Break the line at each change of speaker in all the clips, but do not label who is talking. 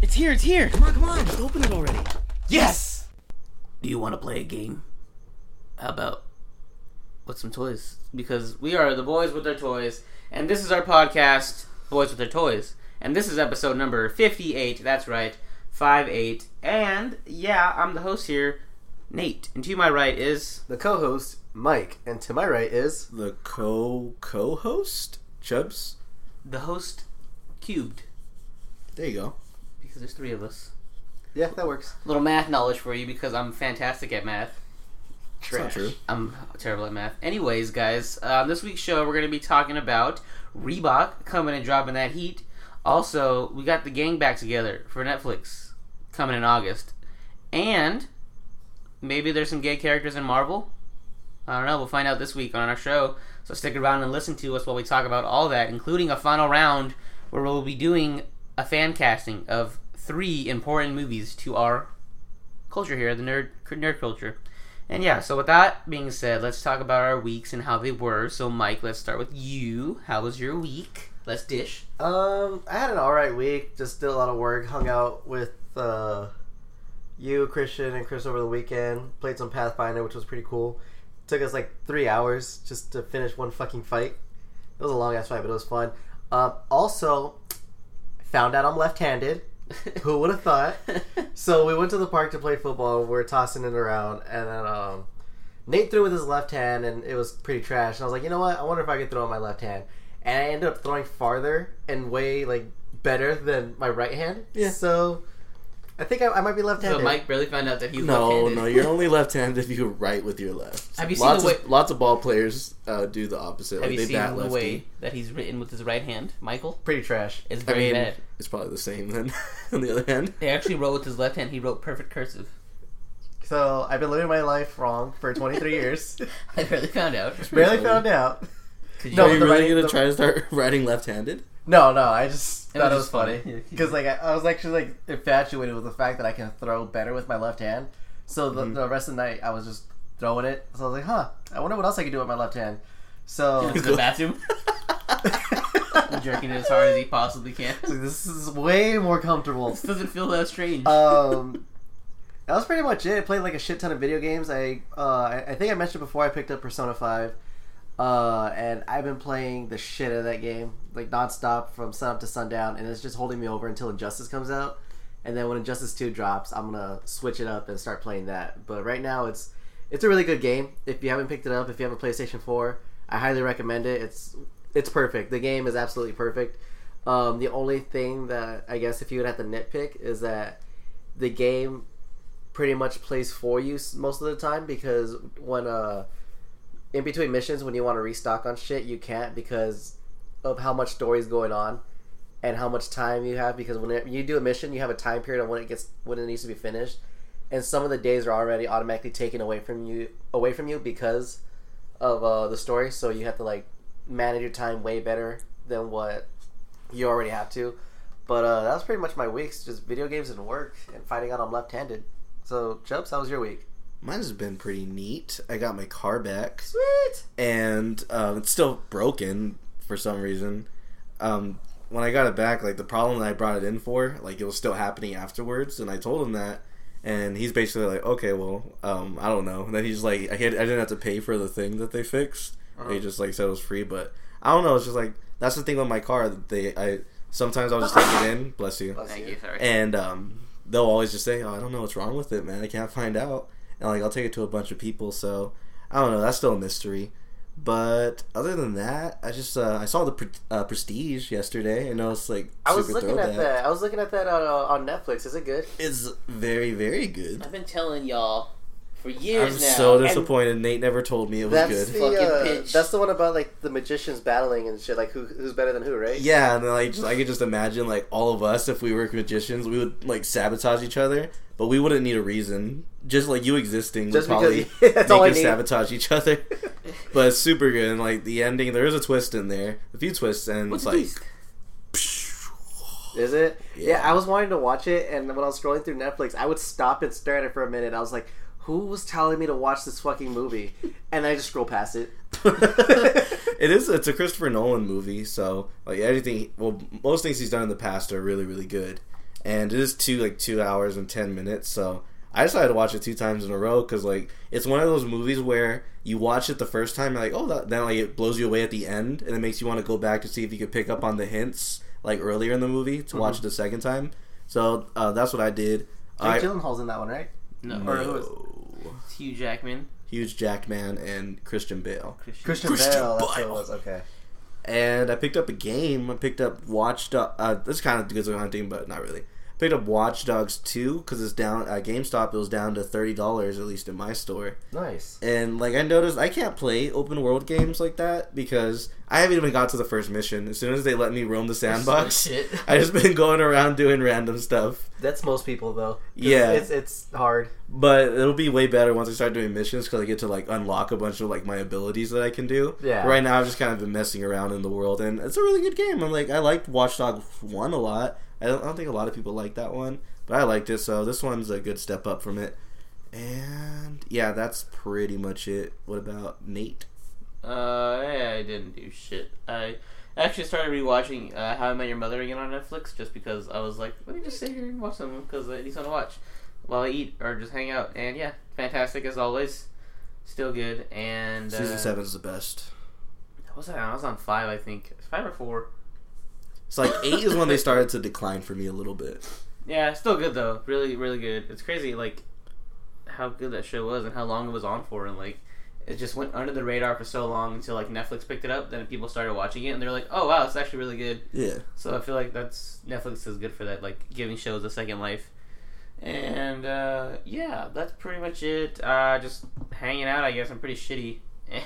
It's here, it's here.
Come on, come on, just open it already.
Yes!
Do you want to play a game? How about what's some toys? Because we are the boys with their toys, and this is our podcast, Boys with Their Toys, and this is episode number fifty-eight. That's right, five-eight. And yeah, I'm the host here, Nate, and to my right is
the co-host Mike, and to my right is
The co co host? Chubbs?
the host cubed
There you go.
because there's three of us.
yeah, that works.
Little math knowledge for you because I'm fantastic at math.
It's not true.
I'm terrible at math. Anyways, guys, uh, this week's show we're going to be talking about Reebok coming and dropping that heat. Also, we got the gang back together for Netflix coming in August, and maybe there's some gay characters in Marvel. I don't know. We'll find out this week on our show. So stick around and listen to us while we talk about all that, including a final round where we'll be doing a fan casting of three important movies to our culture here, the nerd nerd culture. And yeah, so with that being said, let's talk about our weeks and how they were. So, Mike, let's start with you. How was your week? Let's dish.
Um, I had an all right week. Just did a lot of work. Hung out with uh, you, Christian, and Chris over the weekend. Played some Pathfinder, which was pretty cool. took us like three hours just to finish one fucking fight. It was a long ass fight, but it was fun. Um, also, found out I'm left-handed. Who would have thought? So we went to the park to play football. We were tossing it around, and then um, Nate threw with his left hand, and it was pretty trash. And I was like, you know what? I wonder if I could throw on my left hand. And I ended up throwing farther and way like better than my right hand.
Yeah.
So I think I, I might be
so,
left-handed.
Mike really found out that he was
No,
left-handed.
Oh, no, you're only left handed if you right with your left.
Have you seen
lots
the
of, Lots of ball players uh, do the opposite.
Have
like
you
they
seen
bat
the
lefty.
way that he's written with his right hand, Michael?
pretty trash.
It's
I
very
mean,
bad.
it's probably the same then, on the other hand.
They actually wrote with his left hand. He wrote perfect cursive.
So I've been living my life wrong for 23 years.
I barely found out.
Barely
funny.
found out.
Could
No,
Are you
the
really
right-
going to
the-
try to start writing left handed?
No, no, I just
It
thought
was
it
just
was
funny.
funny because like I, I was actually like infatuated with the fact that I can throw better with my left hand. So the,
Mm-hmm.
the rest of the night I was just throwing it. So I was like, huh, I wonder what else I could do with my left hand. So
He was in the bathroom, jerking it as hard as he possibly can.
It's like, this is way more comfortable.
This doesn't feel that strange.
Uh,
Um, that was pretty much it. I played like a shit ton of video games. I uh, I, I think I mentioned before I picked up Persona Five, uh, and I've been playing the shit out of that game like nonstop from sunup to sundown, and it's just holding me over until Injustice comes out. And then when Injustice Two drops, I'm gonna switch it up and start playing that. But right now, it's it's a really good game. If you haven't picked it up, if you have a PlayStation Four, I highly recommend it. It's it's perfect. The game is absolutely perfect. Um, the only thing that I guess if you would have to nitpick is that the game pretty much plays for you s- most of the time because when uh in between missions when you want to restock on shit you can't because of how much story's going on and how much time you have because when it- you do a mission you have a time period on when it gets when it needs to be finished and some of the days are already automatically taken away from you away from you because of uh, the story so you have to like manage your time way better than what you already have to but uh, that was pretty much my weeks just video games and work and finding out I'm left handed. So, Chubbs, how was your week?
Mine's been pretty neat. I got my car back.
Sweet!
and um, it's still broken for some reason. Um, when I got it back, like the problem that I brought it in for, like it was still happening afterwards, and I told him that, and he's basically like, "Okay, well, um, I don't know." And then he's like, "I had, I didn't have to pay for the thing that they fixed. They just like said it was free, but I don't know. It's just like that's the thing with my car. that They, I sometimes I'll just take it in. Bless you
Thank you. Sorry.
and um, they'll always just say, "Oh, I don't know what's wrong with it, man. I can't find out." And like, I'll take it to a bunch of people, so I don't know. That's still a mystery. But other than that, I just uh, I saw the pre- uh, Prestige yesterday, and I was like,
I was
super
looking
thrilled
at that. I was looking at that on, uh, on Netflix. Is it good?
It's very, very good.
I've been telling y'all for
I'm
years now.
so disappointed. Nate never told me it was
That's
good.
the
Fucking
uh,
pitch.
that's the one about like the magicians battling and shit. Like who who's better than who, right?
Yeah, and then, like just, I could just imagine like all of us if we were magicians, we would like sabotage each other, but we wouldn't need a reason. Just like you existing would
Just
probably
because- that's all I
make us
need.
sabotage each other. but it's super good. And like the ending, there is a twist in there, a few twists, and
What's
it's
the
like
beast?
Is it? Yeah.
Yeah.
I was wanting to watch it, and when I was scrolling through Netflix, I would stop and stare at it for a minute. I was like, who was telling me to watch this fucking movie? And I just scroll past it.
it is. It's a Christopher Nolan movie, so like everything. Well, most things he's done in the past are really, really good. and it is two like two hours and ten minutes. So I decided to watch it two times in a row because like it's one of those movies where you watch it the first time, and like oh, that, then like it blows you away at the end, and it makes you want to go back to see if you could pick up on the hints like earlier in the movie to watch
Mm-hmm.
it the second time. So uh, that's what I did. I, Oh.
Jake Gyllenhaal's in that one, right?
No,
No.
or who was it's Hugh Jackman,
Huge Jackman and Christian Bale.
Christian.
Christian,
Christian
Bale. That's what it
Bale.
was. Okay.
and I picked up a game. I picked up Watch Dogs. Uh, this kind of goes with hunting, but not really. Picked up Watch Dogs Two because it's down at GameStop. It was down to thirty dollars at least in my store.
Nice.
And like I noticed, I can't play open world games like that because I haven't even got to the first mission. As soon as they let me roam the sandbox,
Shit.
I just been going around doing random stuff.
That's most people though. 'Cause
Yeah.
It's it's hard.
But it'll be way better once I start doing missions because I get to like unlock a bunch of like my abilities that I can do.
Yeah.
Right now I've just kind of been messing around in the world, and it's a really good game. I'm like I liked Watch Dogs One a lot. I don't, I don't think a lot of people like that one, but I liked it. So this one's a good step up from it. And yeah, that's pretty much it. What about Nate?
Uh, yeah, I didn't do shit. I actually started rewatching uh, How I Met Your Mother again on Netflix just because I was like, let me just sit here and watch them because I need something to watch while I eat or just hang out. And yeah, fantastic as always. Still good. And uh,
Season seven's the best.
what Was that? I was on five, I think. Five or four.
It's like eight is when they started to decline for me a little bit.
Yeah, still good though. Really, really good. It's crazy, like how good that show was and how long it was on for, and like it just went under the radar for so long until like Netflix picked it up. Then people started watching it, and they're like, "Oh wow, it's actually really good."
Yeah.
So I feel like that's Netflix is good for that, like giving shows a second life. And uh, yeah, that's pretty much it. Uh, just hanging out, I guess. I'm pretty shitty.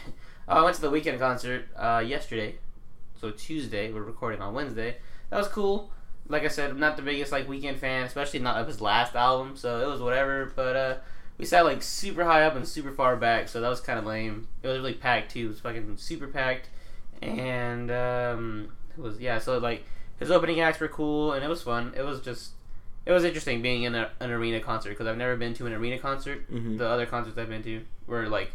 oh, I went to the weekend concert uh, yesterday, so Tuesday. We're recording on Wednesday. That was cool. Like I said, I'm not the biggest like weekend fan, especially not of his last album. So it was whatever. But uh, we sat like super high up and super far back, so that was kind of lame. It was really packed too. It was fucking super packed, and um, it was yeah. So like his opening acts were cool and it was fun. It was just it was interesting being in a, an arena concert because I've never been to an arena concert.
hmm
The other concerts I've been to were like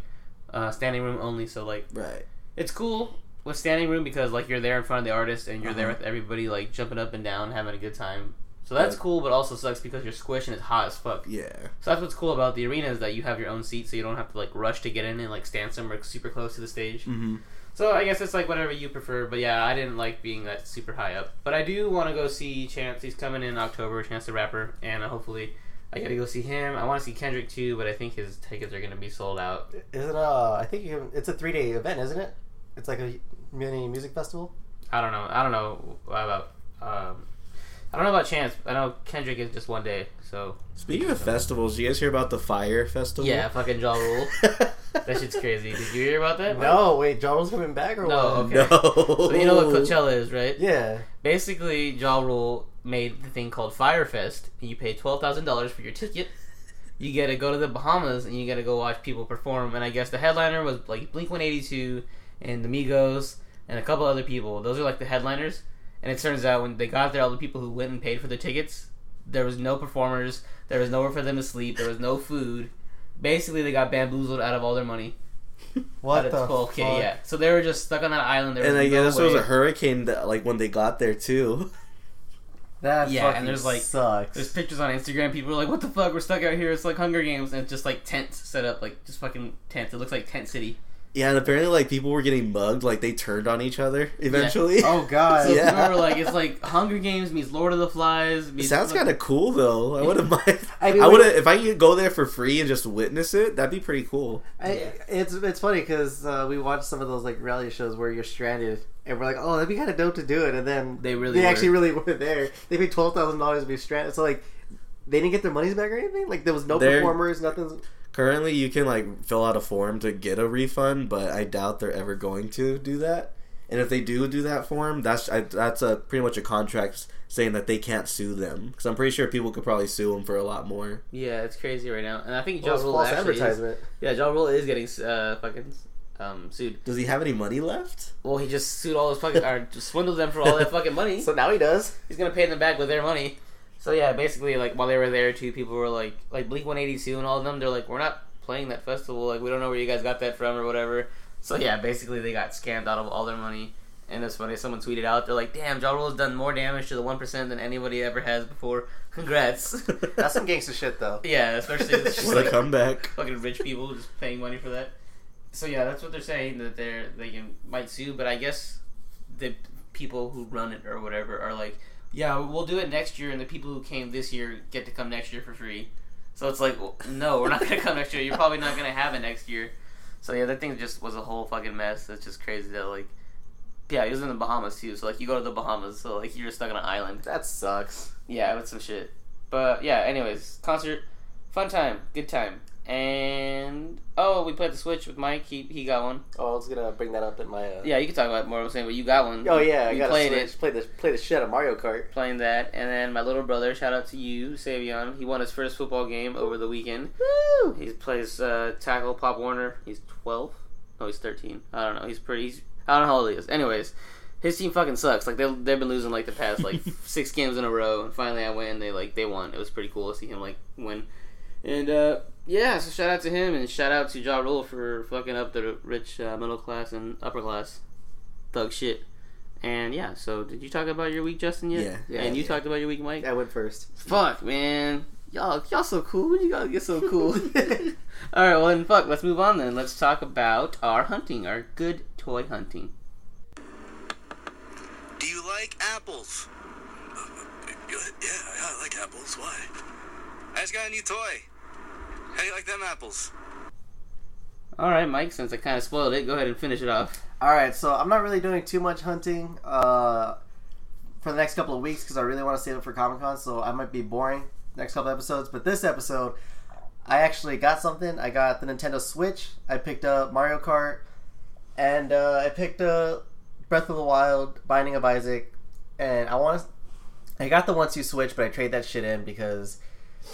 uh, standing room only, so like
Right.
it's cool with standing room because like you're there in front of the artist and you're there
Uh-huh.
with everybody like jumping up and down, having a good time. So that's
Yeah.
cool, but also sucks because you're squished and it's hot as fuck.
Yeah.
So that's what's cool about the arena is that you have your own seat, so you don't have to like rush to get in and like stand somewhere super close to the stage.
Mm-hmm.
So I guess it's like whatever you prefer, but yeah, I didn't like being that super high up. But I do want to go see Chance. He's coming in October, Chance the Rapper, and uh, hopefully I gotta go see him. I want to see Kendrick too, but I think his tickets are gonna be sold out.
Isn't uh? I think you can, it's a three day event, isn't it? It's like a mini music festival.
I don't know. I don't know about. Um, I don't know about Chance. I know Kendrick is just one day, so
Speaking of festivals, you guys hear about the Fire Festival?
yeah, fucking jaw rule. That shit's crazy. Did you hear about that?
No, wait, John was coming back or
No,
what?
okay.
No.
So you know what Coachella is, right?
Yeah.
Basically, Ja Rule made the thing called Firefest. You pay twelve thousand dollars for your ticket. You get to go to the Bahamas and you get to go watch people perform. And I guess the headliner was like Blink One Eighty Two and the Migos and a couple other people. Those are like the headliners. And it turns out when they got there, all the people who went and paid for the tickets, there was no performers. There was nowhere for them to sleep. There was no food. Basically, they got bamboozled out of all their money.
What
out
the
of 12K,
fuck?
yeah. So they were just stuck on that island. There was
Oh. And I
no
guess there
way.
was a hurricane that, like when they got there too.
That
Yeah,
fucking
and there's, like-
sucks.
There's pictures on Instagram. People are like, "What the fuck? We're stuck out here. It's like Hunger Games, and it's just like tents set up, like just fucking tents. It looks like Tent City."
Yeah, and apparently like people were getting mugged, like they turned on each other eventually.
oh god.
So
Yeah.
people are like, "It's like Hunger Games meets Lord of the Flies."
It
Meets
sounds kind of cool though. I wouldn't mind.
I
I,
mean,
would if I could go there for free and just witness it. That'd be pretty cool.
I,
Yeah.
It's it's funny because uh, we watch some of those like reality shows where you're stranded and we're like, oh, that'd be kind of dope to do it, and then
They really
they
were.
actually really were there. They paid twelve thousand dollars to be stranded, so like they didn't get their monies back or anything. Like there was no
They're-
performers, nothing.
Currently, you can like fill out a form to get a refund, but I doubt they're ever going to do that. And if they do do that form, that's I, that's a pretty much a contract saying that they can't sue them because I'm pretty sure people could probably sue them for a lot more.
yeah, it's crazy right now, and I think
Well,
Ja
it's
Rule
Oh, false
actually is,
advertisement.
yeah, Ja Rule is getting uh, fucking um, sued.
Does he have any money left?
Well, he just sued all his fucking or just swindled them for all that fucking money.
So now he does.
He's gonna pay them back with their money. So yeah, basically, like while they were there, two people were like, like Bleak One Eighty Two and all of them. They're like, we're not playing that festival. Like we don't know where you guys got that from or whatever. So yeah, basically they got scammed out of all their money, And it's funny, someone tweeted out, they're like, damn, Ja Rule's done more damage to the 1% than anybody ever has before. Congrats.
That's some gangster shit, though.
yeah, especially it's just
What a
like
comeback.
fucking rich people just paying money for that. So yeah, that's what they're saying that they're they can, might sue, but I guess the people who run it or whatever are like, yeah, we'll do it next year, and the people who came this year get to come next year for free. So it's like, well, no, we're not gonna come next year. You're probably not gonna have it next year. So yeah, that thing just was a whole fucking mess. That's just crazy that like, yeah, he was in the Bahamas too. So like, you go to the Bahamas, so like you're stuck on an island.
That sucks.
Yeah, with some shit. But yeah, anyways, concert, fun time, good time. And oh, we played the Switch with Mike. He he got one.
Oh, I was gonna bring that up in my. Uh...
Yeah, you can talk about it more. I'm saying, but you got one.
Oh yeah, I
you
got
played
Switch.
it,
Play the play the shit out of Mario Kart.
playing that, and then my little brother. Shout out to you, Savion. He won his first football game over the weekend.
Woo!
He plays uh, tackle Pop Warner. He's 12. No, he's 13. I don't know. He's pretty. He's, I don't know how old he is. Anyways, his team fucking sucks. Like they they've been losing like the past like six games in a row, and finally I win. They like they won. It was pretty cool to see him like win. And uh, yeah, so shout out to him and shout out to Ja Rule for fucking up the rich uh, middle class and upper class thug shit. And yeah, so did you talk about your week, Justin? Yet?
Yeah. Yeah,
and you
yeah.
talked about your week, Mike.
I went first.
Fuck, man. Y'all, y'all so cool. When you gotta get so cool? All right, well then, fuck. Let's move on then. Let's talk about our hunting, our good toy hunting.
Do you like apples? Uh, Yeah, yeah, I like apples. Why? I just got a new toy. How do you like them apples?
All right, Mike. Since I kind of spoiled it, go ahead and finish it off.
All right, so I'm not really doing too much hunting uh, for the next couple of weeks because I really want to save it for Comic Con. So I might be boring next couple episodes, but this episode, I actually got something. I got the Nintendo Switch. I picked up Mario Kart, and uh, I picked up Breath of the Wild, Binding of Isaac, and I want to. I got the Once You Switch, but I trade that shit in because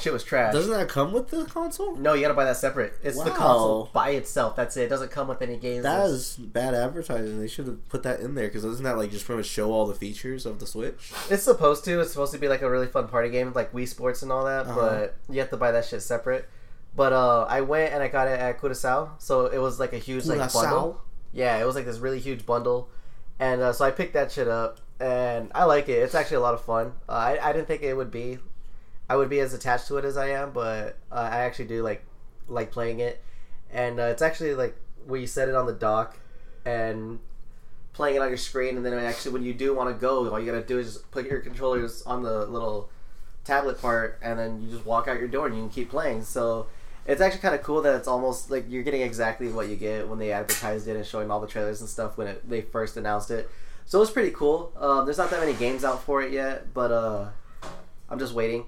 shit was trash.
Doesn't that come with the console?
no, you gotta buy that separate. It's the
Wow.
console by itself. That's it. It doesn't come with any games.
That is bad advertising. They should have put that in there because doesn't that like just pretty much show all the features of the Switch?
It's supposed to. It's supposed to be like a really fun party game, like Wii Sports and all that.
Uh-huh.
But you have to buy that shit separate. But uh, I went and I got it at Curacao, so it was like a huge like
Curacao?
bundle. Yeah, it was like this really huge bundle, and uh, so I picked that shit up, and I like it. It's actually a lot of fun. Uh, I I didn't think it would be, I would be as attached to it as I am, but uh, I actually do like like playing it, and uh, it's actually like where you set it on the dock, and playing it on your screen, and then actually when you do want to go, all you gotta do is just put your controllers on the little tablet part, and then you just walk out your door and you can keep playing. So it's actually kind of cool that it's almost like you're getting exactly what you get when they advertised it and showing all the trailers and stuff when it, they first announced it. So it was pretty cool. Um, there's not that many games out for it yet, but uh, I'm just waiting.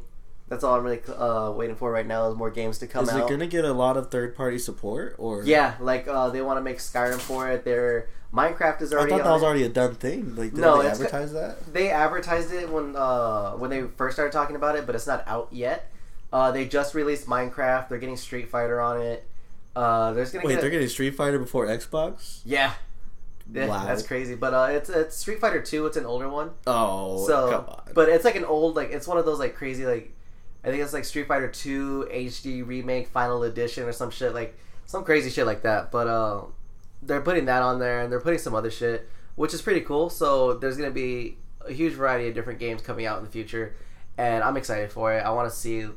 That's all I'm really uh, waiting for right now is more games to come
Is
out.
it gonna get a lot of third party support or?
yeah, like uh, they want to make Skyrim for it. Their Minecraft is
I
already.
thought that
on
was
it.
already a done thing. Like, did
No,
they
it's-
advertise that?
they advertised it when uh, when they first started talking about it, but it's not out yet. Uh, they just released Minecraft. They're getting Street Fighter on it. Uh, there's gonna
Wait,
get
they're getting Street Fighter before Xbox?
yeah. Yeah,
Wow.
that's crazy. But uh, it's it's Street Fighter Two. It's an older one,
Oh,
so
come on.
but it's like an old like it's one of those like crazy like I think it's like Street Fighter Two HD remake Final Edition or some shit like some crazy shit like that. But uh, they're putting that on there and they're putting some other shit, which is pretty cool. So there's gonna be a huge variety of different games coming out in the future, and I'm excited for it. I want to see.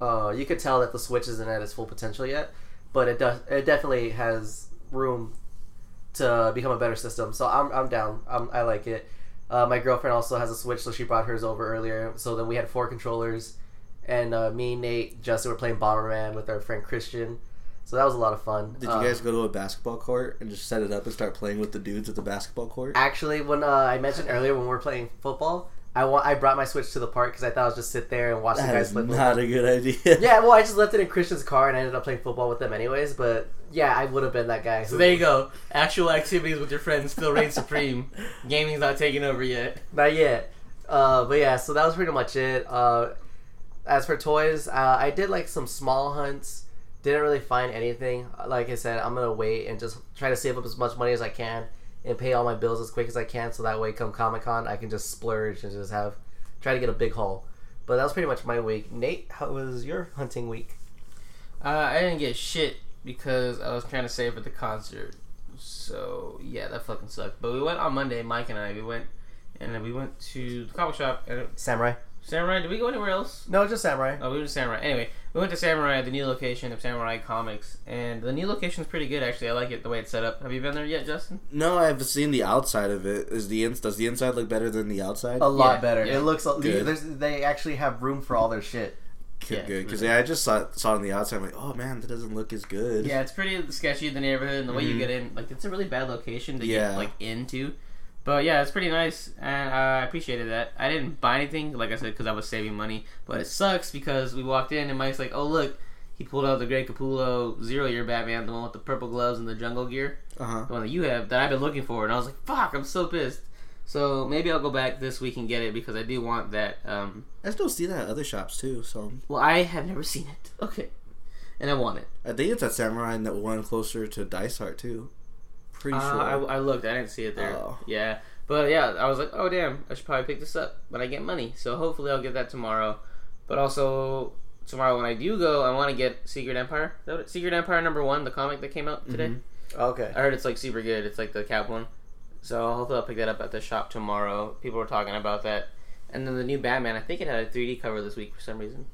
Uh, you could tell that the Switch isn't at its full potential yet, but it does. It definitely has room to become a better system. So I'm, I'm down. I'm, I like it. Uh, my girlfriend also has a Switch, so she brought hers over earlier. So then we had four controllers, and uh, me, Nate, Justin were playing Bomberman with our friend Christian. So that was a lot of fun. Uh,
Did you guys go to a basketball court and just set it up and start playing with the dudes at the basketball court?
Actually, when uh, I mentioned earlier when we were playing football, I wa- I brought my Switch to the park because I thought I was just sit there and watch the
That
guys
is
flip.
not a good idea.
yeah, well, I just left it in Christian's car and I ended up playing football with them anyways. But yeah, I would have been that guy. Who,
So there you go. Actual activities with your friends still reign supreme. Gaming's not taking over yet.
not yet. Uh, but yeah, so that was pretty much it. Uh, as for toys, uh, I did like some small hunts. Didn't really find anything. Uh, Like I said, I'm gonna wait and just try to save up as much money as I can and pay all my bills as quick as I can, so that way, come Comic Con, I can just splurge and just have try to get a big haul. But that was pretty much my week. Nate, how was your hunting week?
Uh, I didn't get shit because I was trying to save for the concert. So yeah, that fucking sucked. But we went on Monday. Mike and I we went, and we went to the comic shop. And
Samurai.
Samurai, did we go anywhere else?
No, just Samurai.
Oh, we went to Samurai. Anyway, we went to Samurai, the new location of Samurai Comics, and the new location's pretty good actually. I like it the way it's set up. Have you been there yet, Justin?
No, I've seen the outside of it. Is the ins? Does the inside look better than the outside?
A lot
Yeah,
better.
yeah.
It looks.
Good.
There's, they actually have room for all their shit.
Good,
yeah.
good. Because yeah, I just saw saw it on the outside. I'm like, oh man, that doesn't look as good.
Yeah, it's pretty sketchy the neighborhood and the way you
Mhm.
get in. Like it's a really bad location to
Yeah.
get like into. But yeah, it's pretty nice, and uh, I appreciated that. I didn't buy anything, like I said, because I was saving money. But it sucks because we walked in and Mike's like, "Oh look, he pulled out the Greg Capullo zero year Batman, the one with the purple gloves and the jungle gear,
Uh huh.
the one that you have that I've been looking for." And I was like, "Fuck, I'm so pissed." So maybe I'll go back this week and get it because I do want that. Um,
I still see that at other shops too. So
well, I have never seen it. Okay, and I want it.
I think it's at Samurai and that one closer to Dice Art too. Pretty
Uh,
sure.
I, I looked. I didn't see it there.
Oh.
Yeah, but yeah, I was like, oh damn, I should probably pick this up. But I get money, so hopefully I'll get that tomorrow. But also tomorrow when I do go, I want to get Secret Empire. Is that what- Secret Empire number one, the comic that came out today.
Okay.
I heard it's like super good. It's like the cap one. So hopefully I'll pick that up at the shop tomorrow. People were talking about that, and then the new Batman. I think it had a 3D cover this week for some reason.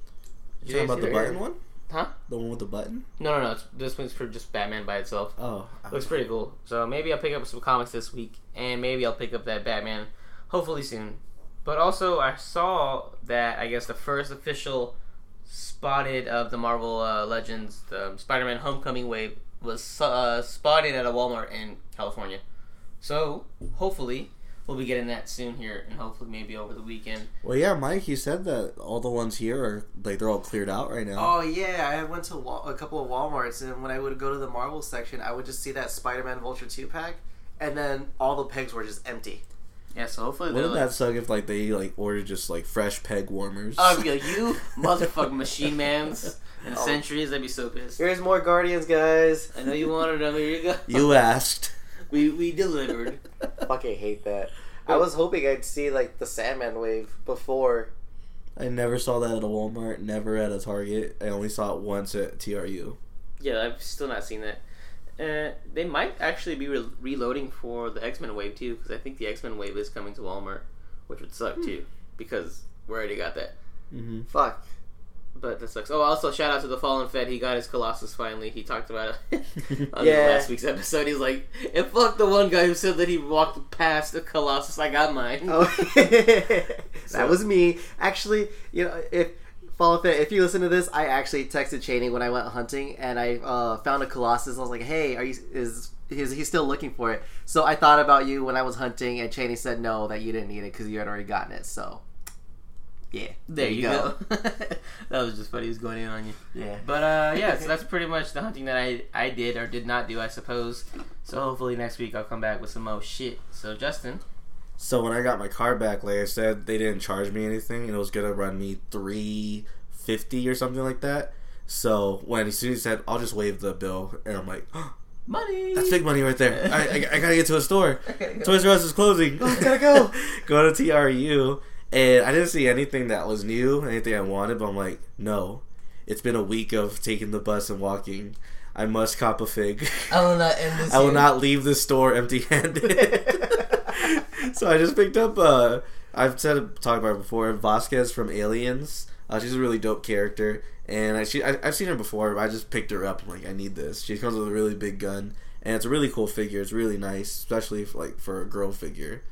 Did
you talking
guys
about
see
the
that?
button one?
Huh?
The one with the button?
No, no, no. It's, this one's for just Batman by itself.
Oh, I-
Looks pretty cool. So maybe I'll pick up some comics this week, and maybe I'll pick up that Batman, hopefully soon. But also, I saw that I guess the first official spotted of the Marvel uh, Legends the Spider-Man Homecoming wave was uh, spotted at a Walmart in California. So hopefully we'll be getting that soon here, and hopefully maybe over the weekend.
well, yeah, Mike. You said that all the ones here are like they're all cleared out right now.
Oh yeah, I went to Wal- a couple of WalMarts, and when I would go to the Marvel section, I would just see that Spider-Man Vulture two pack, and then all the pegs were just empty.
Yeah. So hopefully they're
Wouldn't
like,
that suck if like they like ordered just like fresh peg warmers?
oh, I'd be like, you motherfucking machine mans and centuries. I'd be so pissed.
Here's more Guardians, guys.
I know you wanted them. Here you go.
you asked.
We we delivered.
Fucking hate that. I was hoping I'd see like the Sandman wave before.
I never saw that at a Walmart. Never at a Target. I only saw it once at TRU.
yeah, I've still not seen that. Uh, they might actually be re- reloading for the X Men wave too, because I think the X Men wave is coming to Walmart, which would suck too, because we already got that.
Mm-hmm.
Fuck.
But that sucks. Oh, also shout out to the Fallen Fed. He got his Colossus finally. He talked about it on
Yeah.
last week's episode. He's like, and fuck the one guy who said that he walked past the Colossus. I got mine.
Oh, that was me. Actually, you know, if follow fit, if you listen to this, I actually texted Cheney when I went hunting and I uh, found a colossus. I was like, "Hey, are you is is he still looking for it?" So I thought about you when I was hunting, and Cheney said no, that you didn't need it because you had already gotten it. So, yeah,
There you go. that was just funny. He was going in on you.
Yeah,
But uh, yeah, so that's pretty much the hunting that I I did or did not do, I suppose. So hopefully next week I'll come back with some more oh, shit. So Justin,
So when I got my car back, like I said, they didn't charge me anything, and it was gonna run me three fifty or something like that. So when as soon as he said, "I'll just waive the bill," and I'm like, oh,
money.
"That's big money right there." I, I, I gotta get to a store. Toys R Us is closing.
I Oh, gotta go.
go to TRU, and I didn't see anything that was new, anything I wanted. But I'm like, no, it's been a week of taking the bus and walking. I must cop a fig.
Oh,
I will not end this.
I will not leave the store empty-handed. so I just picked up. Uh, I've said talked about it before. Vasquez from Aliens. Uh, she's a really dope character, and I, she I, I've seen her before. But I just picked her up. I'm like, I need this. She comes with a really big gun, and it's a really cool figure. It's really nice, especially if, like for a girl figure.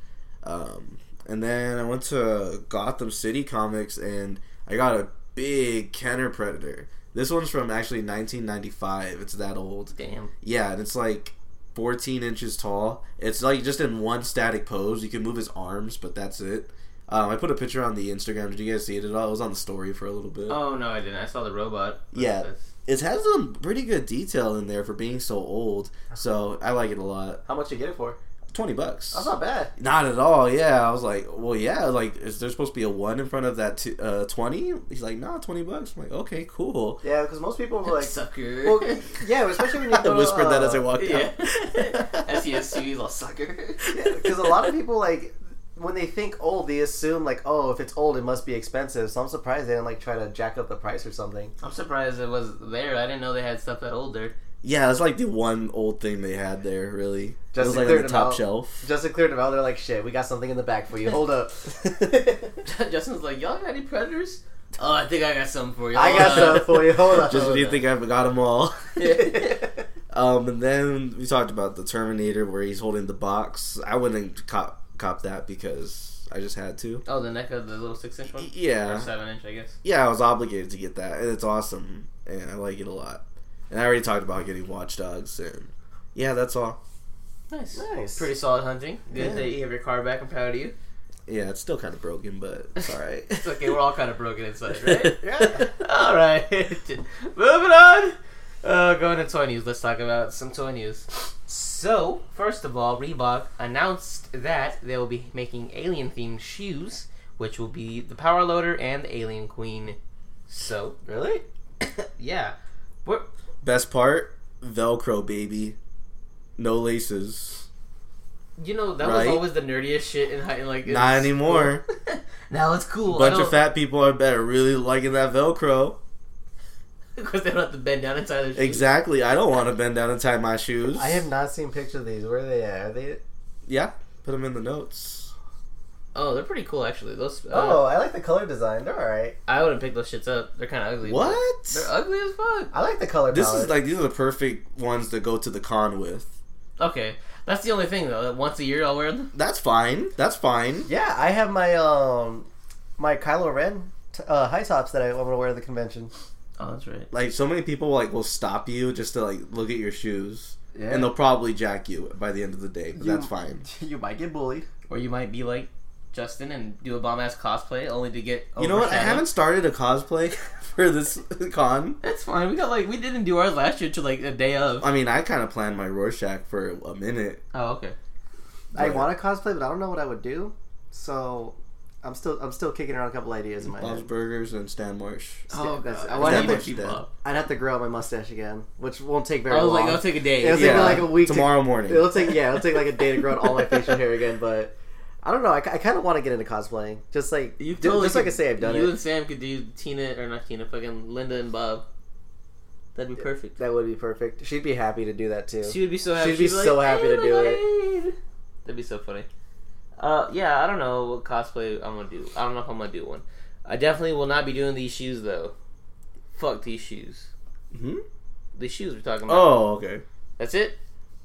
Um, and then I went to Gotham City Comics, and I got a big Kenner Predator. This one's from actually 1995. It's that old.
Damn.
Yeah, and it's like 14 inches tall. It's like just in one static pose. You can move his arms, but that's it. Um, I put a picture on the Instagram. Did you guys see it at all? It was on the story for a little bit.
Oh no, I didn't. I saw the robot.
Yeah.
That's-
It has some pretty good detail in there for being so old. So I like it a lot.
How much you get it for?
20 bucks.
That's not bad.
Not at all. Yeah, I was like, well, yeah, like is there supposed to be a one in front of that t- uh, 20? He's like, nah, 20 bucks. I'm like, okay, cool.
Yeah, because most people were
sucker.
well, yeah, especially when you
I
go to,
whispered that
uh,
as I walked
yeah.
out.
I see a series all sucker.
because a lot of people like when they think old they assume like oh if it's old it must be expensive so i'm surprised they didn't like try to jack up the price or something
I'm surprised it was there. I didn't know they had stuff that older.
Yeah, that's like the one old thing they had there. Really,
Just
it was like on
cleared
the
them
top
out.
shelf.
Just to clear it out, they're like, "Shit, we got something in the back for you. Hold up."
Justin's like, y'all got any predators? Oh, I think I got something for Uh, you.
I got some for you. Hold up.
Just when you think I've got them all.
think.
Um, and then we talked about the Terminator where he's holding the box. I wouldn't cop cop that because I just had to.
Oh, the neck of the little six inch one. Or
Yeah,
seven inch, I guess.
yeah, I was obligated to get that, and it's awesome, and I like it a lot. And I already talked about getting Watchdogs, and yeah, that's all.
Nice.
Nice.
Pretty solid hunting. Good
Yeah.
that you have your car back. I'm proud of you.
Yeah, it's still kind of broken, but it's all right.
It's okay. We're all kind of broken inside, right?
Yeah.
all right. Moving on. Uh, going to toy news. Let's talk about some toy news. So, first of all, Reebok announced that they will be making alien themed shoes, which will be the Power Loader and the Alien Queen. So,
really?
yeah. We're,
Best part, Velcro baby, no laces.
you know, that was
Right.
always the nerdiest shit in high in, like. in
Not
school.
anymore.
now it's cool.
Bunch of fat people I bet are really liking that Velcro.
Because they don't have to bend down inside their shoes.
Exactly. I don't want to bend down and tie my shoes.
I have not seen pictures of these. Where are they at? Are
Uh,
they?
Yeah, put them in the notes.
Oh, they're pretty cool, actually. Those. Uh,
Oh, I like the color design. They're all right.
I wouldn't pick those shits up. They're kind of ugly.
What?
They're ugly as fuck.
I like the color.
This
palette.
is like these are the perfect ones to go to the con with.
Okay, that's the only thing though. That once a year I'll wear them.
That's fine. That's fine.
Yeah, I have my um my Kylo Ren t- uh, high tops that I want to wear at the convention.
Oh, that's right.
Like so many people like will stop you just to like look at your shoes,
Yeah.
and they'll probably jack you by the end of the day. But
You-
that's fine.
You might get bullied.
Or you might be like Justin and do a bomb ass cosplay only to get.
You know what? I
overshadowed.
haven't started a cosplay for this con.
That's fine. We got like we didn't do ours last year to like a day of.
I mean, I kind of planned my Rorschach for a minute.
Oh, okay.
I
but
want to cosplay, but I don't know what I would do. So I'm still I'm still kicking around a couple ideas in my
Bob's
head.
Burgers and Stan Marsh.
Oh, that's- I
I
wanna
want to
make
keep
that.
up.
I'd have to grow out my mustache again, which won't take
I
very
was
long.
like, I'll take a day.
It'll take me like a week to-
tomorrow morning.
it'll take yeah, it'll take like a day to grow out all my facial hair again. But I don't know. I, kind of want to get into cosplaying, just like
You
ju-
totally
just like I
could-
say I've done
You
it.
and Sam could do Tina or not Tina, fucking Linda and Bob. That'd be perfect.
That would be perfect. She'd be happy to do that too.
She would be so happy.
She'd be so happy to do it."
it. That'd be so funny. Uh, yeah, I don't know what cosplay I'm gonna do. I don't know if I'm gonna do one. I definitely will not be doing these shoes though. Fuck these shoes.
hmm?
These shoes we're talking about.
Oh, okay.
That's it.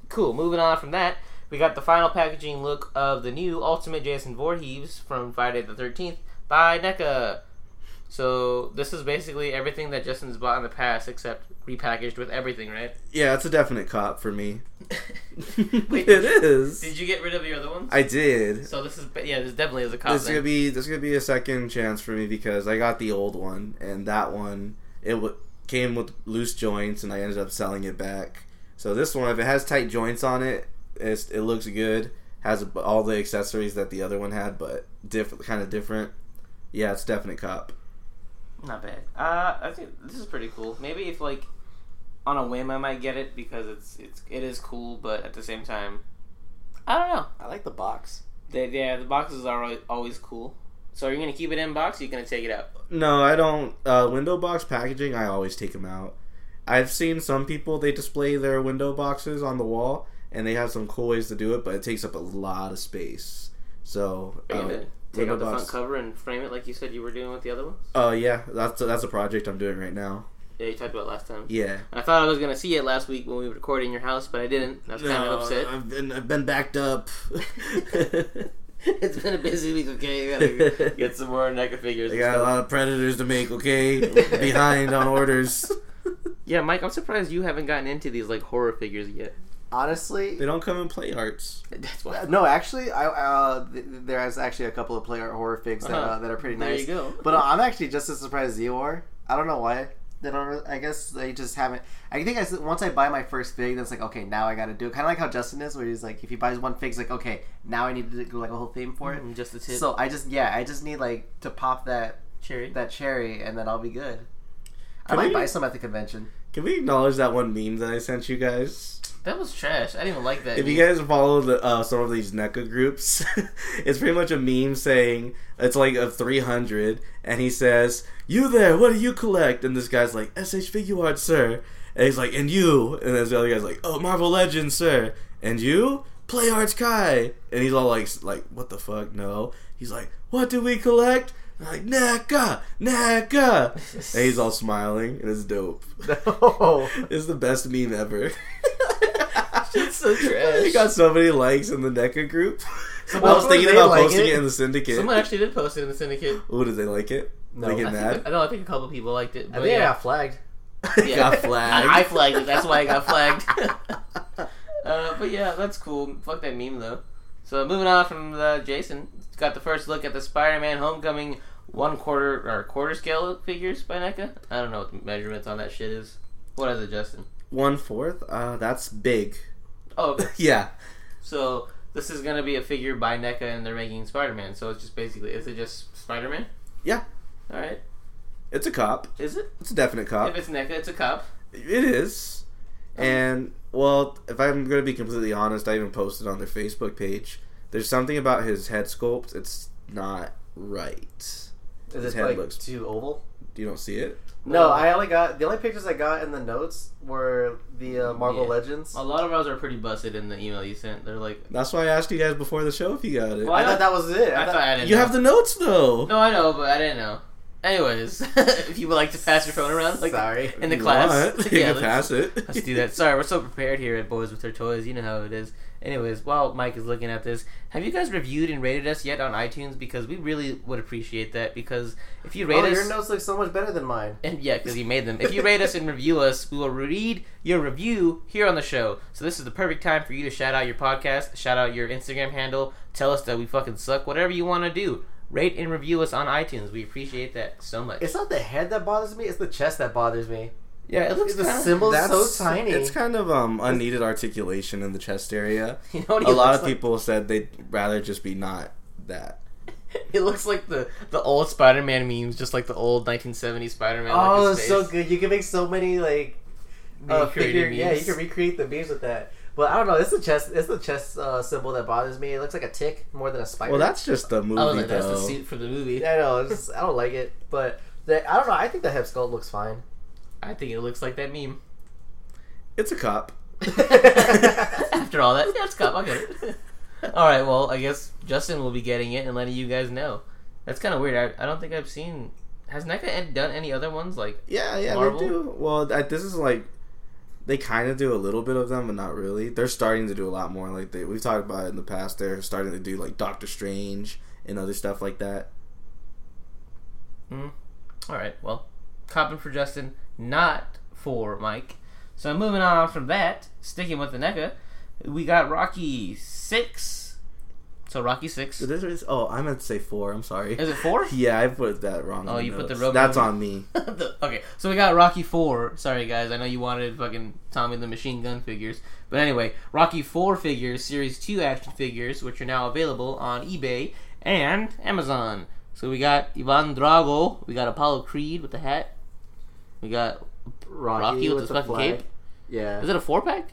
Cool. Moving on from that, we got the final packaging look of the new Ultimate Jason Voorhees from Friday the 13th by NECA. So this is basically everything that Justin's bought in the past, except repackaged with everything, right?
Yeah, it's a definite cop for me. it is.
Did you get rid of your other ones?
I did.
So this is yeah, this definitely is a cop.
There's gonna be there's gonna be a second chance for me because I got the old one and that one it w- came with loose joints and I ended up selling it back. So this one, if it has tight joints on it, it's, it looks good. Has all the accessories that the other one had, but different kind of different. Yeah, it's definite cop.
Not bad. Uh, I think this is pretty cool. Maybe if like on a whim, I might get it because it's it's it is cool, but at the same time, I don't know.
I like the box.
They, yeah, the boxes are always, always cool. So are you gonna keep it in box? Or you gonna take it out?
No, I don't. Uh, window box packaging, I always take them out. I've seen some people they display their window boxes on the wall, and they have some cool ways to do it, but it takes up a lot of space. So,
Are you
uh,
gonna take
window
out the front
box.
cover and frame it like you said you were doing with the other ones?
Oh yeah, that's that's a project I'm doing right now.
Yeah, you talked about last time.
Yeah.
I thought I was gonna see it last week when we were recording your house, but I didn't. I was kind of upset.
I've been I've been backed up.
it's been a busy week. Okay, we gotta get some more NECA figures.
I
and
got a
stuff.
lot of predators to make. Okay, behind on orders.
Yeah, Mike, I'm surprised you haven't gotten into these like horror figures yet.
Honestly,
They don't come in play arts.
That's why.
Uh, No, actually, I uh, th- there is actually a couple of player horror figs that,
Uh-huh.
uh, that are pretty
There
nice.
you go.
But uh, I'm actually just as surprised as you are. I don't know why they don't. Really, I guess they just haven't. I think I s once I buy my first fig, then it's like okay, now I got to do it. Kind of like how Justin is, where he's like, if he buys one fig, it's like okay, now I need to do like a whole theme for it.
Mm, just the tip.
So I just yeah, I just need like to pop that
cherry.
that cherry, and then I'll be good. I
Can
might
we-
buy some at the convention.
Can we acknowledge that one meme that I sent you guys?
That was trash. I didn't even like that.
If you guys follow the, uh, some of these NECA groups, it's pretty much a meme saying it's like a 300, and he says, "You there? What do you collect?" And this guy's like, "SH figure art, sir." And he's like, and you. And then the other guy's like, oh, Marvel Legends, sir. And you? Play Arts Kai. And he's all like, like, what the fuck? No. He's like, what do we collect? I'm like, E Naka, Naka. E and he's all smiling, and it's dope.
No.
it's the best meme ever.
It's so trash.
It got so many likes in the NECA group.
Someone-
I was thinking
they
about
like
posting
it?
it? in the syndicate.
Someone actually did post it in the syndicate.
Oh, did they like it?
No.
they
I
get
think, I
mad.
know. I think a couple people liked it.
I
But
think I
yeah,
got flagged.
yeah.
got flagged.
I, I flagged it. That's why I got flagged. uh, but yeah, that's cool. Fuck that meme though. So moving on from the Jason, got the first look at the Spider-Man Homecoming one quarter or quarter scale figures by NECA. I don't know what the measurements on that shit is. What is it, Justin?
One fourth. Uh, that's big.
Oh, okay.
Yeah.
so this is gonna be a figure by NECA, and they're making Spider-Man. So it's just basically, is it just Spider-Man?
Yeah.
All right.
It's a cop.
Is it?
It's a definite
If
cop.
it's NECA, it's a cop.
It is. And well, if I'm going to be completely honest, I even posted on their Facebook page. There's something about his head sculpt. It's not right.
Is it
His head
like
looks-
too oval?
You don't see it.
No, I only got the only pictures I got in the notes were the uh, Marvel
Yeah.
Legends.
A lot of ours are pretty busted in the email you sent. They're like,
That's why I asked you guys before the show if you got it.
Well,
I thought that was it. I
I
thought-
thought I didn't.
you
know.
have the notes though.
No, I know, but I didn't know. Anyways, if you would like to pass your phone around, like
Sorry.
in the
You
class,
want it, you
yeah,
can
let's,
pass it.
let's do that. Sorry, we're so prepared here at Boys with Their Toys. You know how it is. Anyways, while Mike is looking at this, have you guys reviewed and rated us yet on iTunes? Because we really would appreciate that. Because if you rate
Oh,
us,
your notes look so much better than mine.
and yeah, because you made them. If you rate us and review us, we will read your review here on the show. So this is the perfect time for you to shout out your podcast, shout out your Instagram handle, tell us that we fucking suck, whatever you want to do. Rate and review us on iTunes. We appreciate that so much.
It's not the head that bothers me; it's the chest that bothers me.
yeah, it looks
The
kinda,
symbol's so tiny.
It's kind of um, unneeded articulation in the chest area.
You know what he
A lot
looks
of
like?
people said they'd rather just be not that.
It looks like the the old Spider-Man memes, just like the old 1970s Spider-Man.
oh,
like his
it's so
face.
good! You can make so many like uh,
Recreated
figure. Yeah, you
memes.
can recreate the beams with that. But I don't know. It's the chest. It's the chest uh, symbol that bothers me. It looks like a tick more than a spider.
Well, that's just the movie
I was like, that's the
though.
suit for the movie.
I know. It's just, I don't like it, but the, I don't know. I think the head sculpt looks fine.
I think it looks like that meme.
it's a cop.
After all that, yeah, it's cup. I get it. all right, well, I guess Justin will be getting it and letting you guys know. That's kind of weird. I, I don't think I've seen. Has E NECA ed- done any other ones? Like,
Yeah, yeah,
Marvel?
they do. Well, I, this is like they kind of do a little bit of them, but not really. They're starting to do a lot more. Like they, we've talked about it in the past. They're starting to do like Doctor Strange and other stuff like that.
all right, well, copping for Justin, not for Mike. So moving on from that, sticking with the NECA, we got Rocky six. So Rocky six.
So this is oh, I meant to say four. I'm sorry.
Is it four?
Yeah, I put that wrong.
Oh,
on
you put the
notes.
rubber
That's
on-
on me.
The- okay, so we got Rocky Four. Sorry, guys, I know you wanted fucking Tommy the Machine Gun figures, but anyway, Rocky Four figures, Series Two action figures, which are now available on eBay and Amazon. So we got Ivan Drago, we got Apollo Creed with the hat, we got Rocky, with, his
the
fucking
flag.
cape.
Yeah.
Is it a four pack?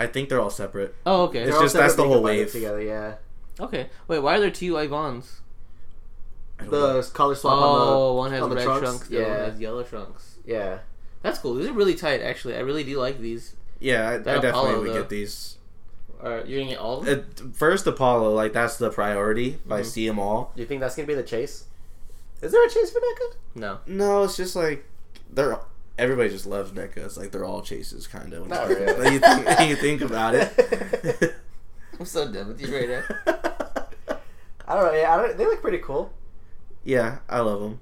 I think they're all separate.
Oh, okay,
It's
They're all
just- that's the
separate,
whole
they combine it
wave.
together. Yeah.
okay. Wait, why are there two Ivans?
I don't know.
The color swap
Oh,
on
one
the
has
on the
red
trunks.
trunks, the other one
Yeah.
has yellow trunks.
Yeah.
That's cool. These are really tight, actually. I really do like these.
yeah, I, I
that
definitely
Apollo,
would
though.
get these.
Are you gonna get all of them?
At first, Apollo, like that's the priority. If I
Mhm.
see them all,
Do you think that's gonna be the chase? Is there a chase for NECA?
No.
no, it's just like they're everybody just loves NECA. It's like they're all chases, kind of.
Not Oh, really.
when you, think, when you think about it.
I'm so done with you right now.
I don't know. Yeah, I don't, they look pretty cool.
yeah, I love them.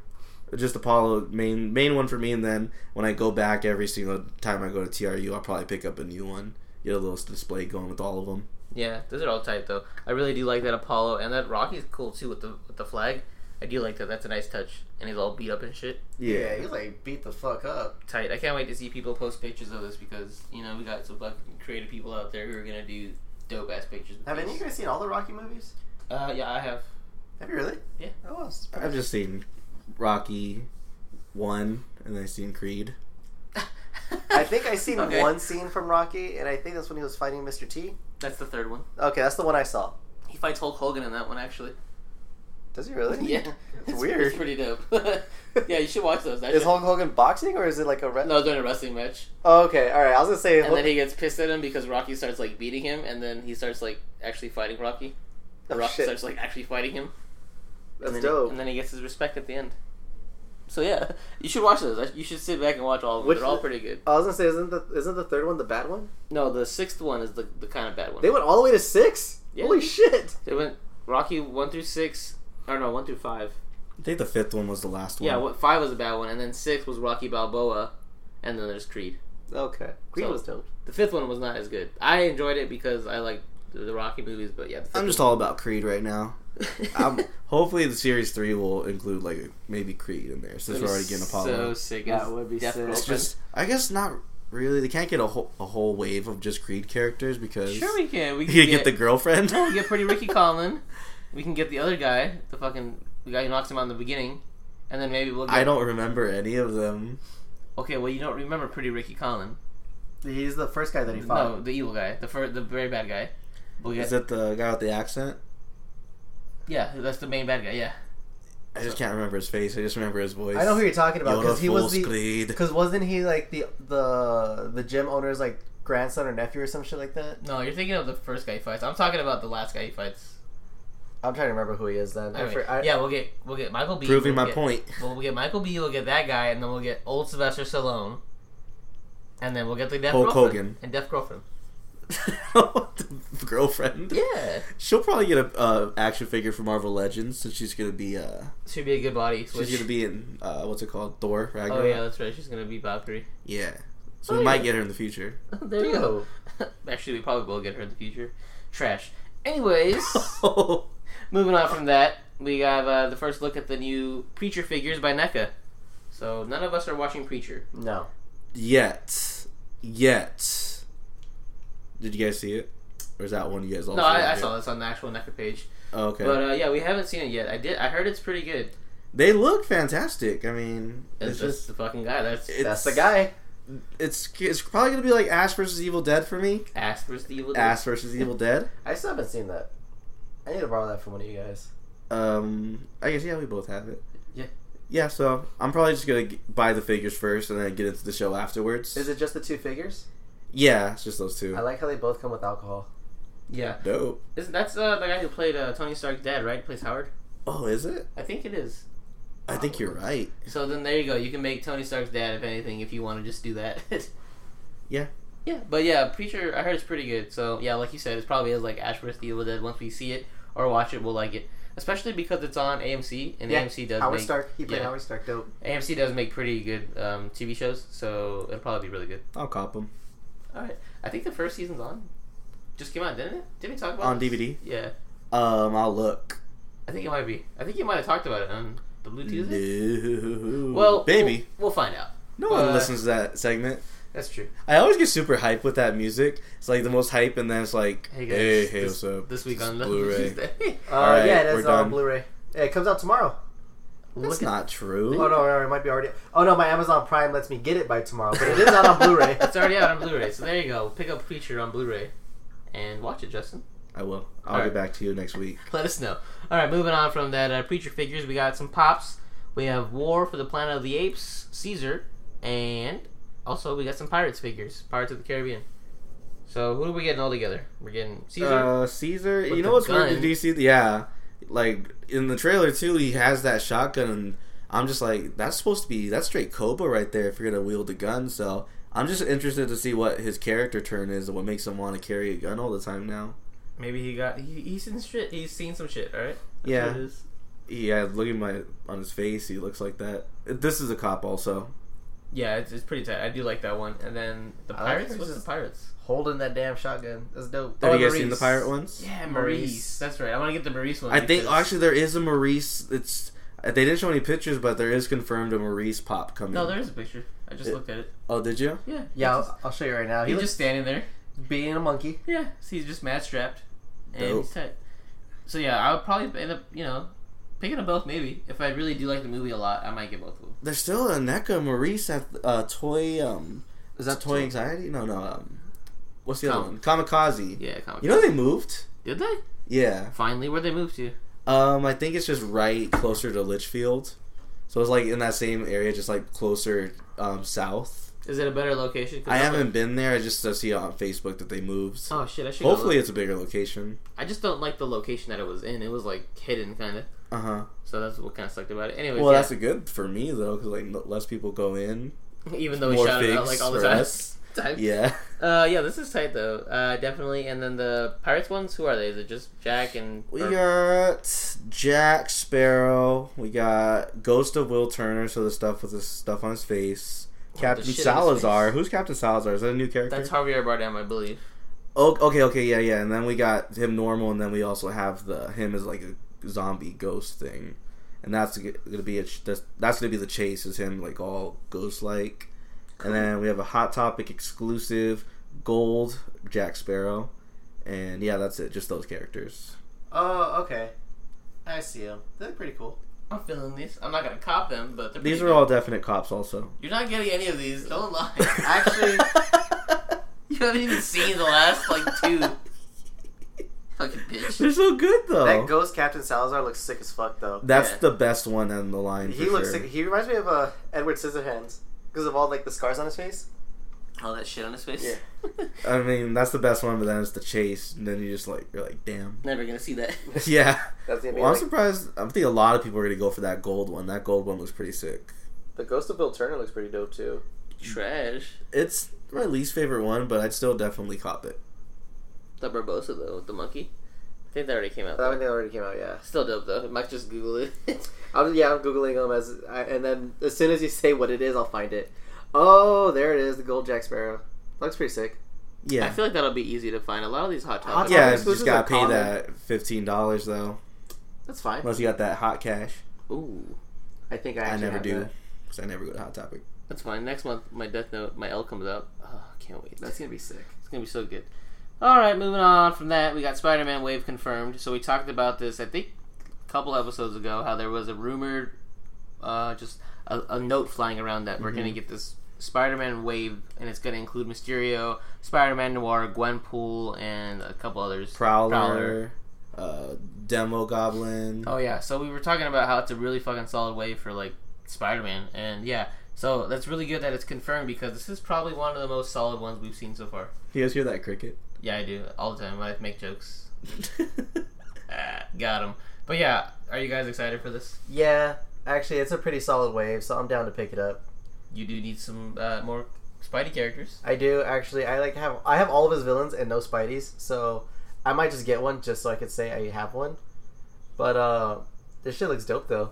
Just Apollo main main one for me, and then when I go back every single time I go to TRU, I'll probably pick up a new one. Get a little display going with all of them.
Yeah, those are all tight though. I really do like that Apollo and that Rocky's cool too with the with the flag. I do like that. That's a nice touch. And he's all beat up and shit.
you like beat the fuck up.
Tight. I can't wait to see people post pictures of this because you know we got some fucking creative people out there who are gonna do dope ass pictures. with
Have any
this.
of you guys seen all the Rocky movies?
Uh, yeah, I have.
Have you really?
Yeah.
Oh, well, it's
I've just seen Rocky one, and I've seen Creed.
I think I seen
Okay.
one scene from Rocky, and I think that's when he was fighting Mr. T.
That's the third one.
Okay, that's the one I saw.
He fights Hulk Hogan in that one actually.
Does he really?
Yeah,
It's weird.
It's pretty dope. yeah, you should watch those. That
Is
shit-
Hulk Hogan boxing or is it like a re-
No, during a wrestling match,
Oh, okay, all right. I was gonna say.
and
Hulk-
then he gets pissed at him because Rocky starts like beating him, and then he starts like actually fighting Rocky.
oh,
Rocky
shit,
starts like actually fighting him.
That's
and then
dope.
He, and then he gets his respect at the end. So yeah, you should watch those. You should sit back and watch all of them.
Which
They're all
is-
pretty good.
I was gonna say, isn't the isn't the third one the bad one?
No, the sixth one is the, the kind of bad one.
They went all the way to six.
Yeah.
Holy shit!
They went Rocky one through six, or no, one through five.
I think the fifth one was the last one.
Yeah, what five was a bad one, and then six was Rocky Balboa, and then there's Creed.
Okay, Green
So-
was dope.
The fifth one was not as good. I enjoyed it because I like the, the Rocky movies, but yeah, the fifth
I'm just all about Creed right now. I'm, hopefully, the series three will include like maybe Creed in there since we're already getting
So
Apollo.
sick.
That
It's
would be
Death
sick.
Grips.
it's just, I guess not really. They can't get a whole a whole wave of just Creed characters because
Sure, we can. We
you
can
get, the girlfriend.
we get pretty Ricky Conlon. We can get the other guy, the fucking the guy who knocks him out in the beginning, and then maybe we'll. Get,
I don't remember any of them.
Okay, well you don't remember pretty Ricky Conlon.
He's the first guy that he fought.
No, the evil guy, the fir- the very bad guy. We'll get-
Is it the guy with the accent?
yeah, that's the main bad guy. Yeah,
I just can't remember his face. I just remember his voice.
I know who you're talking about because he was
Beautiful
the
Creed.
because wasn't he like the the the gym owner's like grandson or nephew or some shit like that?
no, you're thinking of the first guy he fights. I'm talking about the last guy he fights.
I'm trying to remember who he is. Then I
Anyway,
for- I-
yeah, we'll get we'll get Michael B.
Proving
we'll
my
get-
point.
We'll, we'll get Michael B. We'll get that guy, and then we'll get old Sylvester Stallone, and then we'll get the deaf
Hulk
girlfriend
Hogan.
and deaf girlfriend.
the girlfriend.
Yeah,
She'll probably get a uh, action figure from Marvel Legends since she's gonna be uh
she'd be a good body. Switch.
she's gonna be in uh what's it called Thor
oh
Ragnarok.
yeah, that's right. She's gonna be Valkyrie.
Yeah. So
Oh,
we might
yeah.
get her in the future.
there you go. Actually, we probably will get her in the future. Trash. Anyways. Moving on from that, we have uh, the first look at the new Preacher figures by NECA. So none of us are watching Preacher.
no,
Yet. Yet. Did you guys see it? Or is that one you guys also
No, I, I
watched?
saw this on the actual NECA page.
Oh, okay.
But uh, yeah, we haven't seen it yet. I did. I heard it's pretty good.
they look fantastic. I mean,
It's,
it's,
just
just
the fucking guy. That's
it's,
that's the guy.
It's it's probably gonna be like Ash versus Evil Dead for me.
Ash versus the Evil. Dead.
Ash versus Evil Dead.
I still haven't seen that. I need to borrow that from one of you guys.
Um, I guess yeah, we both have it.
Yeah.
Yeah, so I'm probably just gonna g- buy the figures first and then get into the show afterwards.
Is it just the two figures?
Yeah, it's just those two.
I like how they both come with alcohol.
Yeah,
Dope.
Isn't, that's uh, the guy who played uh, Tony Stark's dad, right? He plays Howard.
Oh, is it?
I think it is.
I think you're right.
So then there you go. You can make Tony Stark's dad if anything, if you want to just do that.
Yeah.
Yeah, but yeah, Preacher, I heard it's pretty good. So yeah, like you said, it's probably is like Ash vs. the Evil Dead. Once we see it or watch it, we'll like it. Especially because it's on AMC, and
Yeah,
AMC does
Howard
make
Stark. He played
yeah.
Howard Stark. Dope.
AMC does make pretty good um, TV shows, so it'll probably be really good.
I'll cop them
All right, I think the first season's on. Just came out, didn't it? Did we talk about
on
this?
DVD.
Yeah,
Um, I'll look.
I think it might be. I think you might have talked about it on the Blue Tuesday.
No.
Well,
baby,
we'll, we'll find out.
no one
uh,
listens to that segment.
That's true.
I always get super hype with that music. It's like the most hype, and then it's like,
Hey
hey,
guys,
hey,
this,
what's up?
this week
It's
on the Blue
Blu-ray.
Tuesday.
Uh,
All right,
yeah, it
we're
is on
done.
Blu-ray. It comes out tomorrow.
That's not true.
Oh no, no, it might be already. Oh no, my Amazon Prime lets me get it by tomorrow, but it is out on Blu-ray.
It's already out on Blu-ray, so there you go. Pick up Preacher on Blu-ray and watch it, Justin.
I will. I'll
All
get
right.
back to you next week.
Let us know. All right, moving on from that uh, Preacher figures, we got some pops. We have War for the Planet of the Apes, Caesar, and also we got some Pirates figures, Pirates of the Caribbean. So who are we getting all together? We're getting Caesar.
Uh, Caesar.
With
you
the
know what's weird?
gun.
Did you see? Yeah, like in the trailer too, he has that shotgun, and I'm just like, that's supposed to be that's straight Cobra right there. If you're gonna wield a gun, so I'm just interested to see what his character turn is and what makes him want to carry a gun all the time now.
Maybe he got he, he's seen shit. He's seen some shit. All right. That's
Yeah.
what it is.
Yeah, look at my on his face. He looks like that. This is a cop also.
Yeah, it's, it's pretty tight. I do like that one. And then the
I like how
pirates.
he's
What's
just-
the pirates?
Holding that damn shotgun. That's dope.
Have
Oh,
you guys seen the
Maurice.
pirate ones?
Yeah,
Maurice.
Maurice. That's right. I want to get the Maurice one.
I think
because-
actually there is a Maurice. It's they didn't show any pictures, but there is confirmed a Maurice pop coming.
No, there is a picture. I just
It-
looked at it.
Oh, did you?
Yeah.
Yeah,
He's,
I'll, I'll show you right now.
just,
He
he's
looks
just standing there.
being a monkey.
Yeah. So he's just mad strapped. And
Dope.
he's tight. So yeah, I would probably end up, you know, picking up both maybe. If I really do like the movie a lot, I might get both of them.
There's still a NECA Maurice at uh, Toy. Um,
Is
is that Toy Anxiety? No, no. Um, what's the
Com-
other one? Kamikaze.
Yeah, comic.
You know they moved.
Did they?
Yeah,
Finally, where they moved to?
Um, I think it's just right closer to Litchfield, so it's like in that same area, just like closer um, south.
Is it a better location? 'Cause
I
I'm
haven't been there. I just uh, see on Facebook that they moved.
Like, oh shit! I should.
Hopefully,
Hopefully,
it's a bigger location.
I just don't like the location that it was in. It was like hidden, kind of.
Uh huh.
So that's what kind of sucked about it. Anyways,
Well,
yeah,
that's a good for me though, because like n- less people go in.
even though we
more
shouted it out
figs
like all the
for
time.
us.
time.
Yeah.
Uh, yeah, this is tight though. Uh, definitely. And then the pirates ones. Who are they? Is it just Jack and?
We
or-
got Jack Sparrow. We got Ghost of Will Turner, so the stuff with the stuff on his face. Captain
shit on his
Salazar.
face.
Who's Captain Salazar? Is that a new character?
That's Javier Bardem, I believe.
oh, okay, okay, yeah, yeah. And then we got him normal, and then we also have the him as like a zombie ghost thing, and that's g- gonna be a ch- that's, that's gonna be the chase is him like all ghost like, and then we have a hot topic exclusive gold Jack Sparrow, and yeah, that's it. Just those characters.
Oh, okay. I see them. They're pretty cool.
I'm feeling these. I'm not gonna cop them, but they're
These
pretty
are
good.
all definite cops, also.
You're not getting any of these. Don't lie.
Actually,
you haven't even seen the last like two. Fucking bitch.
They're so good though.
that Ghost Captain Salazar looks sick as fuck, though.
That's
yeah.
the best one on the line. For
he looks
sure.
sick. He reminds me of uh, Edward Scissorhands because of all like the scars on his face.
All that shit on his face.
I mean, that's the best one, but then it's the chase, and then you just like you're like, damn.
Never gonna see that.
yeah.
That's gonna be
Well, I'm
like-
surprised. I think a lot of people are gonna go for that gold one. That gold one was pretty sick.
The Ghost of Bill Turner looks pretty dope too.
Trash.
It's my least favorite one, but I'd still definitely cop it.
The Barbosa though, with the monkey. I think that already came out.
That one they already came out, yeah.
Still dope though. Mike just Google it.
I'm, yeah, I'm googling them as, I, and then as soon as you say what it is, I'll find it. Oh, there it is, the Gold Jack Sparrow. Looks pretty sick.
Yeah.
I feel like that'll be easy to find. A lot of these hot
Hot
topics.
yeah,
This
you
was
just gotta
a
pay
common-
that fifteen dollars though,
That's fine.
unless you got that hot cash.
Ooh,
I think I,
I
actually
never
have
do,
that.
because I never go to Hot Topic.
that's fine. Next month, my Death Note, my L comes out. Oh, I can't wait.
That's gonna be sick.
It's gonna be so good. All right, moving on from that, we got Spider-Man Wave confirmed. So we talked about this, I think, a couple episodes ago, how there was a rumored, uh, just a, a note flying around that we're
Mm-hmm.
gonna get this Spider-Man Wave, and it's gonna include Mysterio, Spider-Man Noir, Gwenpool, and a couple others.
Prowler, Uh, Demo Goblin.
Oh yeah, so we were talking about how it's a really fucking solid way for like Spider-Man, and yeah, so that's really good that it's confirmed because this is probably one of the most solid ones we've seen so far.
You guys hear that cricket?
Yeah, I do all the time. I make jokes. Ah, got him. But yeah, are you guys excited for this?
Yeah, actually, it's a pretty solid wave, so I'm down to pick it up.
You do need some uh, more Spidey characters.
I do actually. I like have I have all of his villains and no Spideys, so I might just get one just so I could say I have one. But uh, this shit looks dope though.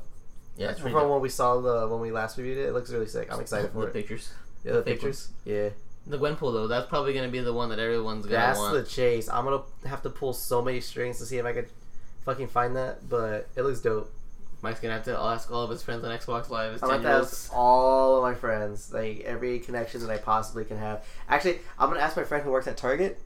Yeah, it's
From
pretty dope.
when we saw the when we last reviewed it, it looks really sick. I'm excited for
the
it.
pictures.
Yeah, the
the big
pictures. Yeah,
The Gwenpool though, that's probably gonna be the one that everyone's gonna
that's
want.
the chase. I'm gonna have to pull so many strings to see if I could fucking find that, but it looks dope.
Mike's gonna have to ask all of his friends on Xbox Live. His
I'm
ten
gonna
year
have to ask
olds.
all of my friends, like every connection that I possibly can have. Actually, I'm gonna ask my friend who works at Target,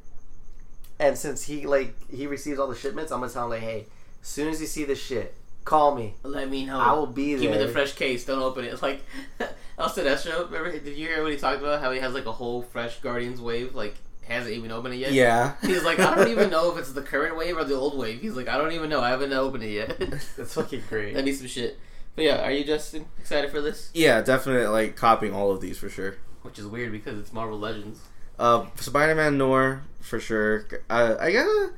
and since he like he receives all the shipments, I'm gonna tell him like, hey, as soon as you see this shit, call me.
Let me know.
I will be there.
Give me the fresh case. Don't open it. Like El Sinestro. Remember? Did you hear what he talked about? How he has like a whole fresh Guardians wave. Like hasn't even opened it yet.
Yeah.
He's like, I don't even know if it's the current wave or the old wave. He's like, I don't even know. I haven't opened it yet.
That's fucking
I
great.
need some shit. But yeah, are you Justin excited for this?
Yeah, definitely like copying all of these for sure.
Which is weird because it's Marvel Legends.
Uh, Spider-Man Noir for sure. I, I gotta.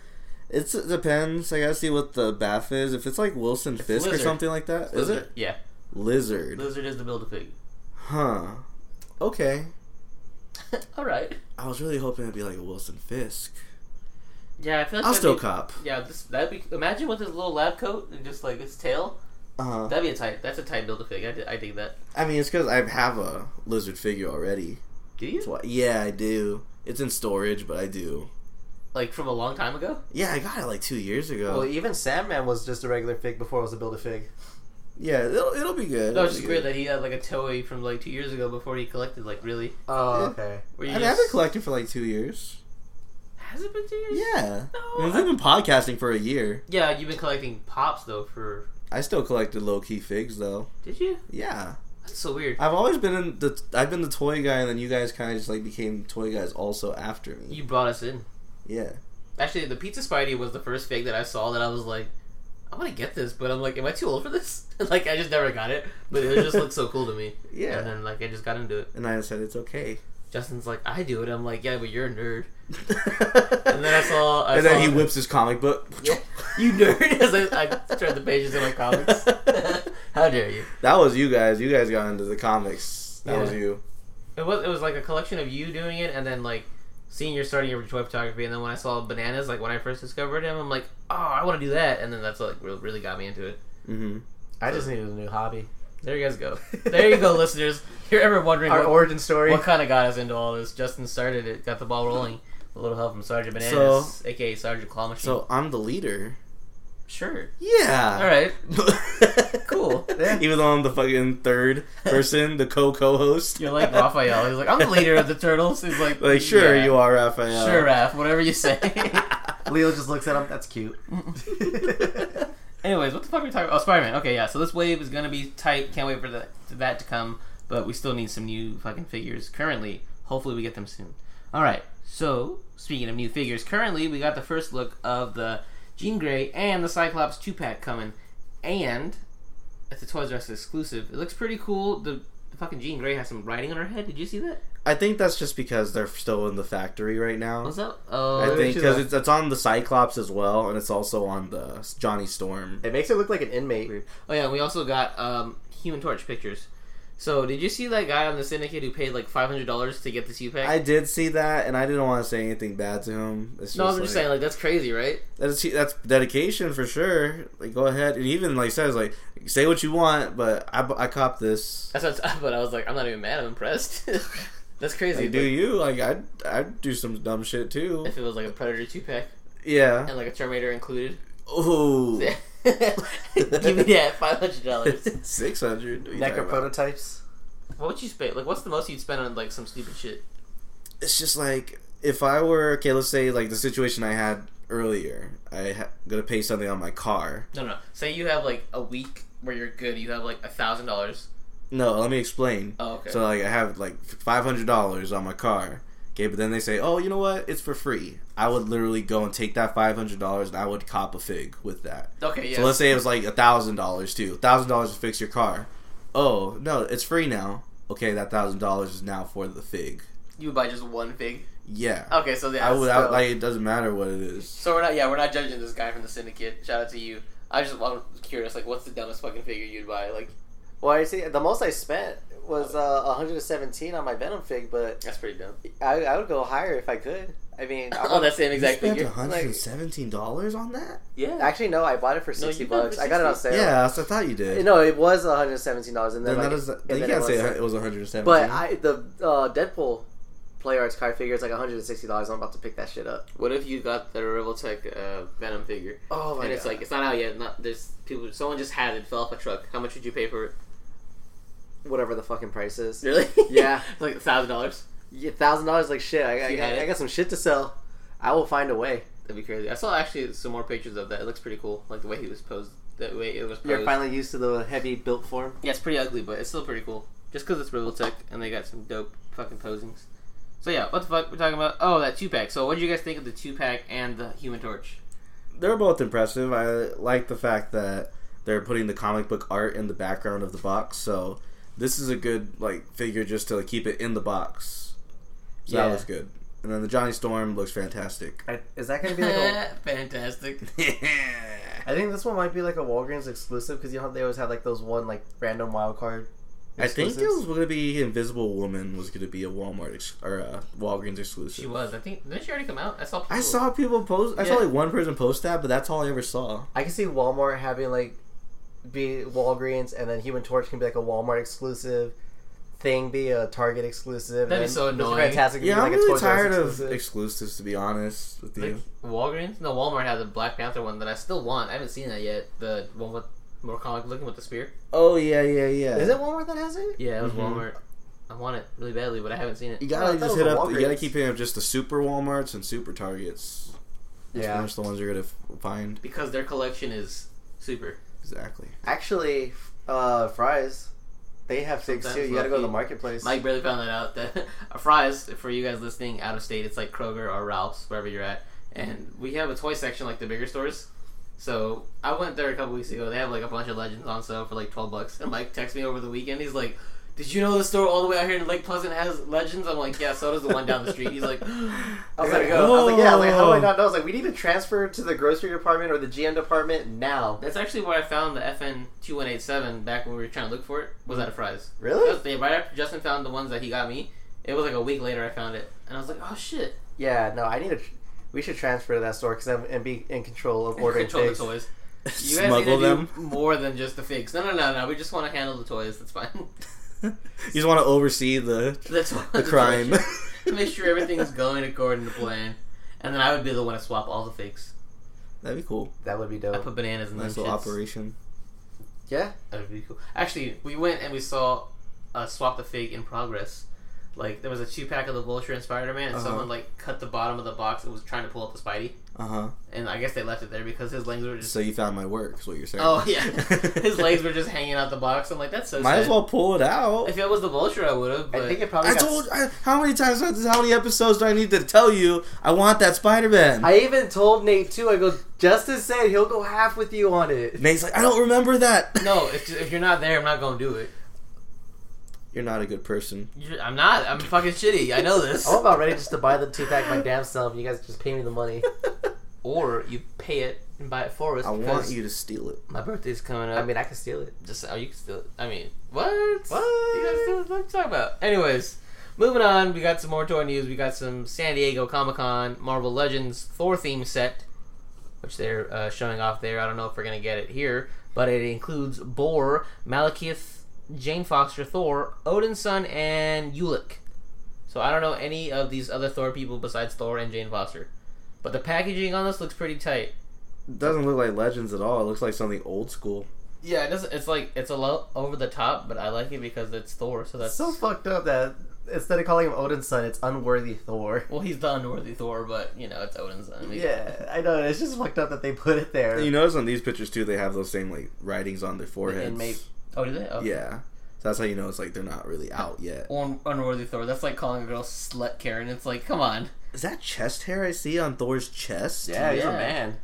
It's, it depends. I gotta see what the bath is. If it's like Wilson Fisk
Lizard.
or something like that, is it
Yeah,
lizard?
Lizard is the build a pig.
Huh. Okay.
All right.
I was really hoping it'd be like a Wilson Fisk.
Yeah, I feel like
I'll
that'd
still
be-
cop.
Yeah, this that be imagine with his little lab coat and just like his tail.
Uh,
That'd be a tight. That's a tight build a pig. I, d- I dig that.
I mean, it's because I have a lizard figure already.
Do
That's
you
why. Yeah, I do. It's in storage, but I do.
like from a long time ago?
Yeah, I got it like two years ago.
Well, even Sandman was just a regular fig before it was a build a fig.
yeah, it'll, it'll be good.
No,
It'll
it's
be
just
good.
weird that he had like a toy from like two years ago before he collected. Like really?
Oh,
Yeah.
okay.
Were
I
you
mean, I've
just-
been collecting for like two years.
Has it been two years?
Yeah.
No,
I mean, we've been podcasting for a year.
Yeah, you've been collecting pops though for.
I still collected low key figs though.
Did you?
Yeah,
That's so weird.
I've always been in the. I've been the toy guy, and then you guys kind of just like became toy guys also after me.
You brought us in.
yeah,
Actually, the Pizza Spidey was the first fig that I saw that I was like, I want to get this, but I'm like, am I too old for this? like, I just never got it, but it just looks so cool to me.
Yeah.
And then like I just got into it.
And I said, it's okay.
Justin's like, I do it. I'm like, yeah, but you're a nerd.
and
then I saw- I
and then
saw-
he whips his comic book.
You nerd. As I, I turned the pages in my comics. How dare you?
that was you guys. You guys got into the comics. That
Yeah.
was you.
It was it was like a collection of you doing it, and then like seeing your starting your toy photography, and then when I saw bananas, like when I first discovered him, I'm like, oh, I want to do that, and then that's like re- really got me into it.
hmm
I just needed a new hobby.
There you guys go. There you go, listeners. If you're ever wondering
Our
what,
origin story.
what kind of got us into all this, Justin started it, got the ball rolling. A little help from Sergeant
So-
Bananas, aka Sergeant Claw Machine.
So I'm the leader.
sure.
Yeah.
All right.
cool.
Yeah.
Even though I'm the fucking third person, the co co host.
You're like Raphael. He's like, I'm the leader of the turtles. He's like,
Like, sure,
"Yeah,
you are Raphael.
Sure, Raph. Whatever you say.
Leo just looks at him. That's cute.
Anyways, what the fuck are we talking? Oh, Spider Man. Okay, yeah. So this wave is gonna be tight. Can't wait for that that to come. But we still need some new fucking figures currently. Hopefully, we get them soon. All right. So speaking of new figures, currently we got the first look of the Jean Grey and the Cyclops two pack coming, and it's a Toys R Us exclusive. It looks pretty cool. The, the fucking Jean Grey has some writing on her head. Did you see that?
I think that's just because they're still in the factory right now.
What's that? Oh,
I think
she
because
left.
it's, it's on the Cyclops as well, and it's also on the Johnny Storm.
It makes it look like an inmate.
Oh yeah, and we also got um, Human Torch pictures. So did you see that guy on the syndicate who paid like five hundred dollars to get this U pack?
I did see that, and I didn't want to say anything bad to him. It's
no, I'm
like,
just saying like that's crazy, right?
that's that's dedication for sure. Like, go ahead, and he even like says like, say what you want, but I bu- I cop this.
That's what, but I was like, I'm not even mad. I'm impressed. that's crazy.
Like, do you like I I do some dumb shit too?
If it was like a Predator two pack
Yeah.
and like a Terminator included,
Ooh.
give me that five hundred dollars.
Six hundred.
Necker prototypes.
What would you spend? Like, what's the most you'd spend on like some stupid shit?
it's just like if I were okay, let's say like the situation I had earlier, I ha- gonna pay something on my car.
No, no. Say you have like a week where you're good. You have like a thousand dollars.
No, let me explain.
Oh, okay.
So like I have like five hundred dollars on my car. Okay, but then they say, oh, you know what? It's for free. I would literally go and take that five hundred dollars and I would cop a fig with that.
okay, yeah.
So let's say it was like a thousand dollars too. Thousand dollars to fix your car. Oh no, it's free now. Okay, that thousand dollars is now for the fig.
you would buy just one fig.
Yeah.
Okay, so yeah.
I would I,
so-
like it doesn't matter what it is.
So we're not, yeah, we're not judging this guy from the syndicate. Shout out to you. I just I'm curious, like, what's the dumbest fucking figure you'd buy? Like,
Well, I see. The most I spent was uh, 117 on my Venom fig, but
that's pretty dumb.
I, I would go higher if I could. I mean, I
on that same
You
exact
spent
figure.
$117 on that?
Yeah.
actually no. I bought it for
No,
60
you bought it
bucks.
for
I got it on
60.
sale.
Yeah, that's what I thought you did.
No, it was 117 dollars, and then, like,
then that is,
and
then you
then
can't
it
say
was-
it was 117
But I the uh, Deadpool play arts card figure is like 160 dollars. I'm about to pick that shit up.
What if you got the Revoltech uh, Venom figure,
Oh
and it's like it's not out yet. Not there's people. Someone just had it, fell off a truck. How much would you pay for it?
whatever the fucking price is.
Really?
Yeah.
It's like a thousand dollars.
thousand dollars, like shit. I,
You had
I, I,
it?
got some shit to sell. I will find a way.
That'd be crazy. I saw actually some more pictures of that. It looks pretty cool. Like the way he was posed. The way it was posed.
You're finally used to the heavy built form.
Yeah, it's pretty ugly, but it's still pretty cool. Just because it's Revoltech and they got some dope fucking posings. So yeah, what the fuck we're talking about? Oh, that two pack. So what did you guys think of the two pack and the Human Torch?
they're both impressive. I like the fact that they're putting the comic book art in the background of the box. So this is a good like figure just to like, keep it in the box. So
Yeah.
that looks good. And then the Johnny Storm looks fantastic.
I, is that gonna be like? a...
Fantastic.
I
I think this one might be like a Walgreens exclusive because you know how they always have like those one like random wild card.
think it
exclusives?
was going to be Invisible Woman was going to be a Walmart ex- or a Walgreens exclusive.
She was. I think didn't she already come out? I saw. People.
I saw people post. I saw
Yeah.
like one person post that, but that's all I ever saw.
I can see Walmart having like be Walgreens and then Human Torch can be like a Walmart exclusive. Thing be a Target exclusive.
That'd be
and
so
Mr.
annoying.
Fantastic. could
Yeah,
be,
I'm
like, a
really
Toys R Us
tired of
exclusive.
exclusives, to be honest with
Like,
you.
Walgreens. No, Walmart has a Black Panther one that I still want. I haven't seen that yet. The one with more comic looking with the spear.
Oh yeah, yeah, yeah.
Is it Walmart that has it?
Yeah, it was
Mhm.
Walmart. I want it really badly, but I haven't seen it.
You
Oh, I
gotta
thought
just
it
hit
was
up.
a
You gotta
Walgreens.
keep hitting up just the super WalMarts and super Targets. That's
Yeah.
pretty much the ones you're gonna f- find.
Because their collection is super.
Exactly.
Actually, uh, fries. They have figs too.
Sometimes
You gotta go to the
low-key.
marketplace.
Mike barely found that out. That fries for you guys listening out of state, it's like Kroger or Ralph's, wherever you're at. And we have a toy section like the bigger stores. So I went there a couple weeks ago. They have like a bunch of legends on sale for like twelve bucks. And Mike texted me over the weekend. He's like, "Did you know the store all the way out here in Lake Pleasant has legends?" I'm like, "Yeah." So does the one down the street. He's like,
I was like, "Oh, I was like, yeah, I was like, how do I not know? I was like, we need to transfer to the grocery department or the GM department now.
"That's actually where I found the FN two one eight seven back when we were trying to look for it. Was at a fries. That was
Really?
the- right after Justin found the ones that he got me. It was like a week later I found it, and I was like, "Oh shit!"
Yeah, no, I need to. Tr- we should transfer to that store because I'm and be in control of ordering
Control the
things.
toys. You guys need
Smuggle
to
them.
do more than just the figs. No, no, no, no. We just want to handle the toys. That's fine.
you just want to oversee the
That's what
the
that's
crime.
what I should- Make sure everything's going according to plan, and then I would be the one to swap all the figs.
That'd be cool.
That would be
I
dope.
put bananas in
Nice
those
little
shits.
operation.
Yeah,
That would be cool. Actually, we went and we saw uh, swap the fig in progress. Like there was a two pack of the Vulture and Spider Man, and
Uh-huh.
someone like cut the bottom of the box and was trying to pull up the Spidey,
Uh huh.
and I guess they left it there because his legs were just.
So you found my work, is what you're saying.
Oh yeah, his legs were just hanging out the box. I'm like, that's so.
Might
sad.
as well pull it out.
If it was the Vulture, I would have.
I think
But
it probably.
I
got
told I, how many times how many episodes do I need to tell you I want that Spider Man?
I even told Nate too. I go, Justin said he'll go half with you on it.
Nate's like, I don't remember that.
no, if, if you're not there, I'm not gonna do it.
You're not a good person.
You're, I'm not. I'm fucking shitty. I know this.
I'm about ready just to buy the two pack my damn self. You guys just pay me the money.
Or you pay it and buy it for us.
I want
because
you to steal it.
My birthday's coming up.
I mean, I can steal it.
just oh, you can still. I mean, what?
What?
You guys still what are you talking about? Anyways, moving on. We got some more toy news. We got some San Diego Comic Con Marvel Legends Thor theme set, which they're uh, showing off there. I don't know if we're gonna get it here, but it includes Boar, Malekith, Jane Foster, Thor, Odin's son, and Ulick. So I don't know any of these other Thor people besides Thor and Jane Foster. But the packaging on this looks pretty tight.
Doesn't look like Legends at all. It looks like something old school.
Yeah, it doesn't. It's like it's a low over the top, but I like it because it's Thor. So that's
That's so fucked up that instead of calling him Odin's son, it's unworthy Thor.
well, he's the unworthy Thor, but you know it's Odin's son.
Yeah, I know. It's just fucked up that they put it there.
And you notice on these pictures too, they have those same like writings on their foreheads.
inmate.
Oh, do they? Okay.
Yeah. So that's how you know it's like they're not really out yet.
Un- unworthy Thor. That's like calling a girl slut Karen. It's like, come on.
Is that chest hair I see on Thor's chest?
yeah, he's
Yeah.
a man.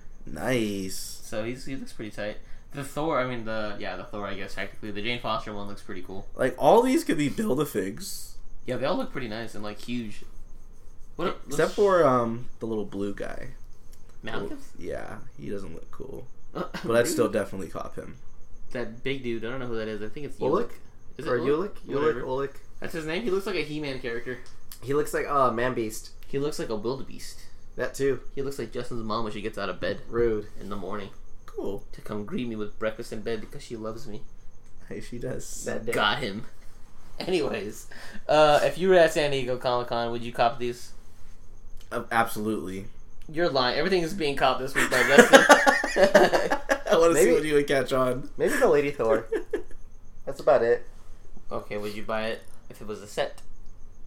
Nice.
So he's, he looks pretty tight. The Thor, I mean the yeah the Thor, I guess technically the Jane Foster one looks pretty cool.
Like all these could be build a figs.
Yeah, they all look pretty nice and like huge. What? a-
Except for um the little blue guy.
Malekith.
Yeah, he doesn't look cool. But I'd still definitely cop him.
that big dude. I don't know who that is. I think it's
Ulick?
Ulick. Is it
Or Ulick? Ulick,
Whatever.
Ulick.
That's his name. He looks like a He-Man character.
He looks like uh man beast.
He looks like a wildebeest.
That too.
He looks like Justin's mom when she gets out of bed
Rude.
in the morning
Cool.
to come greet me with breakfast in bed because she loves me.
Hey, she does.
That day.
Got him. Anyways, uh, if you were at San Diego Comic Con, would you cop these?
Uh, absolutely.
You're lying. Everything is being copped this week by Justin.
I want to see
Maybe-
what you would catch on.
Maybe the lady Thor. That's about it.
okay, would you buy it if it was a set?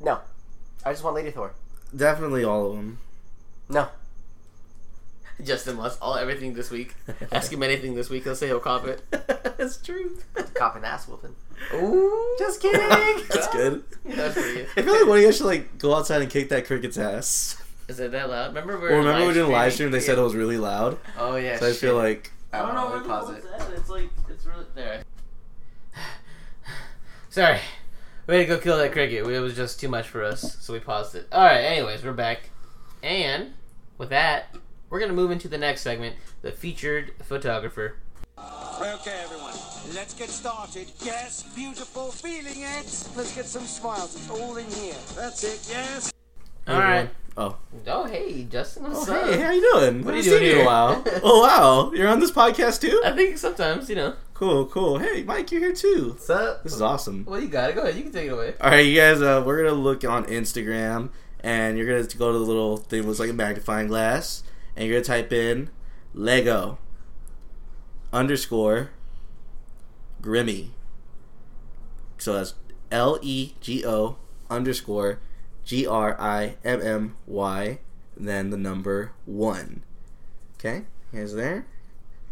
No, I just want lady Thor.
Definitely all of them.
No,
Justin wants all everything this week. Ask him anything this week. He'll say he'll cop it.
That's true.
cop an ass whooping.
Ooh,
Just kidding.
That's good.
That's pretty
I
good.
feel like one of you should like go outside and kick that cricket's ass.
Is it that loud? Remember we were
Well, remember
live
we did a live stream?
streaming?
They said it was really loud.
Oh yeah.
So I feel like
I don't know
Uh,
where
we
the
pause
hell
it.
it's at. It's like it's really there. Sorry, we had to go kill that cricket. It was just too much for us, so we paused it. All right. Anyways, we're back, and with that, we're gonna move into the next segment, the featured photographer.
Okay, everyone, let's get started. Yes, beautiful, feeling it. Let's get some smiles. It's all in here. That's it. Yes.
All right.
oh
Oh hey, Justin, what's
oh hey
up?
how you doing?
What are
Haven't
you doing
seen you in
here? Uh,
a while. oh wow, you're on this podcast too.
I think sometimes you know.
Cool cool. Hey Mike, you're here too.
What's up?
This is awesome.
Well, you got it. Go ahead. You can take it away.
All right, you guys. Uh, we're gonna look on Instagram, and you're gonna go to the little thing that looks like a magnifying glass, and you're gonna type in Lego underscore Grimmy. So that's L E G O underscore G R I M M Y, then the number one. Okay, here's there.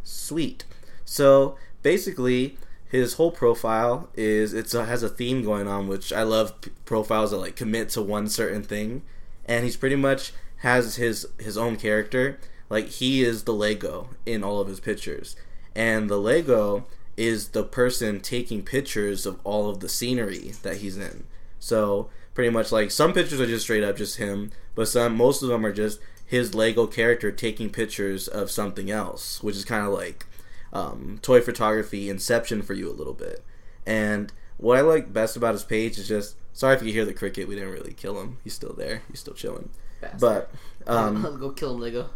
Sweet. So basically, his whole profile is it's a, has a theme going on, which I love p- profiles that like commit to one certain thing, and he's pretty much has his his own character, Like he is the Lego in all of his pictures, and the Lego is the person taking pictures of all of the scenery that he's in. So pretty much like some pictures are just straight up just him, but some most of them are just his Lego character taking pictures of something else, which is kind of like um, toy photography inception for you a little bit. And what I like best about his page is just sorry if you hear the cricket. We didn't really kill him. He's still there. He's still chilling. But um,
Let's go kill him, Lego.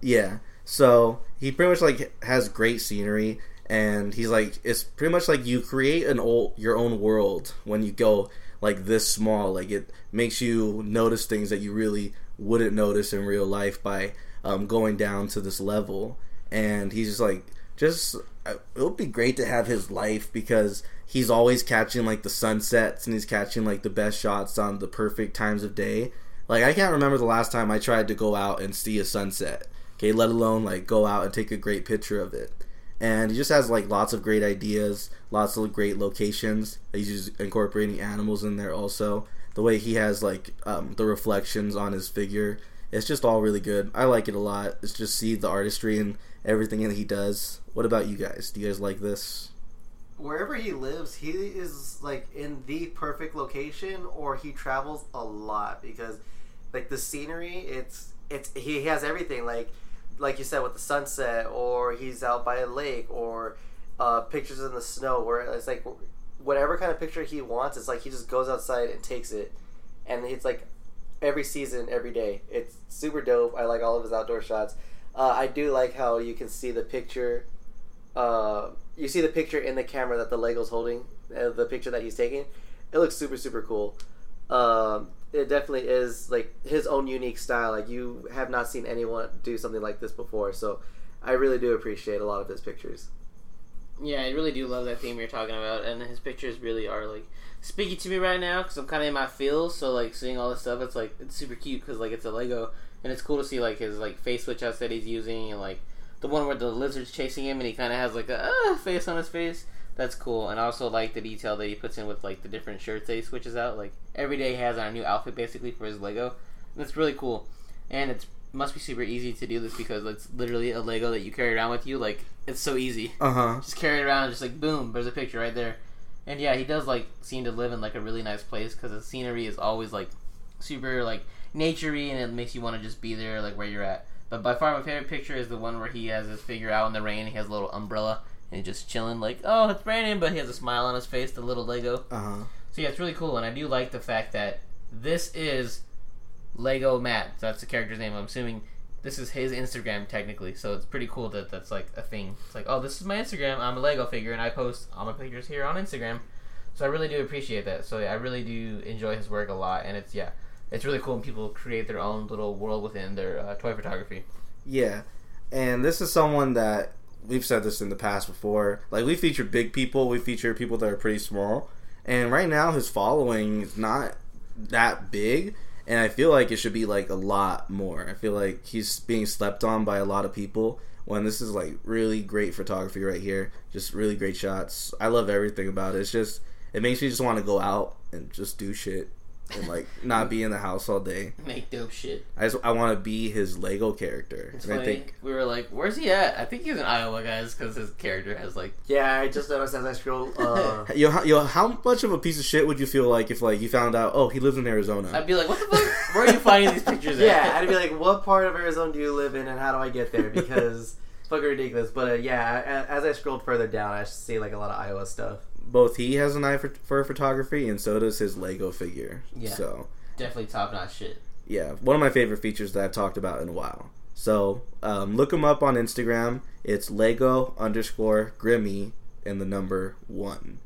yeah. So he pretty much like has great scenery, and he's like it's pretty much like you create an old your own world when you go like this small. Like it makes you notice things that you really wouldn't notice in real life by um, going down to this level. And he's just like just uh, it would be great to have his life because he's always catching like the sunsets and he's catching like the best shots on the perfect times of day. Like I can't remember the last time I tried to go out and see a sunset. Okay, let alone like go out and take a great picture of it. And he just has like lots of great ideas, lots of great locations. He's just incorporating animals in there also. The way he has like um, the reflections on his figure, it's just all really good. I like it a lot. It's just see the artistry and everything that he does. What about you guys? Do you guys like this?
Wherever he lives, he is like in the perfect location, or he travels a lot because, like the scenery, it's it's he has everything. Like like you said with the sunset, or he's out by a lake, or uh, pictures in the snow. Where it's like whatever kind of picture he wants, it's like he just goes outside and takes it, and it's like every season, every day. It's super dope. I like all of his outdoor shots. Uh, I do like how you can see the picture. Uh, you see the picture in the camera that the Lego's holding, uh, the picture that he's taking. It looks super, super cool. Um, it definitely is like his own unique style. Like you have not seen anyone do something like this before. So I really do appreciate a lot of his pictures.
Yeah, I really do love that theme you're talking about, and his pictures really are like speaking to me right now because I'm kind of in my feels. So like seeing all this stuff, it's like it's super cute because like it's a Lego, and it's cool to see like his like face switch outs that he's using, and like the one where the lizard's chasing him, and he kind of has like a ah, face on his face. That's cool, and I also like the detail that he puts in with like the different shirts that he switches out. Like every day he has on a new outfit basically for his Lego. And it's really cool, and it's must be super easy to do this because it's literally a Lego that you carry around with you. Like it's so easy
Uh huh.
just carry it around and just like boom there's a picture right there and yeah he does like seem to live in like a really nice place because the scenery is always like super like naturey and it makes you want to just be there like where you're at but by far my favorite picture is the one where he has his figure out in the rain he has a little umbrella and he's just chilling like oh it's raining but he has a smile on his face the little lego
Uh huh.
so yeah it's really cool and i do like the fact that this is lego matt that's the character's name i'm assuming this is his Instagram technically, so it's pretty cool that that's like a thing. It's like, oh, this is my Instagram. I'm a Lego figure, and I post all my pictures here on Instagram. So I really do appreciate that. So yeah, I really do enjoy his work a lot, and it's yeah, it's really cool when people create their own little world within their uh, toy photography.
Yeah, and this is someone that we've said this in the past before. Like we feature big people, we feature people that are pretty small, and right now his following is not that big, and I feel like it should be like a lot more. I feel like he's being slept on by a lot of people. When this is like really great photography right here, just really great shots. I love everything about it. It's just it makes me just want to go out and just do shit and like not be in the house all day.
Make dope shit.
I just I want to be his Lego character,
It's
and
funny.
I think
we were like, where's he at? I think he's in Iowa, guys, because his character has like
Yeah, I just noticed as I scroll. Uh,
Yo, how, yo, how much of a piece of shit would you feel like if like you found out? Oh, he lives in Arizona.
I'd be like, what the fuck? Where are you finding these pictures? at?
yeah, I'd be like, what part of Arizona do you live in, and how do I get there? Because it's fucking ridiculous. But uh, yeah, a- as I scrolled further down, I see like a lot of Iowa stuff.
Both he has an eye for, for photography, and so does his Lego figure.
Yeah.
So
definitely top notch shit.
yeah, one of my favorite features that I've talked about in a while. So um, look him up on Instagram. It's Lego underscore Grimmy and the number one.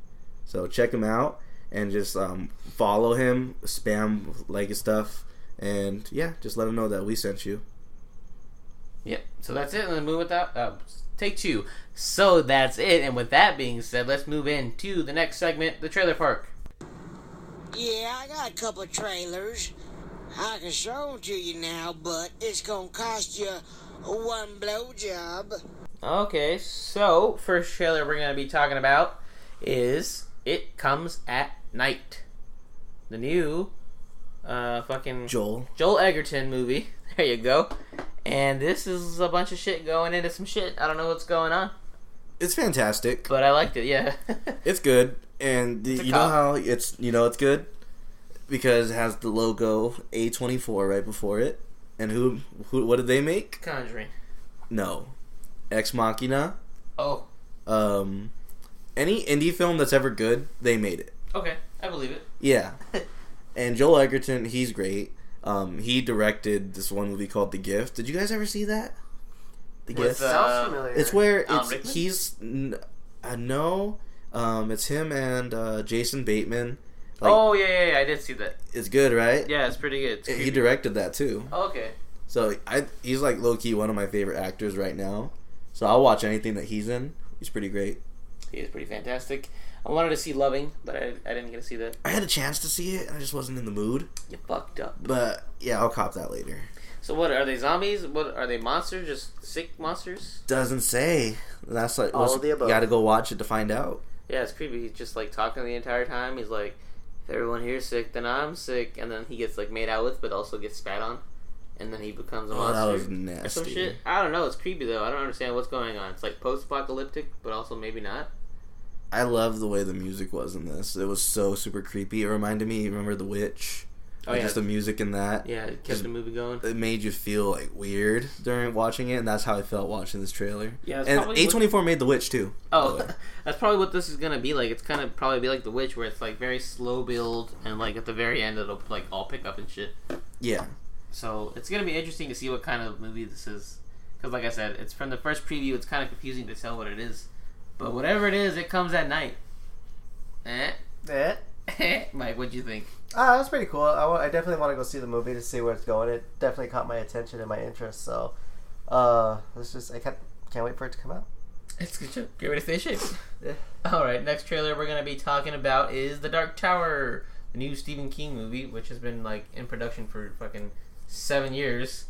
So check him out and just um, follow him. Spam Lego stuff, and yeah, just let him know that we sent you.
Yep. So that's it. Let's move with that. Uh, take two. So that's it. And with that being said, let's move in to the next segment, the trailer park.
Yeah, I got a couple of trailers. I can show them to you now, but it's gonna cost you one blowjob.
Okay. So first trailer we're gonna be talking about is "It Comes at Night," the new uh fucking
Joel,
Joel Egerton movie. There you go. And this is a bunch of shit going into some shit. I don't know what's going on,
It's fantastic.
but I liked it. Yeah.
It's good, and the,
a
you know
cop.
how it's you know it's good because it has the logo A twenty four right before it. And who who what did they make?
Conjuring.
No, Ex Machina.
Oh.
Um, any indie film that's ever good, they made it.
Okay. I believe it.
Yeah. and Joel Egerton, he's great. Um, he directed this one movie called The Gift. Did you guys ever see that? The
With,
Gift.
uh,
Sounds familiar.
it's where
Alan
it's
Rickman?
he's n- I know. Um, it's him and uh, Jason Bateman. Like,
oh yeah, yeah, yeah, I did see that.
it's good, right?
Yeah, it's pretty good. It's
He
creepy.
directed that too.
Oh, okay.
So I he's like low key one of my favorite actors right now. So I'll watch anything that he's in. He's pretty great.
He is pretty fantastic. I wanted to see Loving, but I, I didn't get to see that.
I had a chance to see it, and I just wasn't in the mood.
You fucked up.
But yeah, I'll cop that later.
So what are they zombies? What are they monsters? Just sick monsters?
Doesn't say. That's like
All of the above.
You got to go watch it to find out.
Yeah, it's creepy. He's just like talking the entire time. He's like, if everyone here's sick, then I'm sick, and then he gets like made out with, but also gets spat on, and then he becomes a
Oh,
monster.
that was
or some
nasty.
shit. I don't know. It's creepy though. I don't understand what's going on. It's like post-apocalyptic, but also maybe not.
I love the way the music was in this. It was so super creepy. It reminded me. Remember the witch?
Oh,
Like,
yeah.
Just the music in that.
Yeah, it kept
Just-
the movie going.
It made you feel like weird during watching it, and that's how I felt watching this trailer.
Yeah, it's
and
probably
A twenty four made the witch too. by the
Oh,
way.
that's probably what this is gonna be like. It's kind of probably be like The Witch, where it's like very slow build, and like at the very end, it'll like all pick up and shit.
yeah,
So it's gonna be interesting to see what kind of movie this is, because like I said, it's from the first preview. It's kind of confusing to tell what it is, but whatever it is, it comes at night. Eh?
Eh.
Mike, what'd you think?
Ah, that's pretty cool. I wa- I definitely want to go see the movie to see where it's going. It definitely caught my attention and my interest. So, uh, it's just I can't can't wait for it to come out.
It's good shit. Get ready to stay shape.
Yeah.
All right, next trailer we're gonna be talking about is The Dark Tower, the new Stephen King movie, which has been like in production for fucking seven years.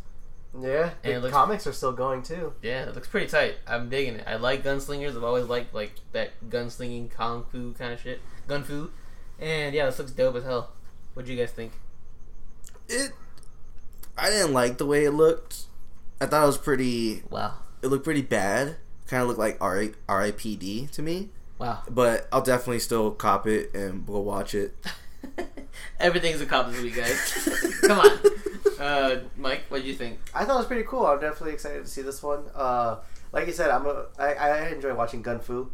Yeah,
And it
the
looks-
comics are still going too.
Yeah, it looks pretty tight. I'm digging it. I like gunslingers. I've always liked like that gunslinging kung fu kind of shit, gun fu, and yeah, this looks dope as hell. What do you guys think?
it. I didn't like the way it looked. I thought it was pretty.
Wow,
It looked pretty bad. Kind of looked like RI R.I.P.D. to me.
wow.
But I'll definitely still cop it and go watch it.
Everything's a cop this week, guys. Come on, uh, Mike. What do you think?
I thought it was pretty cool. I'm definitely excited to see this one. Uh, like you said, I'm a I, I enjoy watching gun fu,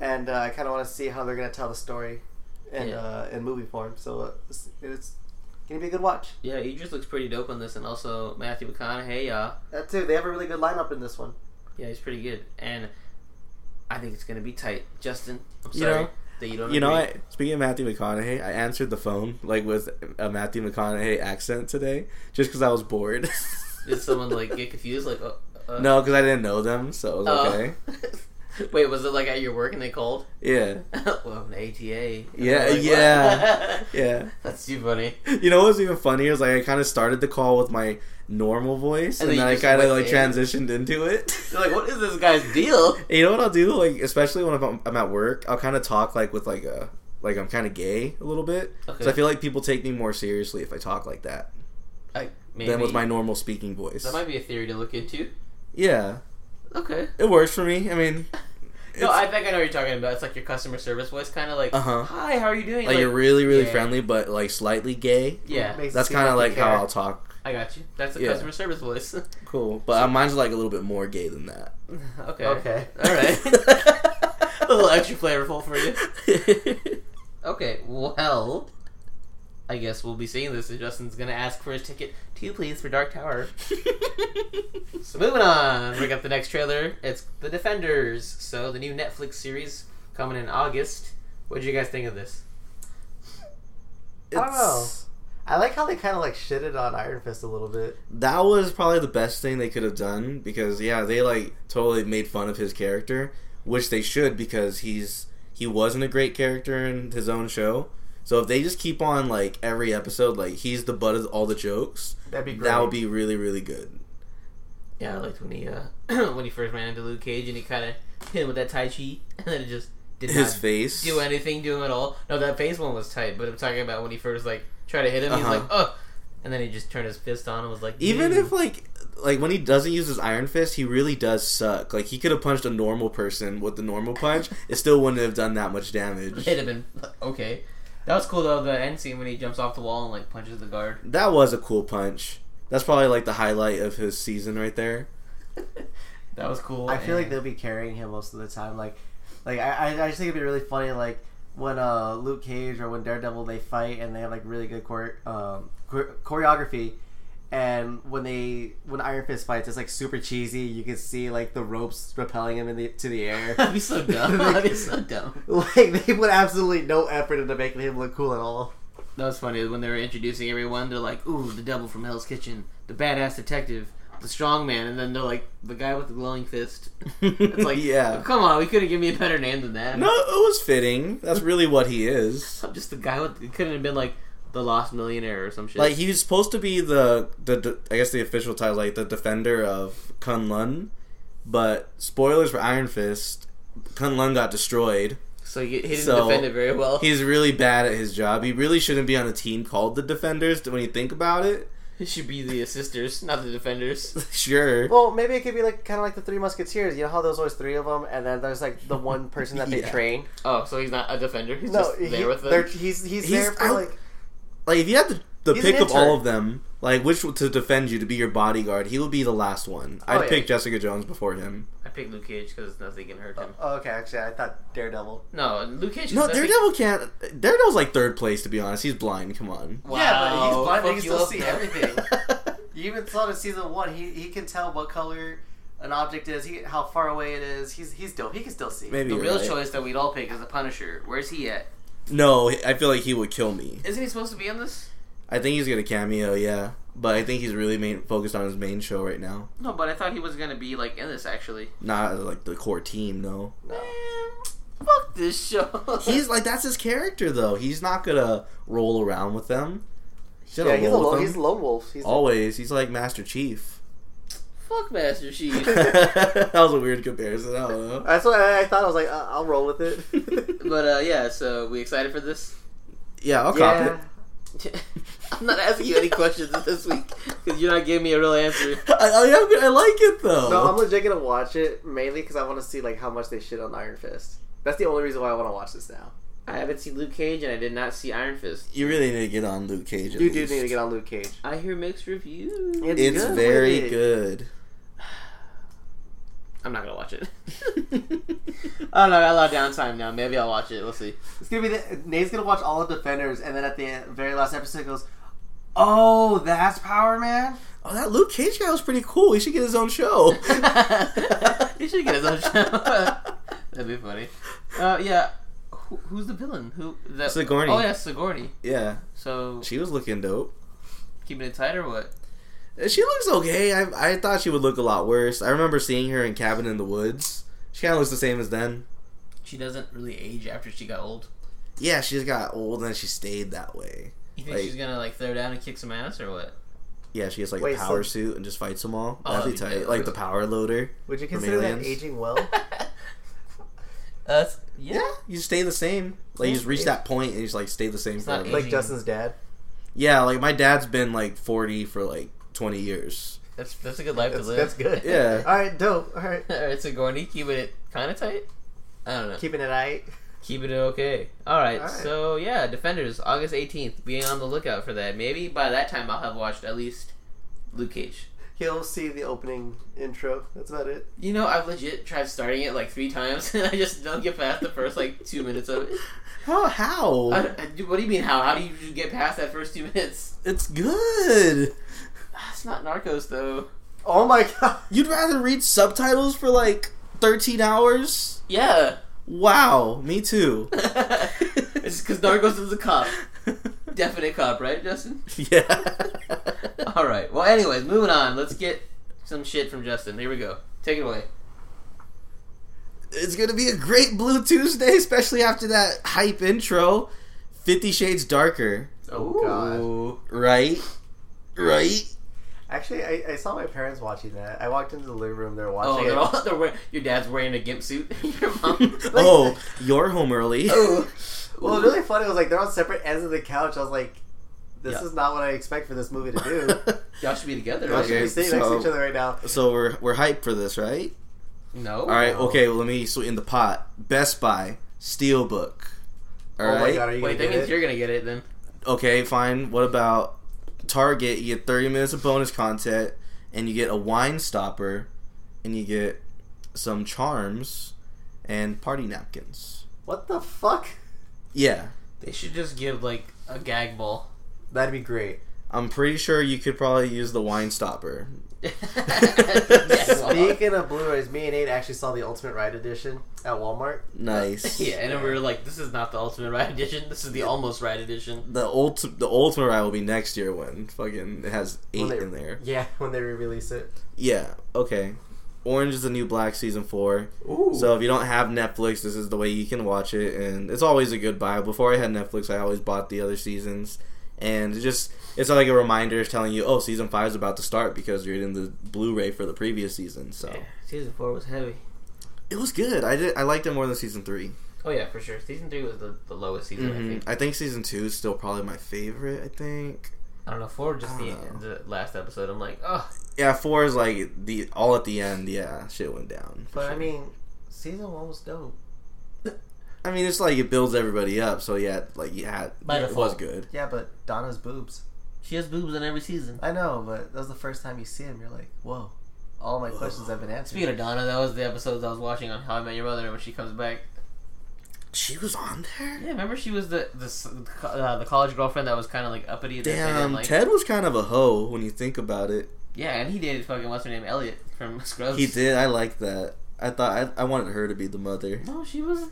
and uh, I kind of want to see how they're gonna tell the story, in
Yeah.
uh, in movie form. So uh, it's, it's gonna be a good watch.
Yeah, Idris looks pretty dope on this, and also Matthew McConaughey. Uh,
That too. They have a really good lineup in this one.
yeah, he's pretty good, and I think it's gonna be tight. Justin, I'm
You
sorry
know-
that you don't.
You know,
agree.
I, speaking of Matthew McConaughey, I answered the phone like with a Matthew McConaughey accent today, just because I was bored.
Did someone like get confused? Like, uh, uh,
no, because I didn't know them, so it was
Oh.
okay.
Wait, was it like at your work and they called?
Yeah,
well, an ATA.
Yeah,
Like, what?
yeah. yeah.
That's too funny.
You know what's even funnier is like I kind of started the call with my normal voice,
And then
and, then
you
I
just
kind of
went
like
in.
transitioned into it.
You're like, what is this guy's deal?
And you know what I'll do? Like, especially when I'm, I'm at work, I'll kind of talk like with like a like I'm kind of gay a little bit,
Okay.
so I feel like people take me more seriously if I talk like that
Like, maybe
than with my normal speaking voice.
that might be a theory to look into.
Yeah,
Okay.
it works for me. I mean,
No, I think I know what you're talking about. It's like your customer service voice, kind of like,
Uh-huh.
"Hi, how are you doing?"
like you're really, really
yeah.
friendly, but like slightly gay.
yeah,
Makes it
That's
seem
kind of
they
like how
care.
I'll talk.
I got you. That's the
Yeah.
customer service voice.
Cool, but uh, mine's like a little bit more gay than that.
okay.
Okay.
All right. a little extra flavorful for you. Okay. Well, I guess we'll be seeing this. And Justin's gonna ask for his ticket, two please, for Dark Tower. So moving on, we got the next trailer. It's The Defenders. So the new Netflix series coming in August. What did you guys think of this?
don't know.
It's-
I like how they kind of like shitted on Iron Fist a little bit.
That was probably the best thing they could have done because yeah, they like totally made fun of his character, which they should because he's he wasn't a great character in his own show. So if they just keep on like every episode, like he's the butt of all the jokes,
That'd be great.
that would be really really good.
Yeah, I liked when he uh, when he first ran into Luke Cage and he kind of hit him with that Tai Chi, and then it just did
His
not
face,
do anything to him at all. No, that face one was tight, but I'm talking about when he first like tried to hit him.
Uh-huh.
He's like, oh, and then he just turned his fist on and was like,
even
"Ew."
if like like when he doesn't use his iron fist, he really does suck. Like he could have punched a normal person with the normal punch, it still wouldn't have done that much damage.
It'd have been okay. That was cool though. The end scene when he jumps off the wall and like punches the guard.
That was a cool punch. That's probably like the highlight of his season right there.
That was cool.
I feel
and-
like they'll be carrying him most of the time. Like, like I, I- I just think it'd be really funny, like when uh, Luke Cage or when Daredevil they fight and they have like really good chore- um, chor- choreography, and when they when Iron Fist fights, it's like super cheesy. You can see like the ropes repelling him in the to the air.
that'd be so dumb. that'd be so dumb.
like they put absolutely no effort into making him look cool at all.
That was funny when they were introducing everyone. They're like, "Ooh, the devil from Hell's Kitchen, the badass detective, the strong man," and then they're like, "The guy with the glowing fist." it's like,
Yeah.
come on, we couldn't give me a better name than that.
No, it was fitting. That's really what he is.
I'm just the guy with. It couldn't have been like the lost millionaire or some shit.
Like he was supposed to be the the de- I guess the official title, like the defender of Kun Lun, but spoilers for Iron Fist, Kun Lun got destroyed.
so he, he didn't
so-
defend it very well.
He's really bad at his job. He really shouldn't be on a team called the Defenders. When you think about it,
It should be the assisters, not the defenders.
sure.
Well, maybe it could be like kind of like the Three Musketeers. You know how there's always three of them, and then there's like the one person that they
Yeah.
train.
Oh, so he's not a defender. He's
No,
just
he,
there with
they're-
them.
he's he's
He's
there for
out-
like
like if you had the, the
He's
pick
an
of all
intern.
of them, like which to defend you to be your bodyguard, he would be the last one. I'd
Oh,
yeah.
pick Jessica Jones before him.
I picked Luke Cage because nothing can hurt him.
Oh, okay, actually, I thought Daredevil.
No, Luke Cage. is
No,
nothing-
Daredevil can't. Daredevil's like third place to be honest. He's blind. Come on.
Wow,
Yeah, but he's blind, he
fuck
can
you
still
up,
see
though.
everything. You even saw it in season one. He he can tell what color an object is, he, how far away it is. He's he's dope. He can still see.
Maybe
The
you're
real
right.
choice that we'd all pick is the Punisher. Where's he at?
No, I feel like he would kill me.
Isn't he supposed to be on this?
I think he's gonna cameo, yeah. But I think he's really main, focused on his main show right now,
No, but I thought he was gonna be like in this actually.
not uh, like the core team. No,
Man, fuck this show.
he's like that's his character though. He's not gonna roll around with them. He's gonna
Yeah, he's a
roll with Oh.
lone,
them.
he's a lone wolf. He's
Always, he's like Master Chief.
fuck Master Chief.
that was a weird comparison. I don't know.
that's what I, I thought. I was like, uh, I'll roll with it.
but uh, yeah, so we excited for this.
Yeah, I'll
yeah,
cop
I'm not asking you any questions this week because you're not giving me a real answer.
it. I, I, am gonna- I like it though.
no, I'm legit gonna watch it mainly because I want to see like how much they shit on Iron Fist. That's the only reason why I want to watch this now.
I haven't seen Luke Cage and I did not see Iron Fist.
you really need to get on Luke Cage. at
You do
least.
need to get on Luke Cage.
I hear mixed reviews.
It's
good.
very
Wait.
good.
I'm not gonna watch it. I don't know. Oh, I got a lot of downtime now. Maybe I'll watch it. We'll see.
It's gonna be the, Nate's gonna watch all of Defenders, and then at the end- very last episode goes, "Oh, that's Power Man."
Oh, that Luke Cage guy was pretty cool. He should get his own show.
he should get his own show. That'd be funny. Uh, yeah. Who, who's the villain? Who that,
Sigourney.
Oh yeah, Sigourney.
yeah,
So
she was looking dope.
keeping it tight or what?
She looks okay. I, I thought she would look a lot worse. I remember seeing her in Cabin in the Woods. She kind of looks the same as then.
She doesn't really age after she got old.
Yeah, she just got old and she stayed that way.
You think
Like-
she's gonna like throw down and kick some ass or what?
Yeah, she gets like
Wait,
a
so-
power suit and just fights them all.
Oh,
That'd be
that'd be
tight.
dope.
Like the power loader.
Would you
From
consider that
Aliens?
aging well?
That's yeah.
Yeah, you just stay the same. Like you just reach that point and you just like stay the same
not
forever.
aging.
Like,
like Justin's dad.
yeah, like my dad's been like forty for like twenty years.
That's that's a good life
That's,
to live.
that's good.
Yeah.
All right, dope. All right.
All right, Sigourney, keeping it kind of tight. I don't know.
Keeping it eye.
Keeping it okay. All right,
All right.
So yeah, Defenders, August eighteenth. Be on the lookout for that. Maybe by that time I'll have watched at least Luke Cage.
He'll see the opening intro. That's about it.
You know, I've legit tried starting it like three times, and I just don't get past the first like two minutes of it.
How? How?
I, I- dude, what do you mean? How? How do you just get past that first two minutes?
it's good.
It's not Narcos though.
Oh my god.
You'd rather read subtitles for like thirteen hours?
Yeah,
Wow, me too.
it's because Narcos is a cop, definite cop, right, Justin?
yeah.
All right. Well, anyways, moving on. Let's get some shit from Justin. Here we go. Take it away.
It's gonna be a great Blue Tuesday, especially after that hype intro. Fifty Shades Darker,
Oh
God.
right? Right?
Actually, I, I saw my parents watching that. I walked into the living room. They're
Oh,
watching
they're
it.
all, they're wearing, your dad's wearing a gimp suit. your mom.
oh, you're home early.
Uh, Oh.
Well, it was really funny. It was like they're on separate ends of the couch. I was like, This
Yeah.
is not what I expect for this movie to do.
Y'all should be together.
Y'all
Right?
should
Okay,
be sitting next to
so-
each other right now.
So we're we're hyped for this, right?
No.
All right. Okay. Well, let me sweeten the pot. Best Buy Steelbook.
Oh
All right.
my god, are you
Wait, that
gonna get
means
it?
you're gonna get it then.
Okay. Fine. What about Target? You get thirty minutes of bonus content, and you get a wine stopper, and you get some charms and party napkins.
What the fuck?
Yeah.
They should just give like a gag ball.
That'd be great.
I'm pretty sure you could probably use the wine stopper.
yeah,
Speaking of Blu-rays, me and Nate actually saw the Ultimate Ride edition at Walmart.
Nice.
yeah, and then we were like, "This is not the ultimate ride edition. This is the almost ride edition."
The ult- the ultimate ride will be next year when fucking it has eight
When they-
in there.
Yeah, when they re-release it.
Yeah. Okay. Orange is the new black season four.
Ooh.
So if you don't have Netflix, this is the way you can watch it, and it's always a good buy. Before I had Netflix, I always bought the other seasons, and it just it's like a reminder telling you, oh, season five is about to start because you're in the Blu-ray for the previous season. So
Season four was heavy.
it was good. I did I liked it more than season three.
Oh yeah, for sure. Season three was the, the lowest season. I
Mhm.
think.
I think season two is still probably my favorite. I think.
I don't know. Four just
I
the,
don't
the last episode. I'm like, oh,
Yeah, four is like the all at the end. Yeah, shit went down.
But I mean, season one was dope.
I mean, it's like it builds everybody up. So yeah, like yeah,
By
it was
default.
good.
Yeah, but Donna's boobs.
she has boobs in every season.
I know, but that was the first time you see him. You're like, whoa. All my questions have been answered.
Speaking of Donna, that was the episode I was watching on How I Met Your Mother when she comes back.
She was on there.
Yeah, remember she was the the s- uh, the college girlfriend that was kind of like uppity. that they didn't
Damn,
like.
Ted was kind of a hoe when you think about it.
Yeah, and he dated fucking what's her name, Elliot from Scrubs.
He did. I like that. I thought I, I wanted her to be the mother.
No, she was.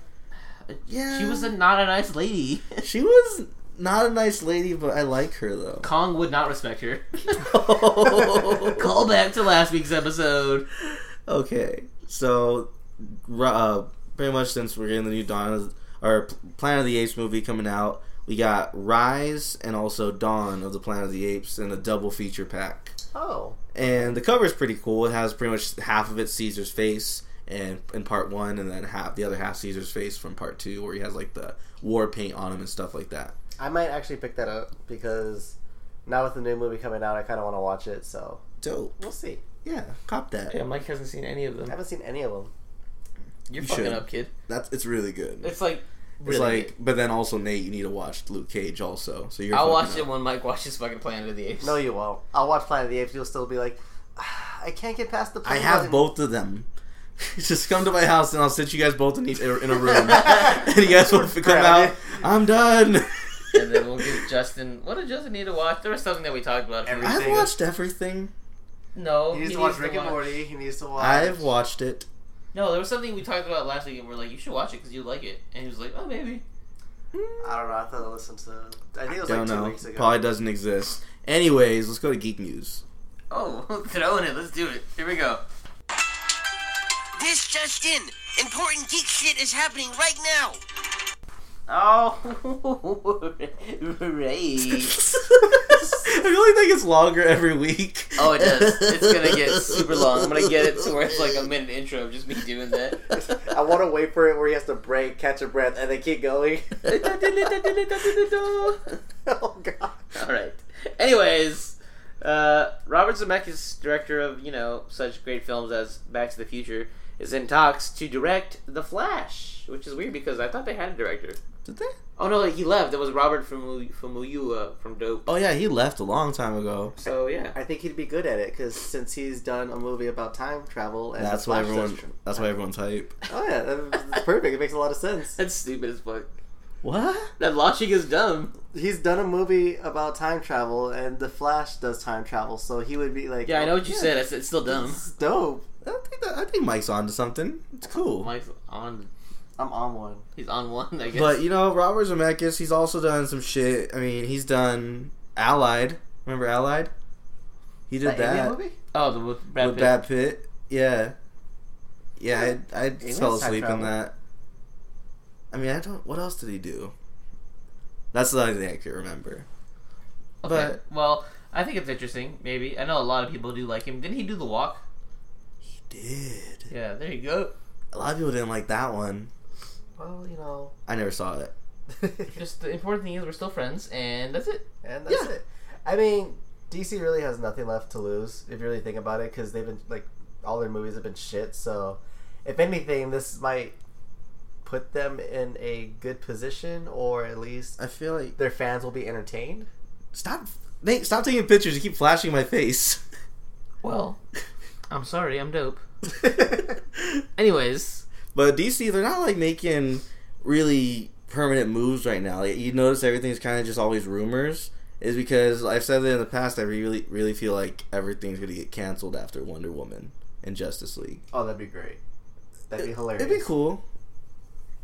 Yeah,
She was a, not a nice lady.
she was not a nice lady, but I like her though.
Kong would not respect her. Call back to last week's episode.
Okay, so ru- uh, pretty much since we're getting the new Dawn or P- Planet of the Apes movie coming out, we got Rise and also Dawn of the Planet of the Apes in a double feature pack.
oh,
And the cover is pretty cool. It has pretty much half of it Caesar's face and in part one, and then half the other half Caesar's face from part two, where he has like the war paint on him and stuff like that.
I might actually pick that up because now with the new movie coming out, I kind of want to watch it. So
Dope.
we'll see.
Yeah, cop that.
Mike hasn't seen any of
I
them.
haven't seen any of them.
You're
You
fucking
should.
up, kid.
That's it's really good. It's,
It's like really.
like,
good.
but then also Nate, you need to watch Luke Cage also. So you're.
I'll
fucking
watch
up.
it when Mike watches fucking Planet of the Apes.
No, you won't. I'll watch Planet of the Apes. You'll still be like, "Ah, I can't get past the.
I
play
have
button."
both of them. Just come to my house and I'll sit you guys both in, each, in a room. and you guys will come out. I'm done.
and then we'll give Justin. What did Justin need to watch? There was something that we talked about.
Every-
I've watched everything.
no,
He needs
he
to watch
needs to
Rick and
watch-
Morty. He needs to watch.
I've watched it.
No, there was something we talked about last week, and we're like, you should watch it because you like it. And he was like, oh, maybe.
I don't know. I thought I listened to. I think it was
Don't
like two
know.
weeks ago.
Probably doesn't exist. Anyways, let's go to geek news.
Oh, throwing it. Let's do it. Here we go.
This just in. Important geek shit is happening right now.
Oh, right.
I really think it's longer every week.
Oh, it does. It's gonna get super long. I'm gonna get it to where it's like a minute intro of just me doing that.
I want to wait for it where he has to break, catch a breath, and then keep going. oh god.
All right. Anyways, uh, Robert Zemeckis, director of you know such great films as Back to the Future, is in talks to direct The Flash, which is weird because I thought they had a director.
Did they?
Oh no, like he left. It was Robert from Famuyua from Dope.
Oh yeah, he left a long time ago.
So yeah.
I think he'd be good at it because since he's done a movie about time travel, and
That's
the
why
Flash
everyone.
does-
That's why everyone's hype.
Oh yeah, that- that's perfect. It makes a lot of sense.
That's stupid as fuck.
What?
That logic is dumb.
He's done a movie about time travel, and the Flash does time travel, so he would be like,
Yeah, I know what you
"Yeah,
said. I said it's still dumb.
It's dope.
I think, that, I think Mike's on to something. It's
Oh
cool.
Mike's on.
I'm on one.
He's on one. I guess.
But you know, Robert Zemeckis, he's also done some shit. I mean, he's done Allied. Remember Allied? He did that,
Indian movie?
oh, the with Brad
with
Pitt.
Brad Pitt. Yeah, yeah. I I
was
fell
time
asleep in
travel.
that. I mean, I don't. What else did he do? That's the only thing I can remember.
Okay,
But
well, I think it's interesting. Maybe I know a lot of people do like him. Didn't he do the walk?
he did.
Yeah, there you go.
A lot of people didn't like that one.
Well, you know,
I never saw it.
Just the important thing is we're still friends, and that's it.
and that's
Yeah.
it. I mean, DC really has nothing left to lose if you really think about it, because they've been like all their movies have been shit. So, if anything, this might put them in a good position, or at least
I feel like
their fans will be entertained.
stop, Nate. Stop taking pictures. You keep flashing my face.
Well, I'm sorry, I'm dope. Anyways,
But DC, they're not like making really permanent moves right now. Like, you notice everything's kind of just always rumors. Is because I've said that in the past. I really, really feel like everything's going to get canceled after Wonder Woman and Justice League.
Oh, that'd be great. That'd be hilarious.
It'd be cool.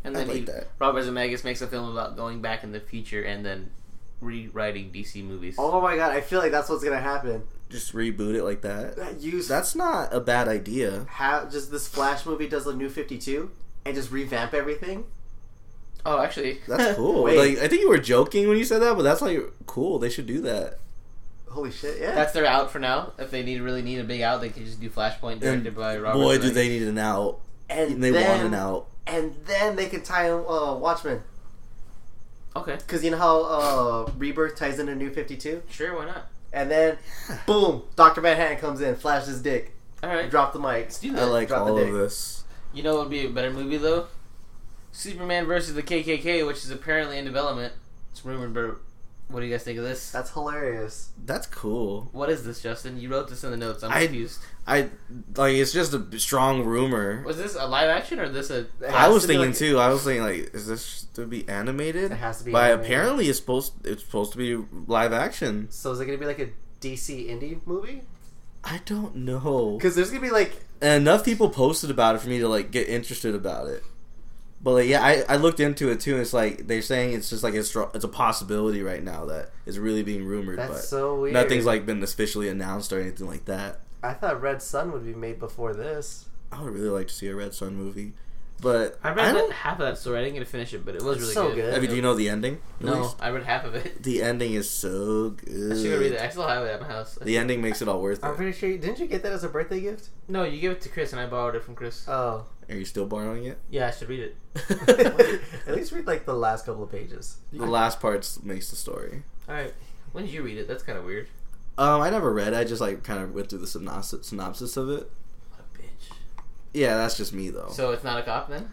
and
I
then
like
he,
that.
Robert Zemeckis makes a film about going back in the future and then rewriting DC movies.
Oh my god, I feel like that's what's gonna happen.
Just reboot it like that.
That Use
That's not a bad idea.
have just this Flash movie does a new Fifty Two and just revamp everything.
Oh, actually,
That's cool.
Wait.
like I think you were joking when you said that, but that's like cool. They should do that.
Holy shit! Yeah,
that's their out for now. If they need really need a big out, they can just do Flashpoint directed
And
by Robert.
Boy, do
Zemeckis.
they need an out.
and
They
then,
want an out.
and then they could tie in uh, Watchmen
Okay,
because you know how uh, Rebirth ties into New Fifty Two,
sure, why not?
and then boom, Doctor Manhattan comes in, flashes his dick,
All right,
drop the mic.
let's do
I
that.
like
Drop the
all of
dick.
this.
You know what would be a better movie though? Superman versus the KKK, which is apparently in development. It's rumored, but what do you guys think of this?
That's hilarious.
That's cool.
What is this, Justin? You wrote this in the notes. I'm
I-
confused.
I like it's just a strong rumor.
Was this a live action or this a?
It
I
has
was
to be
thinking
like-
too. I was thinking like, is this to be animated?
It has to be
But
animated.
apparently, it's supposed it's supposed to be live action.
So is it gonna be like a DC indie movie?
I don't know.
Because there's gonna be like
And enough people posted about it for me to like get interested about it. But like, yeah, I, I looked into it too. And it's like they're saying it's just like it's stro- it's a possibility right now that is really being rumored.
that's
but
so weird.
nothing's like been officially announced or anything like that.
I thought Red Sun would be made before this.
I would really like to see a Red Sun movie, but
I read that, half of that story. I didn't get to finish it, but it was
It's
really
so
good.
good.
I mean, do you know the ending? at
No,
least?
I read half of it.
the ending is so
I
good.
should go read it. I still have it at my house.
The ending makes it all worth
I'm
it.
pretty sure. You, didn't you get that as a birthday gift?
No, you gave it to Chris, and I borrowed it from
Uh,
Chris.
Oh,
Are you still borrowing it?
yeah, I should read it.
at least read like the last couple of pages.
the last part makes the story.
All right. When did you read it? That's kind of weird.
Um, I never read. I just like kind of went through the synopsis, synopsis of it.
What a bitch.
Yeah, that's just me though.
So it's not a cop then?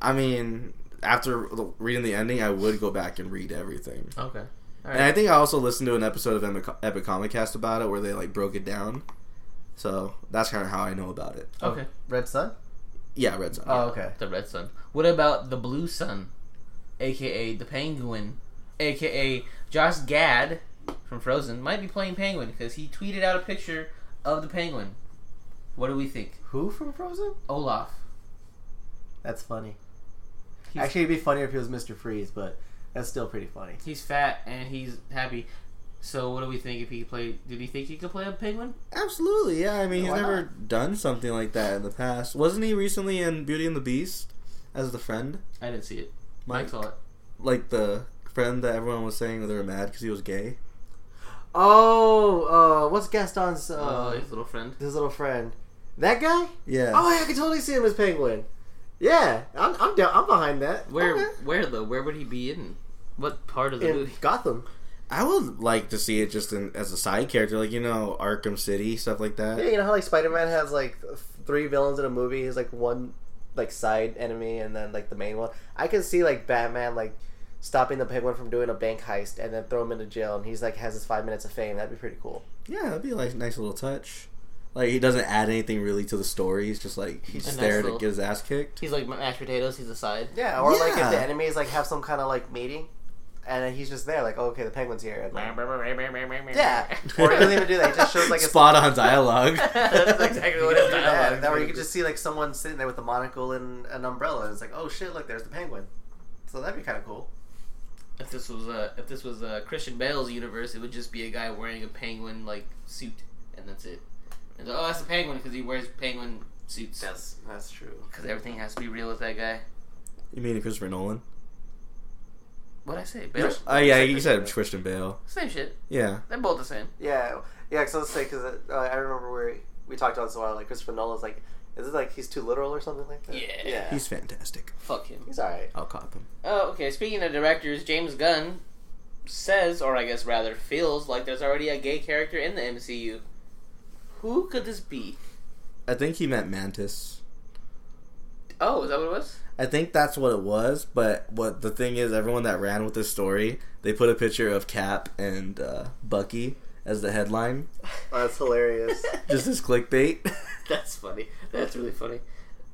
I mean, after the- reading the ending, I would go back and read everything.
Okay. All
And I
right.
think I also listened to an episode of Epic, Epic Comic Cast about it, where they like broke it down. So that's kind of how I know about it.
Okay.
Red Sun.
Yeah, Red Sun.
Oh, okay.
The red sun. What about the blue sun, aka the penguin, aka Josh Gad from Frozen might be playing penguin because he tweeted out a picture of the penguin. What do we think?
Who from Frozen?
Olaf.
That's funny.
He's-
Actually, it'd be funnier if it was Mr. Freeze, but that's still pretty funny.
He's fat and he's happy. So what do we think if he could play? Did he think he could play a penguin?
Absolutely, yeah. I mean, he's
Why
never done something like that in the past. Wasn't he recently in Beauty and the Beast as the friend?
I didn't see it.
Mike?
I saw it.
Like the friend that everyone was saying they were mad because he was gay.
Oh, uh, what's Gaston's
Oh,
uh,
his little friend.
his little friend? That guy?
Yeah.
Oh, yeah, I can totally see him as Penguin. Yeah, I'm I'm down. I'm behind that.
Where?
Okay.
Where though? Where would he be in? What part of the
in
movie?
Gotham?
I would like to see it just in, as a side character, like you know Arkham City stuff like that.
Yeah, you know how like Spider Man has like th- three villains in a movie. He's like one like side enemy and then like the main one. I can see like Batman like stopping the penguin from doing a bank heist and then throw him into jail and he's like has his five minutes of fame. That'd be pretty cool.
Yeah, that'd be like a nice little touch. Like he doesn't add anything really to the story. He's just like he's
nice
just there to
little-
get his ass kicked.
He's like mashed potatoes. He's a side.
Yeah, or like if
Yeah.
the enemies like have some kind of like meeting and then he's just there like oh, okay the penguin's here. And, like, yeah, or he doesn't even do that. He just shows like his
spot on dialogue.
That's exactly what his
do
dialogue
that,
is.
or you could just see like someone sitting there with a monocle and an umbrella, and it's like, oh shit, look, there's the penguin. So that'd be kind of cool.
If this was uh, if this was uh, Christian Bale's universe, it would just be a guy wearing a penguin like suit, and that's it. And oh, that's the penguin because he wears penguin suits.
That's that's true.
Because everything has to be real with that guy.
you mean Christopher Nolan?
What I say?
Oh
Bale?
yeah, you said Christian Bale.
Same shit.
Yeah,
They're both the same.
Yeah, yeah. Cause let's say, cause uh, I remember where we talked about this a while. Like Christopher Nolan's like Is it like he's too literal or something like that?
Yeah.
Yeah.
He's fantastic.
Fuck him.
He's alright.
I'll cop him.
Oh, okay. Speaking of directors, James Gunn says, or I guess rather feels, like there's already a gay character in the MCU. Who could this be?
I think he meant Mantis.
Oh, is that what it was?
I think that's what it was, but what the thing is, everyone that ran with this story, they put a picture of Cap and uh, Bucky as the headline,
That's hilarious.
just as clickbait.
That's funny. That's really funny.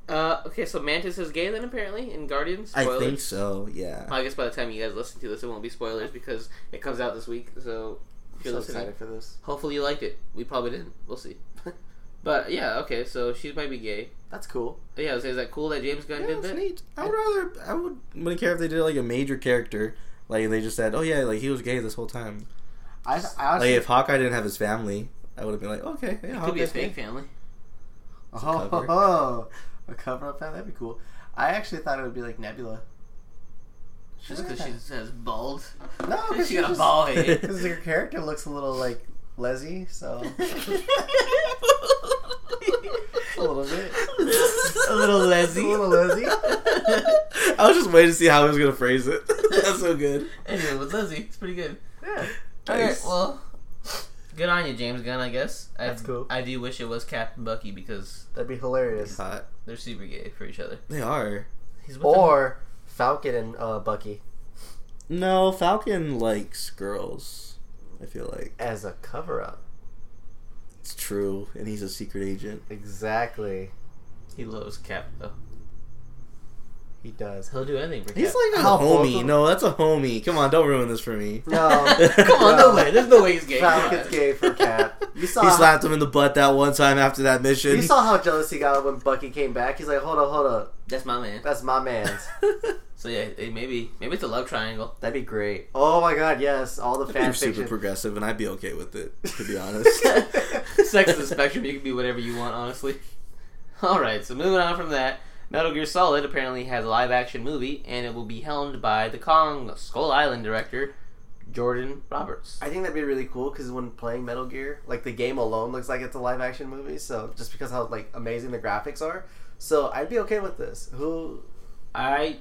Uh, okay, so Mantis is gay then apparently in Guardians.
I
Spoilers.
think so. Yeah.
I guess by the time you guys listen to this, it won't be spoilers because it comes out this week. So if
I'm
you're
so
listening,
excited for this.
hopefully you liked it. We probably didn't. We'll see. but yeah, okay. So she might be gay.
That's cool.
But yeah, so is that cool that James Gunn
Yeah,
did
it's
that?
neat. I would rather. I would wouldn't care if they did like a major character, like they just said, "Oh yeah, like he was gay this whole time."
I, I
Like
honestly,
if Hawkeye didn't have his family, I would have been like, "Okay,
Could
yeah,
be a
Hawkeye's
fake
gay."
family.
oh,
cover.
oh, a cover up that'd be cool. I actually thought it would be like Nebula.
Just because she says bald.
No, because
she got a bald head.
Because her character looks a little like Leslie, so a little bit,
a little
a
Leslie.
little Leslie.
I was just waiting to see how he was gonna phrase it. That's so good.
Anyway, with Leslie, it's pretty good.
Yeah.
Alright,
Nice.
well, good on you, James Gunn, I guess. I,
That's cool.
I do wish it was Captain Bucky because
That'd be hilarious.
Hot.
they're super gay for each other.
They are.
He's with
Or Falcon and uh, Bucky
No, Falcon likes girls. I feel like
as a cover up.
it's true, and he's a secret agent.
Exactly.
the- he loves Cap, though.
He does.
He'll do anything for
He's
Cap.
like a
How
homie.
awesome.
No, that's a homie. Come on, don't ruin this for me.
No,
Come on, no way. There's no way he's gay. Come
um, Falcon's
on.
gay for Cap. You saw
He
how-
slapped him in the butt that one time after that mission.
You saw how jealous he got when Bucky came back. He's like, hold up, hold up.
That's my man.
That's my man's.
So yeah, eh, maybe maybe it's a love triangle.
That'd be great. Oh my god, yes. All the fan
You're super
fiction.
progressive, and I'd be okay with it, to be honest.
Sex is a spectrum. You can be whatever you want, honestly. All right. So moving on from that, Metal Gear Solid apparently has a live-action movie, and it will be helmed by the Kong Skull Island director Jordan Roberts.
I think that'd be really cool because when playing Metal Gear, like the game alone looks like it's a live action movie. So just because how like amazing the graphics are, so I'd be okay with this. Who?
I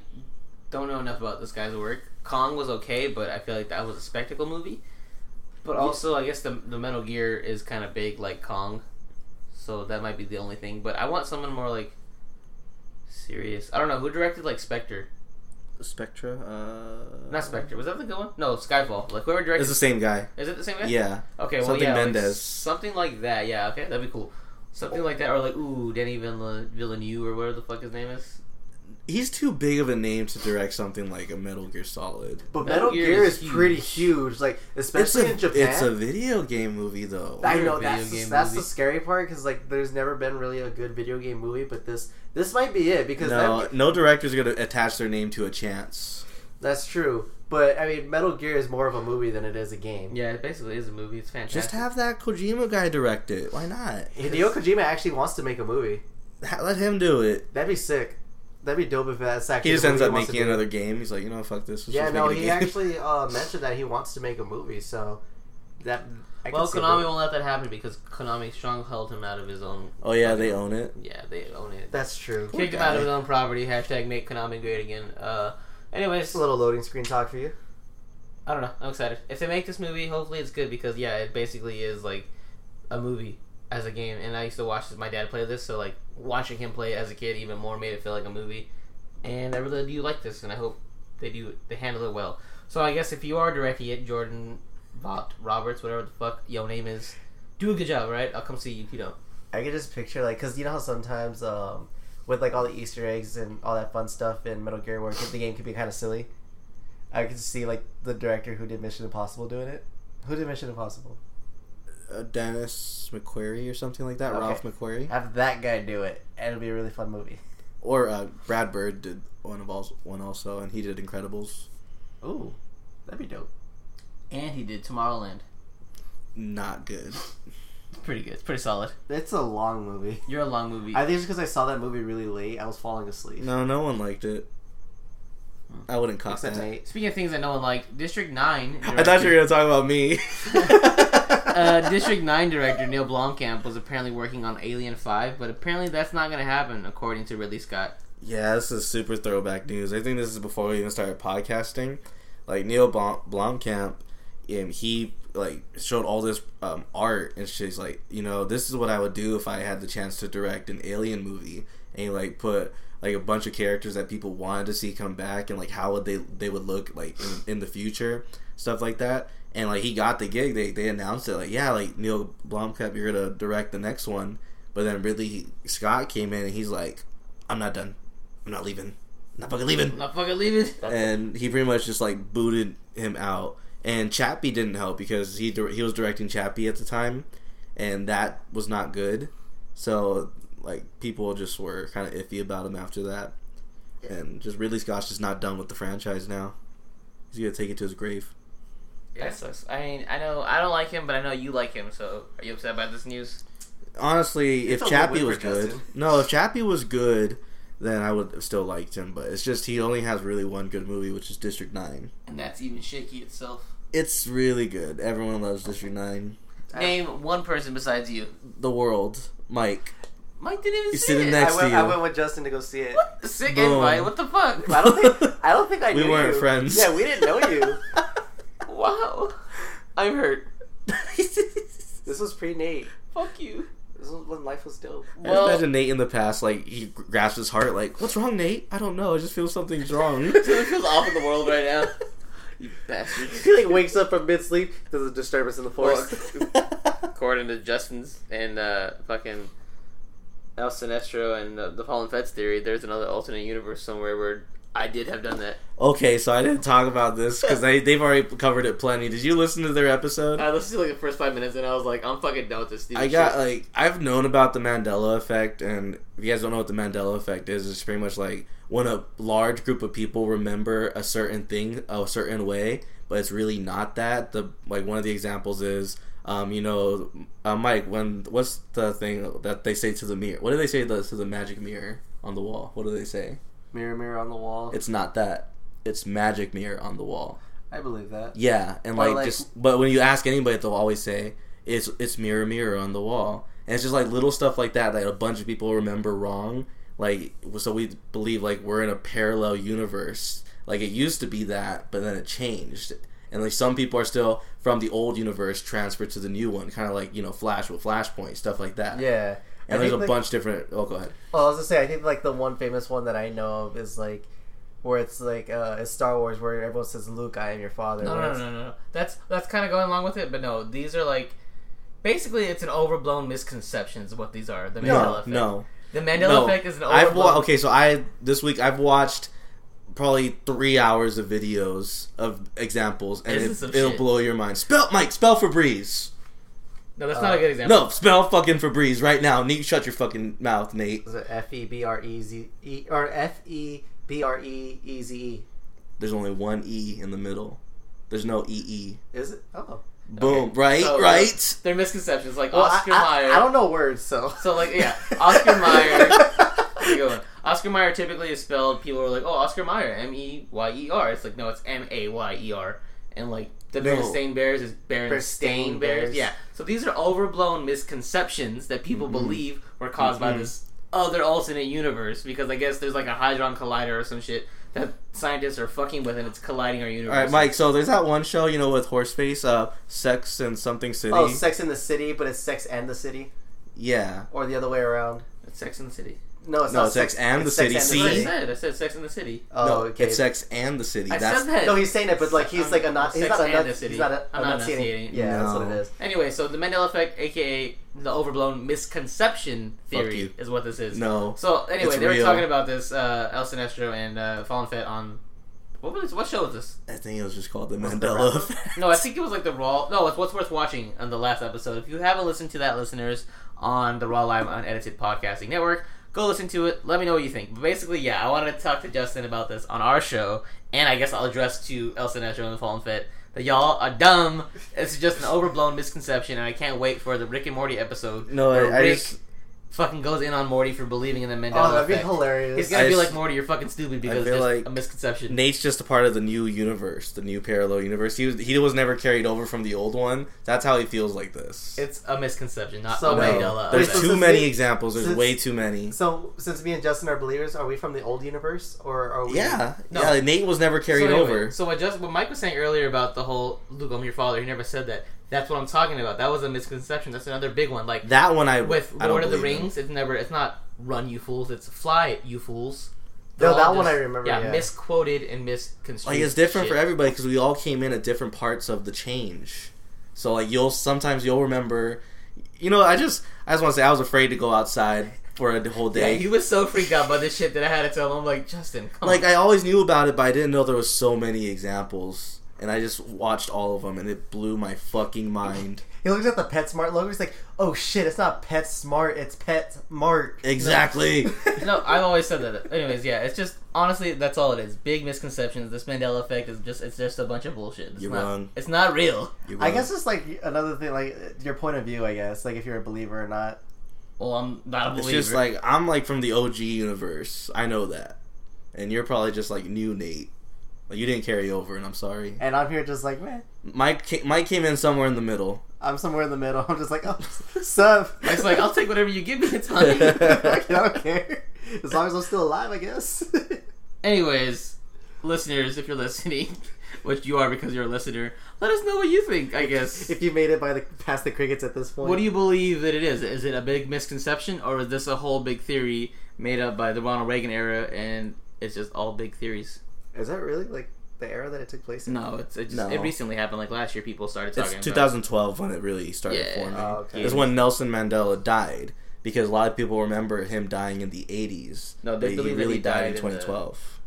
don't know enough about this guy's work. Kong was okay, but I feel like that was a spectacle movie. But also, I guess the, the Metal Gear is kind of big, like Kong, so that might be the only thing. But I want someone more like serious. I don't know who directed like Spectre.
Spectra? Uh...
Not Spectre. Was that the good one? No, Skyfall. Like whoever directed.
It's the same guy.
Is it the same guy?
Yeah.
Okay. Well,
Something
yeah. like,
Mendes.
something like that. Yeah. Okay, that'd be cool. Something like that, or like ooh, Danny Villeneuve, Villeneuve or whatever the fuck his name is.
He's too big of a name to direct something like a Metal Gear Solid.
But
Metal
Metal,
Gear
Gear,
is
is,
huge.
pretty huge, like
It's
especially
a,
in Japan.
it's a video game movie, though.
I
We're a
know
video
that's
game
that's
movie.
the scary part because like there's never been really a good video game movie, but this this might be it because
No,
that,
no director's going to attach their name to a chance.
that's true. But I mean, Metal Gear is more of a movie than it is a game.
Yeah, it basically is a movie. It's fantastic.
Just have that Kojima guy direct it. Why not?
Hideo Kojima actually wants to make a movie.
Ha- Let him do it.
That'd be sick. That'd be dope if that's actually.
He just
the
ends
movie
up
wants to
making
do.
another game. He's like, you know, fuck this. let's
Yeah,
just
no,
make it a
he
game.
actually uh, mentioned that he wants to make a movie, so that I
Well,
could see
Konami
it.
won't let that happen because Konami stronghold him out of his own.
Oh yeah, they own it.
Yeah, they own it.
That's true.
Kicked him out of his own property. Hashtag make Konami great again. Uh, anyways,
Just a little loading screen talk for you.
I don't know. I'm excited. If they make this movie, hopefully it's good because yeah, it basically is like a movie as a game. And I used to watch my dad play this, so like watching him play it as a kid even more made it feel like a movie. And I really do like this, and I hope they do they handle it well. So I guess if you are directing it, Jordan, Vaught, Roberts, whatever the fuck your name is, do a good job, right? I'll come see you if you don't.
I could just picture like, cause you know how sometimes um, with like all the Easter eggs and all that fun stuff in Metal Gear, where the game could be kind of silly. I could see like the director who did Mission Impossible doing it. Who did Mission Impossible?
Uh, Dennis McQuarrie or something like that.
Okay.
Ralph McQuarrie
Have that guy do it, and it'd be a really fun movie.
or uh, Brad Bird did one of all one also, and he did Incredibles.
Ooh, that'd be dope.
And he did Tomorrowland.
Not good.
It's pretty good. It's pretty solid.
It's a long movie.
You're a long movie.
I think it's because I saw that movie really late. I was falling asleep.
No, no one liked it. I wouldn't cop
Except
that.
Nate.
Speaking of things that no one liked, District Nine.
I thought you were gonna talk about me.
uh, District 9 director Neil Blomkamp was apparently working on Alien 5, but apparently that's not going to happen, according to Ridley Scott.
Yeah, this is super throwback news. I think this is before we even started podcasting. Like Neil Blom- Blomkamp, um, he like showed all this um, art, and she's like, you know, this is what I would do if I had the chance to direct an alien movie, and he like put like a bunch of characters that people wanted to see come back, and like how would they they would look like in, in the future, stuff like that. And like he got the gig, they they announced it like, yeah, like Neil Blomkamp, you're gonna direct the next one. But then Ridley Scott came in, and he's like, I'm not done. I'm not leaving. I'm not fucking leaving.
Not fucking leave it.
And he pretty much just like booted him out. And Chappie didn't help because he dir- he was directing Chappie at the time, and that was not good. So like people just were kind of iffy about him after that. And just Ridley Scott's just not done with the franchise now. He's gonna take it to his grave.
That sucks. I mean, I know I don't like him, but I know you like him. So, are you upset about this news?
It's
Honestly,
a
if
little
Chappie
whipper,
was good,
Justin.
no, if Chappie was good, then I would have still liked him. But it's just he only has really one good movie, which is District Nine.
And that's even shaky itself.
It's really good. Everyone loves District Nine.
Name one person besides you.
The world, Mike.
Mike didn't even
He's
see
sitting
it.
next
I went,
to you.
I went with Justin to go see it.
What? Sick
Boom.
invite. What the fuck?
I don't think I don't think I
We
knew
weren't
you.
friends.
Yeah, we didn't know you.
wow. I'm hurt.
This was pre Nate.
Fuck you.
This was when life was dope.
I
Well,
imagine Nate in the past, like he grasps his heart, like, "What's wrong, Nate? I don't know. I just feel something's wrong."
it feels off in the world right now. You bastards.
He like wakes up from mid sleep. There's a disturbance in the force.
According to Justin's and uh, fucking El Sinestro and uh, the Fallen Feds theory, there's another alternate universe somewhere where I did have done that.
okay, so I didn't talk about this because they they've already covered it plenty. Did you listen to their episode?
I listened to like the first five minutes and I was like, I'm fucking done with this. Stupid
I got
shit.
like I've known about the Mandela effect, and if you guys don't know what the Mandela effect is, it's pretty much like when a large group of people remember a certain thing a certain way, but it's really not that. The like one of the examples is, um, you know, uh, Mike, when what's the thing that they say to the mirror? What do they say to the, to the magic mirror on the wall? What do they say?
Mirror, mirror on the wall.
It's not that. It's magic mirror on the wall.
I believe that.
Yeah, and
Or,
like,
like-
just but when you ask anybody, they'll always say it's it's mirror mirror on the wall, and it's just like little stuff like that that a bunch of people remember wrong. Like so, we believe like we're in a parallel universe. Like it used to be that, but then it changed, and like some people are still from the old universe transferred to the new one, kind of like you know Flash with Flashpoint stuff like that.
Yeah. I
and there's a
think, like-
bunch different. Oh, go ahead.
Well, I was gonna say, I think like the one famous one that I know of is like where it's like uh, it's Star Wars, where everyone says, "Luke, I am your father."
No,
where
no, no, no,
it's-
no. That's that's kind of going along with it, but no, these are like basically it's an overblown misconceptions of what these are. The Mandela
No,
effect.
no.
The Mandela effect is an overblown.
I've wa- okay, so I this week I've watched probably three hours of videos of examples, and
This is
it,
some
will
shit.
blow your mind. Spell Mike, spell Febreze.
No, that's not a good example.
Uh, No, spell fucking Febreze right now. Nate, shut your fucking mouth, Nate.
Is it F E B R E Z E or F E B R E E Z E?
There's only one E in the middle. There's no EE.
Is it? Oh,
Boom. Right.
so-
right.
They're misconceptions like
Well, I-
Oscar
I,
Mayer.
I don't know words, so
So like yeah, Oscar Mayer. That's a good one. Oscar Mayer typically is spelled. People are like, oh, Oscar Mayer, M E Y E R. It's like no, it's M A Y E R. And like the
No.
Berenstain Bears is Berenstain Bears.
Berenstain Bears.
Yeah. So these are overblown misconceptions that people
Mm-hmm.
believe were caused by this other alternate universe because I guess there's like a hadron collider or some shit that scientists are fucking with and it's colliding our universe.
All right, Mike. So there's that one show, you know, with Horseface, uh, Sex and Something City.
oh, Sex in the City, but it's Sex and the City,
yeah.
or the other way around.
It's Sex in the City.
No, it's
No,
not
Sex and
it's
the
Sex
City,
That's what
see?
I said. I said Sex in the City.
Oh,
no,
okay.
it's Sex and the City.
I
That's
said that.
No, he's saying it, but like he's
I'm-
like a not. He's
Sex
not a
and
nut,
the City.
He's not a,
I'm
a
not
enunciating.
enunciating.
Yeah, that's what
No.
it is.
Anyway, so the Mandela effect, aka the overblown misconception theory,
you.
is what this is.
no.
So anyway,
It's
they were
real.
talking about this uh, El Sinestro and uh, Fallen Fett on what was what show was this?
I think it was just called the Mandela effect.
No, I think it was like the Raw. No, it's what's worth watching on the last episode. If you haven't listened to that, listeners, on the Raw Live Unedited Podcasting Network, go listen to it. Let me know what you think. But basically, yeah, I wanted to talk to Justin about this on our show, and I guess I'll address to El Sinestro and the Fallen Fit that y'all are dumb. It's just an overblown misconception, and I can't wait for the Rick and Morty episode.
No,
where
I, I
Rick
just
fucking goes in on Morty for believing in the Mandela
Oh, that'd be
effect.
hilarious.
He's gonna
I
be
s-
like Morty, you're fucking stupid because
feel
it's
like
a misconception.
Nate's just a part of the new universe, the new parallel universe. He was he was never carried over from the old one. That's how he feels like this.
It's a misconception, not a
So wait,
Mandela.
There's
Wait, so
effect.
too
since
many
they-
examples. There's
since-
way too many.
So, since me and Justin are believers, are we from the old universe or are we?
Yeah,
No.
yeah. Nate was never carried
so anyway,
over.
So what just what Mike was saying earlier about the whole Luke, I'm your father. He never said that. That's what I'm talking about. That was a misconception. That's another big one. Like
that one I
with
I
Lord of the
believe in.
Rings, it's never. It's not run you fools. It's fly you fools.
No,
They're all
that one I remember,
Yeah,
yeah.
misquoted and misconstrued.
Like it's different for
shit.
everybody because we all came in at different parts of the change. So like you'll sometimes you'll remember. You know, I just I just want to say I was afraid to go outside for a whole day.
Yeah, he was so freaked out by this shit that I had to tell him. I'm like Justin, come
like
on.
I always knew about it, but I didn't know there was so many examples. And I just watched all of them, and it blew my fucking mind.
He looks at the PetSmart logo. He's like, "Oh shit! It's not PetSmart. It's PetSmart."
Exactly.
no, I've always said that. Anyways, yeah, it's just honestly that's all it is. Big misconceptions. This Mandela effect is just it's just a bunch of bullshit. It's
You're
not,
wrong.
It's not real.
You
I
will.
guess it's like another thing, like your point of view. I guess, like if you're a believer or not.
Well, I'm not a
it's
believer.
just like I'm like from the OG universe. I know that, and you're probably just like new Nate. Like you didn't carry over, and I'm sorry.
And I'm here just like, man,
Mike ca- Mike came in somewhere in the middle.
I'm somewhere in the middle. I'm just like, oh, sup?
It's like "Oh, I'll take whatever you give me. It's honey.
I don't care. As long as I'm still alive, I guess.
Anyways, listeners, if you're listening, which you are because you're a listener, let us know what you think. I guess.
if you made it by the past the crickets at this point,
What do you believe that it is? Is it a big misconception, or is this a whole big theory made up by the Ronald Reagan era, and it's just all big theories?
Is that really like the era that it took place in?
No, it's it, just,
No.
it recently happened. Like last year, people started
It's
talking. about
2012 when it really started
Yeah.
forming.
Oh, okay.
It's when Nelson Mandela died because a lot of people remember him dying in the 80s.
No, they
but
believe that he died in the-
2012.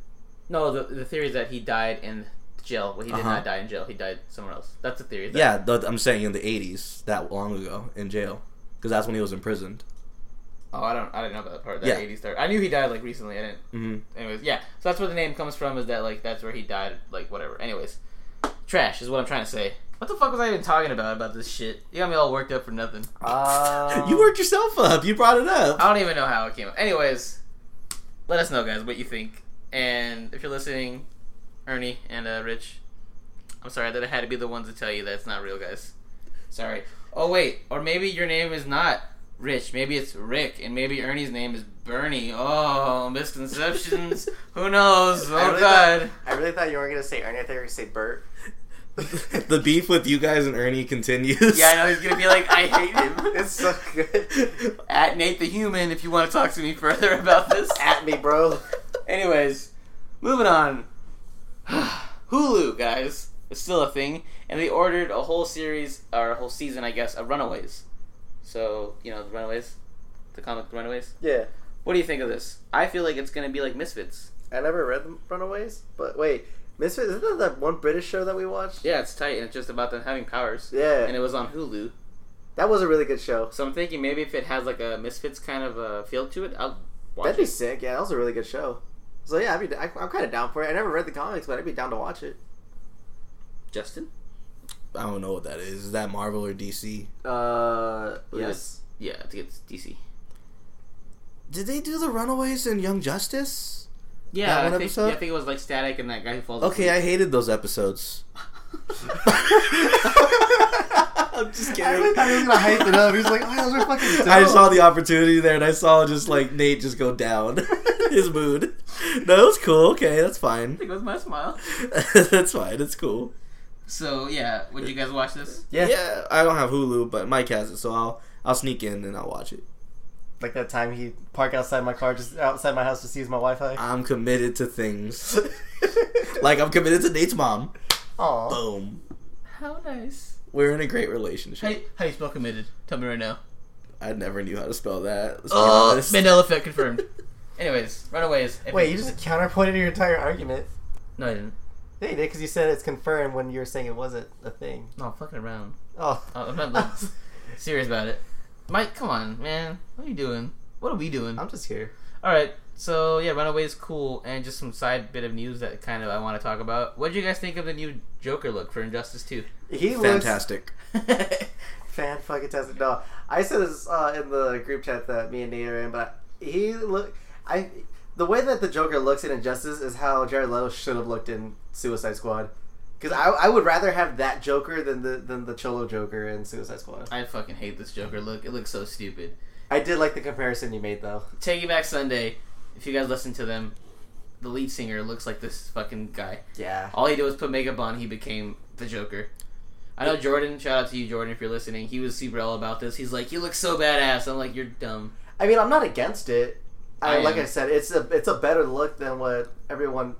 No, the, the theory is that he died in jail. Well, he did
Uh-huh.
not die in jail. He died somewhere else. That's a theory. That,
Yeah, th- I'm saying in the 80s, that long ago in jail, because that's when he was imprisoned.
Oh, I don't. I didn't know about that part. That
Yeah.
80s theory. I knew he died like recently. I didn't.
Mm-hmm.
Anyways, yeah. So that's where the name comes from. Is that like that's where he died? Like whatever. Anyways, trash is what I'm trying to say. What the fuck was I even talking about about this shit? You got me all worked up for nothing.
Um,
you worked yourself up. You brought it up.
I don't even know how it came up. Anyways, let us know, guys, what you think. And if you're listening, Ernie and uh, Rich, I'm sorry that I had to be the ones to tell you that it's not real, guys. Sorry. Oh, wait. Or maybe your name is not Rich. Maybe it's Rick. And maybe Ernie's name is Bernie. Oh, misconceptions. Who knows? Oh,
I really
God.
thought- I really thought you weren't gonna say Ernie. I thought you were gonna say Bert.
the beef with you guys and Ernie continues.
Yeah, I know. He's going to be like, I hate him.
It's so good.
At Nate the Human, if you want to talk to me further about this.
At me, bro.
Anyways, moving on. Hulu, guys, is still a thing, and they ordered a whole series or a whole season, I guess, of Runaways. So you know, the Runaways, the comic The Runaways.
Yeah.
What do you think of this? I feel like it's gonna be like Misfits.
I never read the Runaways, but wait, Misfits isn't that that one British show that we watched?
Yeah, it's tight, and it's just about them having powers.
Yeah.
And it was on Hulu,
that was a really good show.
so I'm thinking maybe if it has like a Misfits kind of a feel to it, I'll watch
That'd be
it.
sick. Yeah, that was a really good show. So yeah, I'd be, I, I'm kind of down for it. I never read the comics, but I'd be down to watch it.
Justin.
I don't know what that is. Is that Marvel or DC?
Uh,
yes. Yeah, I think it's DC.
Did they do the Runaways and Young Justice?
Yeah,
That
I
one
think,
episode?
yeah, I think it was like Static and that guy who falls.
Okay,
asleep.
I hated those episodes. I'm just kidding.
I really thought he was gonna hype it up. He was like, "Oh, those are fucking." Dope.
I saw the opportunity there, and I saw just like Nate just go down his mood. No, it's cool. Okay, that's fine.
I think it was my smile.
that's fine. It's cool.
So yeah, would you guys watch this?
Yeah. I don't have Hulu, but Mike has it, so I'll I'll sneak in and I'll watch it.
like that time he parked outside my car, just outside my house, just to use my Wi-Fi.
I'm committed to things. like I'm committed to Nate's mom.
Aw.
Boom.
How nice.
We're in a great relationship.
How you, how you spell committed? Tell me right now.
I never knew how to spell
Uh,
that. Let's be
Oh,
honest.
Mandela effect confirmed. Anyways, Runaways. if
Wait, you just counterpointed your entire argument.
no, I didn't.
Yeah, you did because you said it's confirmed when you were saying it wasn't a thing.
No, I'm fucking around.
Oh,
Oh, I'm not being serious about it. Mike, come on, man. What are you doing? What are we doing?
I'm just here.
All right. So yeah, Runaways cool, and just some side bit of news that kind of I want to talk about. What did you guys think of the new Joker look for Injustice Two?
He looks
Fantastic.
Fan fucking tastic. No, I said this uh, in the group chat that me and Nate are in, but he look. I the way that the Joker looks in Injustice is how Jared Leto should have looked in Suicide Squad. Because I, I would rather have that Joker than the than the Cholo Joker in Suicide Squad.
I fucking hate this Joker look. It looks so stupid.
I did like the comparison you made though.
Take You Back Sunday. If you guys listen to them, the lead singer looks like this fucking guy.
Yeah.
All he did was put makeup on. He became the Joker. I know Jordan. Shout out to you, Jordan, if you're listening. He was super all about this. He's like, "You look so badass." I'm like, "You're dumb."
I mean, I'm not against it. I,
I
like
am.
I said, it's a it's a better look than what everyone,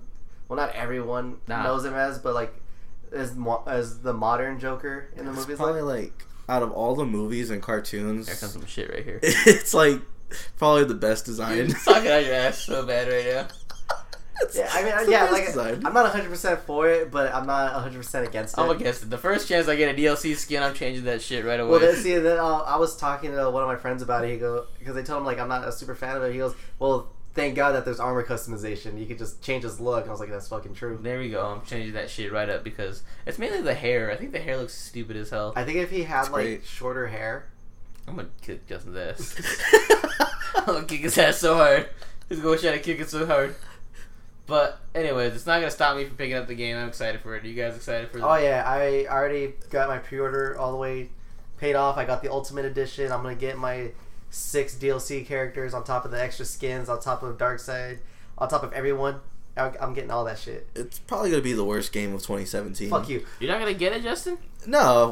well, not everyone
Nah.
knows him as, but like as mo- as the modern Joker in the
It's
movies.
probably
Like.
like out of all the movies and cartoons,
There comes some shit right here.
it's like probably the best design.
Sucking out your ass so bad right now.
Yeah, I mean,
It's
I-
the
yeah,
best
like
design.
I'm not 100 percent for it, but I'm not 100 percent against it.
I'm against it. The first chance I get a DLC skin, I'm changing that shit right away.
Well, then, see, then uh, I was talking to one of my friends about it. He goes because I told him like I'm not a super fan of it. He goes, "Well, thank God that there's armor customization. You could just change his look." And I was like, "That's fucking true."
there we go. I'm changing that shit right up because it's mainly the hair. I think the hair looks stupid as hell.
I think if he had
That's
like
great.
shorter hair,
I'm gonna kick Justin's ass. I'm gonna kick his ass so hard. He's gonna try to kick it so hard. But anyways, it's not gonna stop me from picking up the game. I'm excited for it. Are you guys excited for it?
oh yeah, I already got my pre-order all the way paid off. I got the ultimate edition. I'm gonna get my six DLC characters on top of the extra skins, on top of Darkseid, on top of everyone. I'm I'm getting all that shit.
it's probably gonna be the worst game of 2017.
Fuck you.
You're not gonna get it, Justin?
No,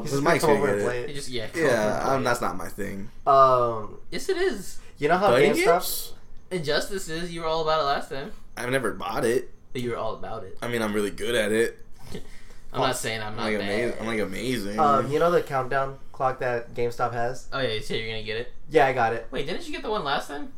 He's
because
just
Mike's
gonna
gonna
come over
get
and
it.
It
play
just yeah.
Yeah, um, that's not my thing.
it. Um,
Yes, it is.
you know how
Fighting
GameStop.
games?
Injustice is. You were all about it last time.
I've never bought it.
But you were all about it.
I mean, I'm really good at it.
I'm not saying I'm
I'm
not
like
bad.
amazing. I'm like amazing.
Um, you know the countdown clock that GameStop has?
Oh yeah, you said you're gonna get it.
Yeah, I got it.
Wait, didn't you get the one last time?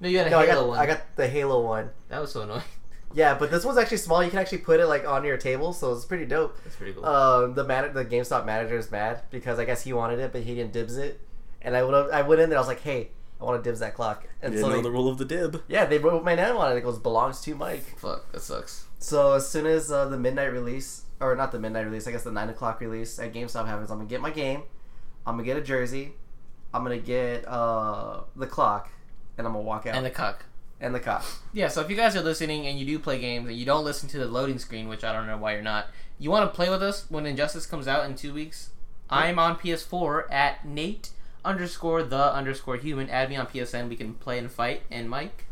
No, you had a
No, I
Halo
got
one.
I got the Halo one.
that was so annoying.
Yeah, but this one's actually small. You can actually put it like on your table, so it's pretty dope.
That's pretty cool.
Um, the man, the GameStop manager is mad because I guess he wanted it, but he didn't dibs it. And I went, I went in there. I was like, "Hey, I want to dibs that clock." And
didn't
so,
know
they,
the rule of the dib.
yeah, they wrote my name on it. It goes, "Belongs to Mike."
Fuck, that sucks.
So as soon as uh, the midnight release, or not the midnight release, I guess the nine o'clock release at GameStop happens, I'm gonna get my game, I'm gonna get a jersey, I'm gonna get uh, the clock, and I'm gonna walk out
And the cock.
and the cop.
Yeah, so if you guys are listening and you do play games and you don't listen to the loading screen, which I don't know why you're not, you want to play with us when Injustice comes out in two weeks. I'm on PS4 at Nate underscore the underscore human. Add me on PSN. We can play and fight. And Mike.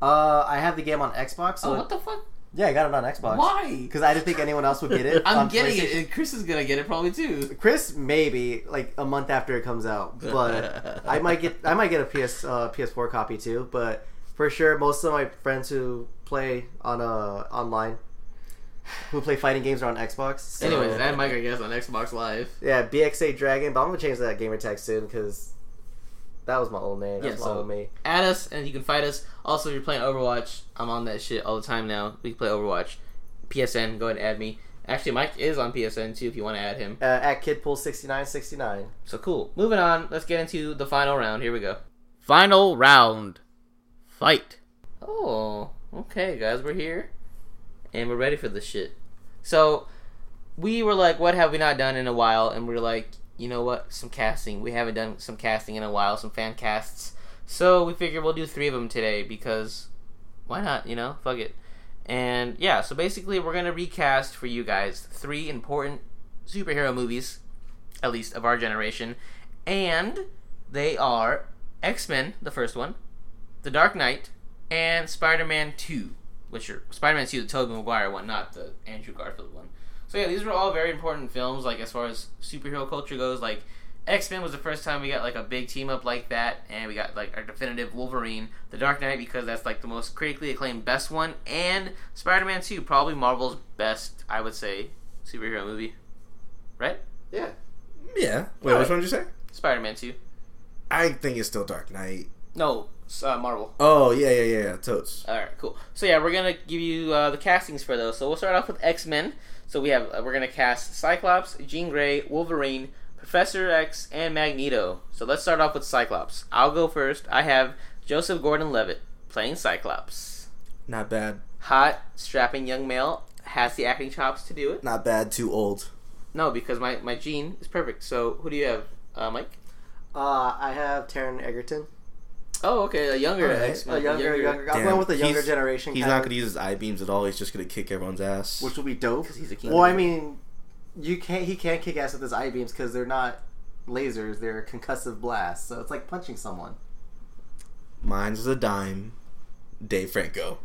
Uh, I have the game on Xbox. So
Oh, what the fuck?
yeah, I got it on Xbox.
Why?
Because I didn't think anyone else would get it.
I'm
on
getting it.
PlayStation.
and Chris is gonna get it probably too.
Chris maybe like a month after it comes out, but I might get I might get a PS uh, PS4 copy too. But for sure, most of my friends who play on uh online, who play fighting games, are on Xbox. So,
Anyways, add Mike I guess on Xbox Live.
yeah, BXA Dragon, but I'm gonna change that gamer tag soon because that was my old name. That's
Yeah,
my
so-
old me.
Add us and you can fight us. Also, if you're playing Overwatch, I'm on that shit all the time now. We can play Overwatch. PSN, go ahead and add me. Actually, Mike is on PSN too if you want to add him.
Uh, at Kidpool sixty nine sixty nine.
So cool. Moving on. Let's get into the final round. Here we go. Final round. Fight. Oh, okay, guys. We're here. And we're ready for this shit. So, we were like, what have we not done in a while? And we are like, you know what? Some casting. We haven't done some casting in a while, some fan casts. So, we figured we'll do three of them today because why not? You know? Fuck it. And yeah, so basically, we're going to recast for you guys three important superhero movies at least of our generation. And they are X Men, the first one, The Dark Knight, and Spider Man 2, which are Spider Man 2, the Tobey Maguire one, not the Andrew Garfield one. So, yeah, these were all very important films, like as far as superhero culture goes. Like, X Men was the first time we got like a big team up like that, and we got like our definitive Wolverine, The Dark Knight, because that's like the most critically acclaimed best one, and Spider Man 2, probably Marvel's best, I would say, superhero movie. Right?
Yeah.
Yeah. Wait, which one did you say?
Spider Man 2.
I think it's still Dark Knight.
No, s- uh, Marvel.
Oh yeah, yeah, yeah, yeah. Totes.
All right, cool. So yeah, we're gonna give you uh, the castings for those. So we'll start off with X Men. So we have uh, we're gonna cast Cyclops, Jean Grey, Wolverine, Professor X, and Magneto. So let's start off with Cyclops. I'll go first. I have Joseph Gordon-Levitt playing Cyclops.
Not bad.
Hot, strapping young male has the acting chops to do it.
Not bad. Too old.
No, because my, my gene is perfect. So who do you have, uh, Mike?
Uh, I have Taron Egerton.
Oh, okay, a Oh, younger
Alright,
X.
A younger, younger. I'm
Damn,
going with the younger
he's-
generation.
He's
kind
not
of,
going to use his eye beams at all. He's just going to kick everyone's ass.
which will be dope.
'Cause he's a king.
Well, I mean, you can't. He can't kick ass with his eye beams because they're not lasers; they're concussive blasts. So it's like punching someone.
Mine's a dime. Dave Franco.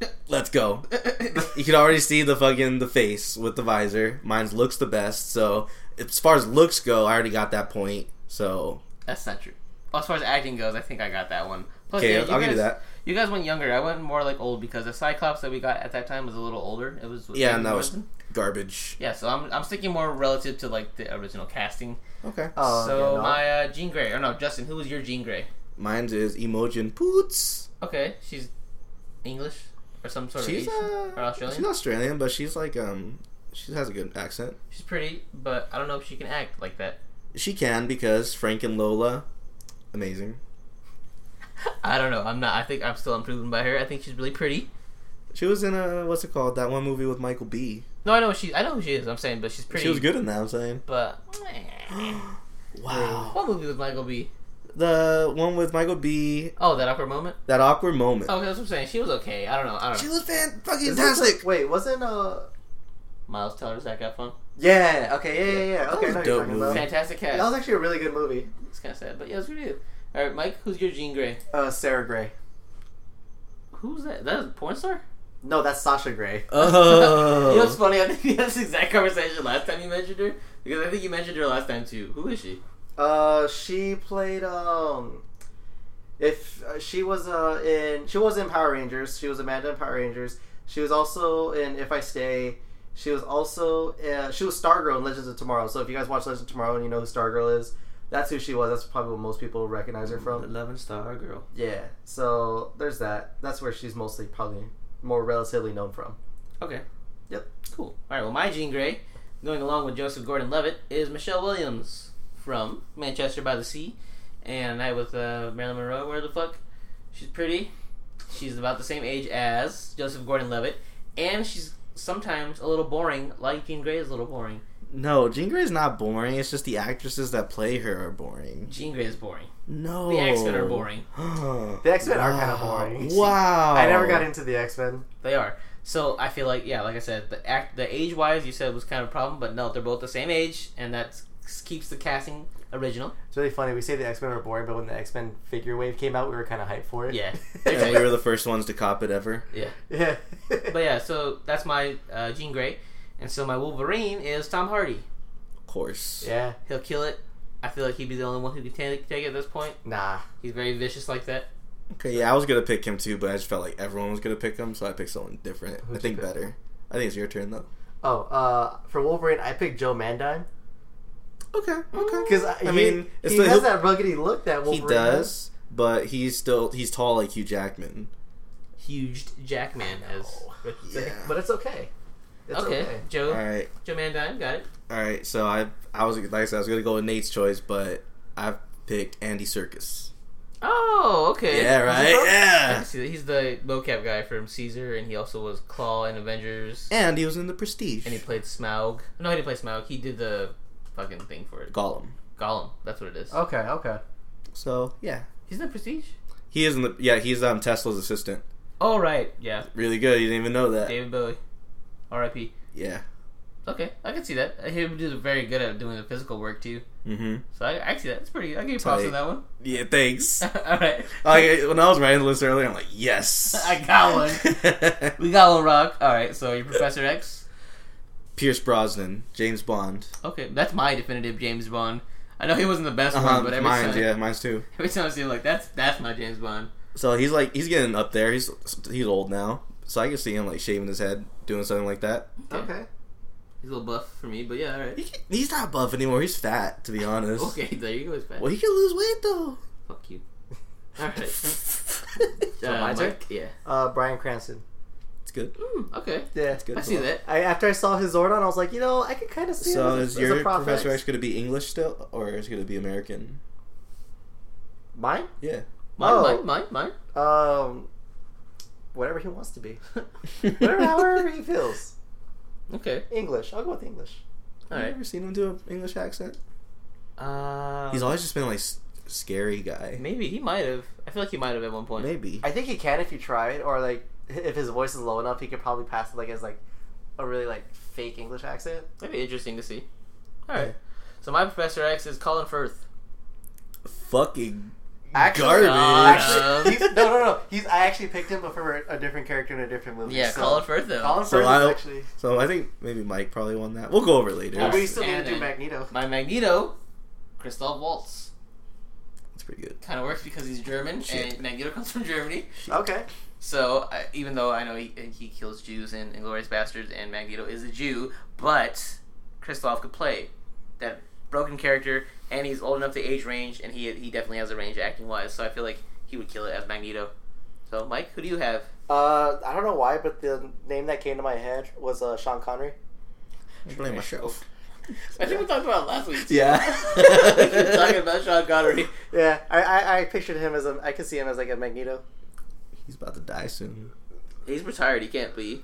Let's go. you can already see the fucking the face with the visor. Mine's looks the best. So as far as looks go, I already got that point. So
That's not true. Well, as far as acting goes, I think I got that one. Plus,
okay,
Oh, yeah,
I'll, I'll
guys,
give you that.
You guys went younger. I went more like old because the Cyclops that we got at that time was a little older. It was
Yeah, and that was
Wilson?
garbage.
yeah. So I'm I'm sticking more relative to like the original casting.
Okay.
Oh,
so
okay, no.
my uh, Jean Grey, or no, Justin, who was your Jean Grey?
Mine's is Emojin Poots.
Okay, she's English or some sort
She's
of Asian or
uh,
Australian.
she's Australian, but she's like um she has a good accent.
She's pretty, but I don't know if she can act like that.
She can because Frank and Lola, amazing.
I don't know. I'm not. I think I'm still unproven by her. I think she's really pretty.
She was in a what's it called that one movie with Michael B.
No, I know she. I know who she is. I'm saying, but she's pretty.
She was good in that. I'm saying.
But
Wow.
what movie was Michael B?
The one with Michael B.
Oh, that awkward moment.
That awkward moment.
Oh, okay, that's what I'm saying. She was okay. I don't know. I don't
She
know.
was fan- fucking
Isn't this
fantastic.
like- wait, wasn't uh?
Miles Teller's Zac Efron.
Yeah. Okay. Yeah. Yeah. yeah. Okay. I know what
was a
you're
dope
talking
movie.
about.
Fantastic cast.
That was actually a really good movie.
It's kind of sad, but yeah, it's good. All right, Mike, who's your Jean Grey?
Uh, Sarah Gray.
Who's that? That is a porn star?
No, that's Sasha Gray.
You know what's
Oh.
funny? I think we had this exact conversation last time you mentioned her because I think you mentioned her last time too. Who is she?
Uh, she played um. If uh, she was uh in she was in Power Rangers, she was Amanda in Power Rangers. She was also in If I Stay. She was also uh, she was Stargirl in Legends of Tomorrow. So if you guys watch Legends of Tomorrow and you know who Stargirl is, that's who she was. That's probably what most people recognize her from.
Eleven Star Girl.
Yeah. So there's that. That's where she's mostly probably more relatively known from.
Okay.
Yep.
Cool. All right. Well, my Jean Grey, going along with Joseph Gordon-Levitt, is Michelle Williams from Manchester by the Sea, and A Night with uh, Marilyn Monroe. Where the fuck? She's pretty. She's about the same age as Joseph Gordon-Levitt, and she's sometimes a little boring. Like Jean Grey is a little boring.
No, Jean Grey's not boring. It's just the actresses that play her are boring.
Jean Grey is boring.
No.
The X Men
Oh.
are boring.
the
The X-Men are kinda boring.
Wow.
I never
Oh.
got into the X Men.
They are. So I feel like yeah, like I said, the act, the age wise, you said was kind of a problem, but no, they're both the same age, and that keeps the casting original.
It's really funny. We say the X Men are boring, but when the X Men figure wave came out, we were kind of hyped for it.
Yeah.
And we were the first ones to cop it ever.
Yeah.
yeah.
But yeah, so that's my uh, Jean Grey, and so my Wolverine is Tom Hardy.
Of course.
yeah.
He'll kill it. I feel like he'd be the only one who can take, take it at this point.
Nah.
He's very vicious like that.
Okay, yeah, I was gonna pick him too, but I just felt like everyone was gonna pick him, so I picked someone different.
Who'd
I think
you pick?
better. I think it's your turn though.
Oh, uh, for Wolverine, I picked Joe Mandine
Okay, okay.
because Mm, I mean he,
it's the-
has that ruggedy look that
He
Wolverine
does, but he's still he's tall like Hugh Jackman.
Huge Jackman as. Ricky said.
Yeah.
but it's okay. It's
Okay,
okay.
Joe
All right,
Joe Mandine got it.
all right. So I I was like I said I was gonna go with Nate's choice, but I picked Andy Circus.
Oh, okay.
Yeah, right.
I can
Yeah.
see that. He's the mocap guy from Caesar, and he also was Claw in Avengers,
And he was in the Prestige.
and he played Smaug. No, he didn't play Smaug. He did the fucking thing for it.
Gollum.
Gollum. That's what it is.
Okay. Okay.
So yeah,
He's in Prestige.
he is in the yeah he's um Tesla's assistant.
Oh right, yeah.
Really good. You didn't even know that.
David Bowie, R.I.P.
Yeah.
Okay, I can see that. Uh, He was very good at doing the physical work too.
Mm-hmm.
So I, I can see that. It's pretty. I give you props
Tight.
on that one.
Yeah. Thanks.
All right,
like when I was writing the list earlier, I'm like, yes,
I got one. We got one rock. All right, so you're Professor X.
Pierce Brosnan, James Bond.
Okay, that's my definitive James Bond. I know he wasn't the best
Uh-huh,
one, but every
mine's
time,
yeah, mine's too.
every time I see him, like that's that's my James Bond.
So he's like, he's getting up there. He's he's old now, so I can see him like shaving his head, doing something like that.
Yeah.
Okay.
He's a little buff for me, but yeah, all right.
He can, he's not buff anymore. He's fat, to be honest.
Okay, there you go. He's fat.
Well, he can lose weight though.
Fuck you. All right.
it's
Uh,
my turn?
Mike, Yeah.
Uh, Brian Cranston.
good.
Hmm, okay.
Yeah.
Good.
I see that.
I, after I saw his Zordon, I was like, you know, I could kind of see
So
him as,
is
a- as a
your
prop
Professor
X.
X going to be English still, or is it going to be American?
Mine?
Yeah.
Mine,
Oh.
mine, mine,
Um, whatever he wants to be.
mine.
Whatever, however he feels.
okay.
English. I'll go with English.
Have you ever seen him do an English accent?
Uh,
He's always just been like s- scary guy.
maybe he might have. I feel like he might have at one point.
Maybe.
I think he can if you try it, or like if his voice is low enough, he could probably pass it like as like a really like fake English accent.
That'd be interesting to see. All right. So my Professor X is Colin Firth.
Fucking
Actually,
garbage.
uh,
actually, he's, no, no, no. He's I actually picked him, but for a different character in a different movie.
Yeah,
so-
Colin Firth though.
Colin
So
Firth
I-
is actually.
so I think maybe Mike probably won that. We'll go over it later.
Well, we still need
And
to do
then-
Magneto.
My Magneto, Christoph Waltz.
It's pretty good.
Kind of works because he's German,
Shit.
and Magneto comes from Germany.
Okay.
So I, even though I know he, he kills Jews in Inglorious Bastards, and Magneto is a Jew, but Kristoff could play that broken character, and he's old enough to age range, and he he definitely has a range acting wise. So I feel like he would kill it as Magneto. So Mike, who do you have?
Uh, I don't know why, but the name that came to my head was uh, Sean Connery.
I blame myself.
I think we talked about it last week.
Yeah.
We were talking about Sean Connery.
Yeah, I, I, I pictured him as a. I could see him as like a Magneto.
He's about to die soon.
He's retired. He can't be.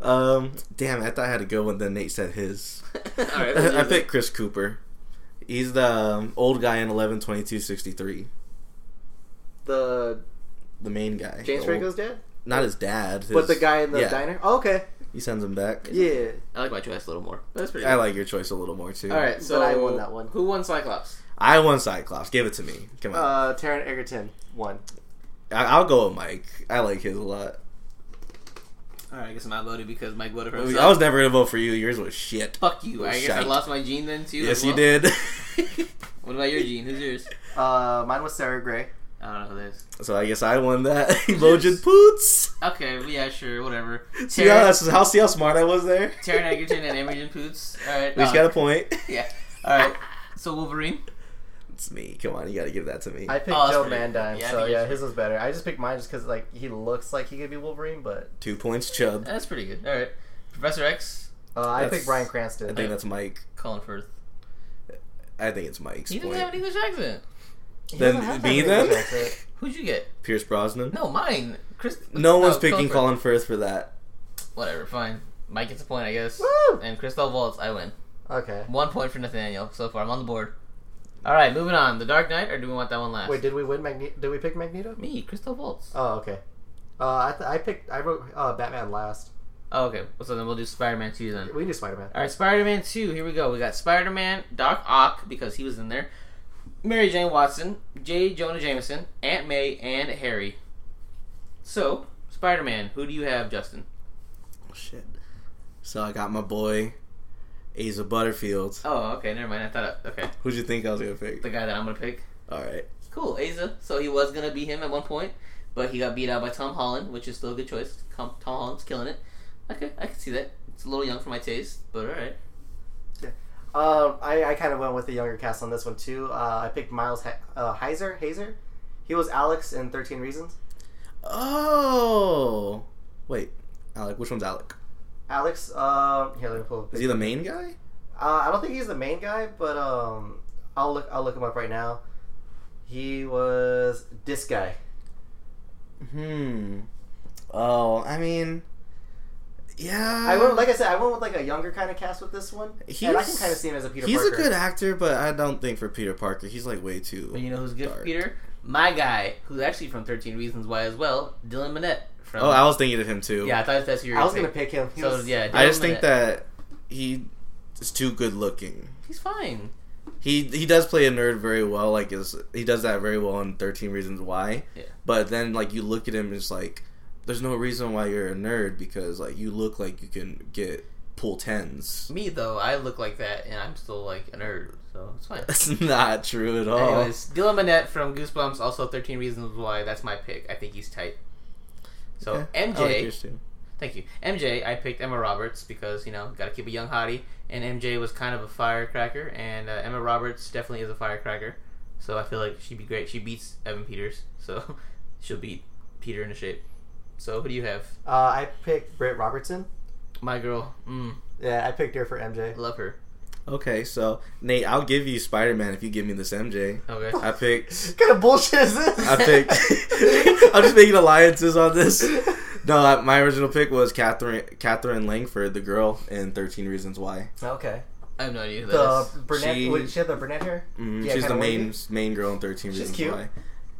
um, damn, I thought I had a good one. Then Nate said his.
All right. we'll do
I
that.
picked Chris Cooper. He's the um, old guy in eleven twenty two sixty three.
The
The main guy.
James
The old-
Franco's dad,
Not his dad. His,
but the guy in the
yeah,
diner. Oh, okay.
He sends him back.
Yeah.
I like my choice a little more. That's pretty.
I
Good.
like your choice a little more too.
All right. So
But I won that one.
Who won Cyclops?
I won Cyclops. Give it to me. Come on.
Uh, Taron Egerton won.
I- I'll go with Mike. I like his a lot.
All right. I guess I'm outvoted because Mike voted for himself.
Oh, I was never gonna vote for you. Yours was shit.
Fuck you. I guess I
Shite.
lost my gene then too.
yes,
as
you
well.
did.
What about your gene? Who's yours?
Uh, mine was Sarah Gray.
I don't know who this.
so I guess I won that. Emojin Poots.
Okay, well, yeah, sure, whatever.
See how,
Taryn,
that's, how see how smart I was there.
Taryn Egerton and Emerson Poots. All right.
We just
uh,
got a point.
yeah. All right. So Wolverine.
It's me. Come on, you gotta give that to me.
I picked
Oh, that's
Joe
pretty good.
Mandine,
Yeah, I
so
think
yeah,
it's-
his was better. I just picked mine just because like he looks like he could be Wolverine, but
Two points, Chubb.
That's pretty good. All right. Professor X.
uh, I
That's-
picked Brian
I
Cranston.
think that's Mike.
Colin Firth.
I think it's Mike's
He didn't
point.
have an English accent.
He doesn't
Then
have
me
that
then.
English accent.
Who'd you get?
Pierce Brosnan. No,
No, mine. Chris.
one's picking
Firth.
Colin Firth for that.
Whatever. Fine. Mike gets a point, I guess.
Woo!
And Christoph Waltz, I win.
Okay.
One point for Nathaniel so far. I'm on the board. All right, moving on. The Dark Knight, or do we want that one last?
Wait, did we win Magneto? Did we pick Magneto?
me, Christoph Waltz.
Oh, okay. Uh, I, th- I picked. I wrote uh, Batman last.
Oh, okay. Well, so then we'll do Spider-Man 2 then.
We knew Spider Man.
All right, Spider-Man 2. Here we go. We got Spider-Man, Doc Ock because he was in there. Mary Jane Watson, J. Jonah Jameson, Aunt May, and Harry. So, Spider-Man, who do you have, Justin?
Oh shit. So I got my boy, Asa Butterfield.
Oh, okay, never mind. I thought okay,
Who'd you think I was gonna pick?
the guy that I'm gonna pick.
All right.
Cool, Asa. So he was gonna be him at one point, but he got beat out by Tom Holland, which is still a good choice. Tom, Tom Holland's killing it. Okay, I can see that. It's a little young for my taste, but all right.
Um, I, I kind of went with the younger cast on this one too. Uh, I picked Miles he- uh, Heiser. Hazer. He was Alex in Thirteen Reasons.
Oh. Wait, Alec. Which one's Alec?
Alex. Uh, here, let me pull. up
Is he the main guy?
Uh, I don't think he's the main guy, but um, I'll look. I'll look him up right now. He was this guy.
Hmm. Oh, I mean, yeah.
I went, like I said, I went with like a younger kind of cast with this one,
He
and I
was-
can kind of see him as a Peter.
he's
Parker.
a good actor, but I don't think for Peter Parker, he's like way too.
But you know who's good for
dark.
Peter? My guy, who's actually from 13 Reasons Why as well, Dylan Minnette. From,
Oh, I was thinking of him too.
yeah, I thought that's your.
I was
pick.
gonna pick him. He
So
was-
yeah, Dylan
I just think
Minnette.
that he is too good looking.
he's fine.
He he does play a nerd very well. Like is he does that very well in Thirteen Reasons Why.
Yeah.
But then like you look at him, it's like there's no reason why you're a nerd because like you look like you can get pull tens.
Me though, I look like that, and I'm still like a nerd, so it's fine.
That's not true at all.
Anyways, Dylan Minnette from Goosebumps, also 13 Reasons Why. That's my pick. I think he's tight. So
Okay. Oh, I like
MJ,
yours, too.
thank you. MJ, I picked Emma Roberts because you know got to keep a young hottie, and MJ was kind of a firecracker, and uh, Emma Roberts definitely is a firecracker. So I feel like she'd be great. She beats Evan Peters, so she'll beat Peter into shape. So who do you have?
Uh, I picked Britt Robertson.
My girl. Mm,
Yeah, I picked her for MJ.
love her.
Okay, so Nate, I'll give you Spider Man if you give me this MJ.
Okay.
I picked.
What kind of bullshit is this?
I picked. I'm just making alliances on this. No, uh, my original pick was Catherine Catherine Langford, the girl in Thirteen Reasons Why.
Okay.
I have no idea who that
The
is.
brunette.
She-
what, she had the brunette hair.
Mhm,
Yeah,
she's
kinda
the main
wavy.
main girl in Thirteen
She's
Reasons
cute.
Why.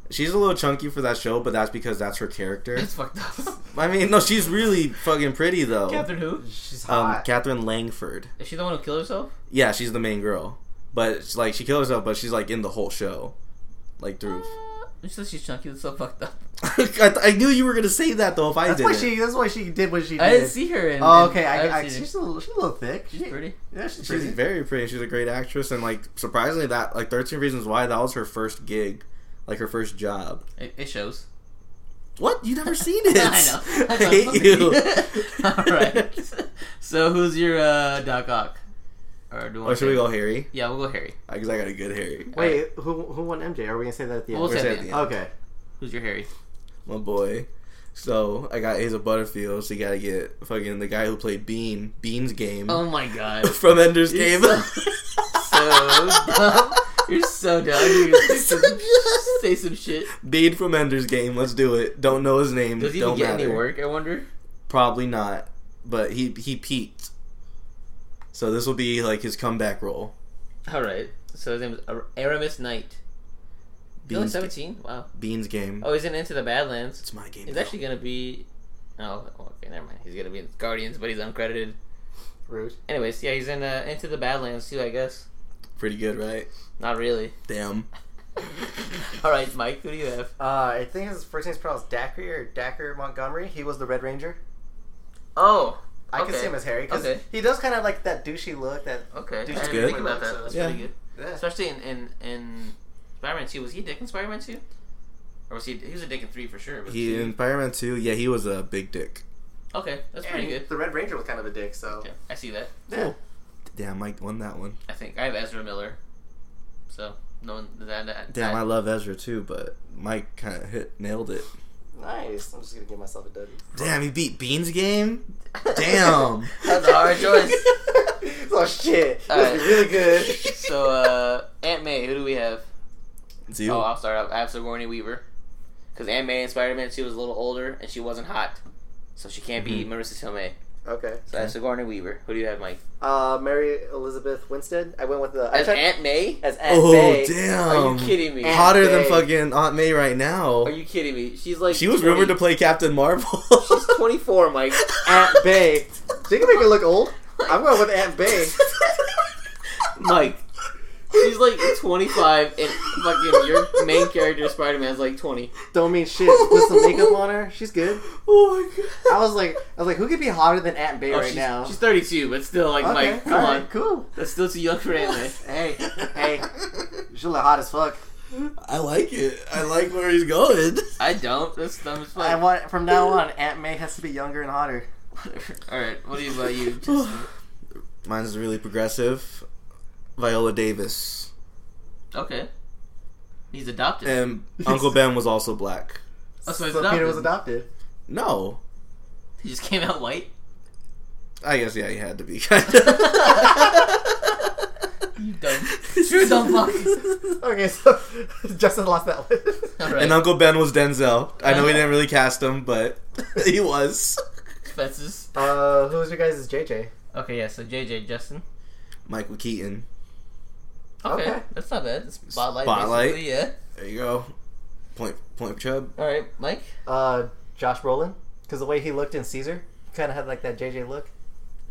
She's a little chunky for that show, but that's because that's her character.
It's fucked up.
I mean, no, she's really fucking pretty though.
Catherine who?
She's
um,
hot.
Catherine Langford.
Is she the one who killed herself?
Yeah, she's the main girl, but it's like she killed herself, but she's like in the whole show, like through.
Uh, She says she's chunky. That's so fucked up.
I, th- I knew you were gonna say that though. If I
that's
did,
why
it.
she. That's why she did what she did.
I didn't see her. In,
Oh,
in-
okay.
haven't
I, I,
seen her.
she's, a little, she's a little thick.
She's pretty.
Yeah, she's,
she's
pretty.
very pretty. She's a great actress, and like surprisingly, that like Thirteen Reasons Why that was her first gig, like her first job.
It, it shows.
What? You never seen it?
I know.
I hate you.
All right. So who's your uh, Doc Ock? Or do you
Or
want
Oh, should we go Harry?
Yeah, we'll go Harry.
Because I got a good Harry.
Wait, who who won MJ? Are we gonna say that at the end?
We'll
Or
say
is
it
that
at
the
the
end?
okay.
Who's your Harry?
My boy. So I got Hazel Butterfield. So you gotta get fucking the guy who played Bean, Bean's game
Oh my god.
from Ender's Game.
so dumb. You're so dumb. You're gonna say, some, say some shit.
Bean from Ender's Game. Let's do it. Don't know his name.
Does he even
Don't
get
matter.
any work? I wonder.
Probably not. But he he peaked. So this will be like his comeback role.
All right. So his name is Ar- Aramis Knight. He's only
Bean's,
17. Wow.
Bean's game.
Oh, he's in Into the Badlands.
It's my game.
He's
now.
actually gonna be. Oh, okay. Never mind. He's gonna be in Guardians, but he's uncredited.
Rude.
Anyways, yeah, he's in uh, Into the Badlands too. I guess.
pretty good, right?
Not really.
Damn.
All right, Mike. Who do you have?
Uh, I think his first name's pronounced Dacry or Dacker Montgomery. He was the Red Ranger.
Oh.
I can see him as Harry because
Okay.
he does kind of like that douchey look. That
Okay.
Dude,
I
it's
didn't
good.
think about that. That's
Yeah.
pretty good.
yeah.
Especially in in, in Spider Man Two. Was he a dick in Spider Man Two? Or was he? He was a dick in three for sure. But
He
two-
in Spider-Man 2, yeah, he was a big dick.
Okay, that's pretty
And
good.
The Red Ranger was kind of a dick, so
Okay, I see that.
yeah.
Damn, Mike won that one.
I think I have Ezra Miller. So no one that. that
Damn, I
that-
love Ezra too, but Mike kind of hit nailed it.
Nice. I'm just gonna give myself a W.
Damn, he beat Bean's game. Damn.
that's a hard choice.
oh shit! This
Alright.
is really good.
so uh, Aunt May, who do we have?
It's you.
Oh, I'll start up. I have Sigourney Weaver because Aunt May in Spider Man Two was a little older and she wasn't hot, so she can't
Mm-hmm.
be Marissa Tomei.
Okay.
So I have Sigourney Weaver. Who do you have, Mike?
Uh, Mary Elizabeth Winstead. I went with the I
As
tried-
Aunt May?
as Aunt
Oh,
May.
damn.
Are you kidding me?
Aunt-
Hotter than
May.
fucking Aunt May right
Are
now.
you kidding me? She's like
She was
20
rumored to play Captain Marvel.
She's 24, Mike.
Aunt Bay. She can make her look old. I'm going with Aunt Bay.
Mike. She's like 25, and fucking your main character, Spider Man, is like 20.
Don't mean shit. Put some makeup on her. She's good.
oh my god.
I was like, I was like, who could be hotter than Aunt Bay
Oh,
right
she's,
now?
she's 32, but still, like,
okay.
Mike, come
alright,
on.
Cool.
That's still too young for anime.
Hey, hey, she look hot as fuck.
I like it. I like where he's going.
I don't. That's dumb as
I
fuck.
want from now on, Aunt May has to be younger and hotter.
Alright, what do you about you? Just,
Mine's really progressive. Viola Davis.
okay. He's adopted.
And Uncle Ben was also black.
oh, so he's
so
adopted.
Peter was adopted.
No.
He just came out white?
I guess, yeah, he had to be.
You dumb. You're a dumb fuck.
Okay, so Justin lost that one.
Alright.
And Uncle Ben was Denzel. I know we
Uh-huh.
didn't really cast him, but he was.
Fences.
Uh, who was your guys? Is JJ?
Okay, yeah, so JJ, Justin.
Michael Keaton.
Okay,
Okay.
that's not bad. It's spotlight,
Spotlight.
basically, yeah.
There you go. Point point chub.
Alright, Mike?
Uh, Josh Brolin, because the way he looked in Caesar kind of had like that JJ look.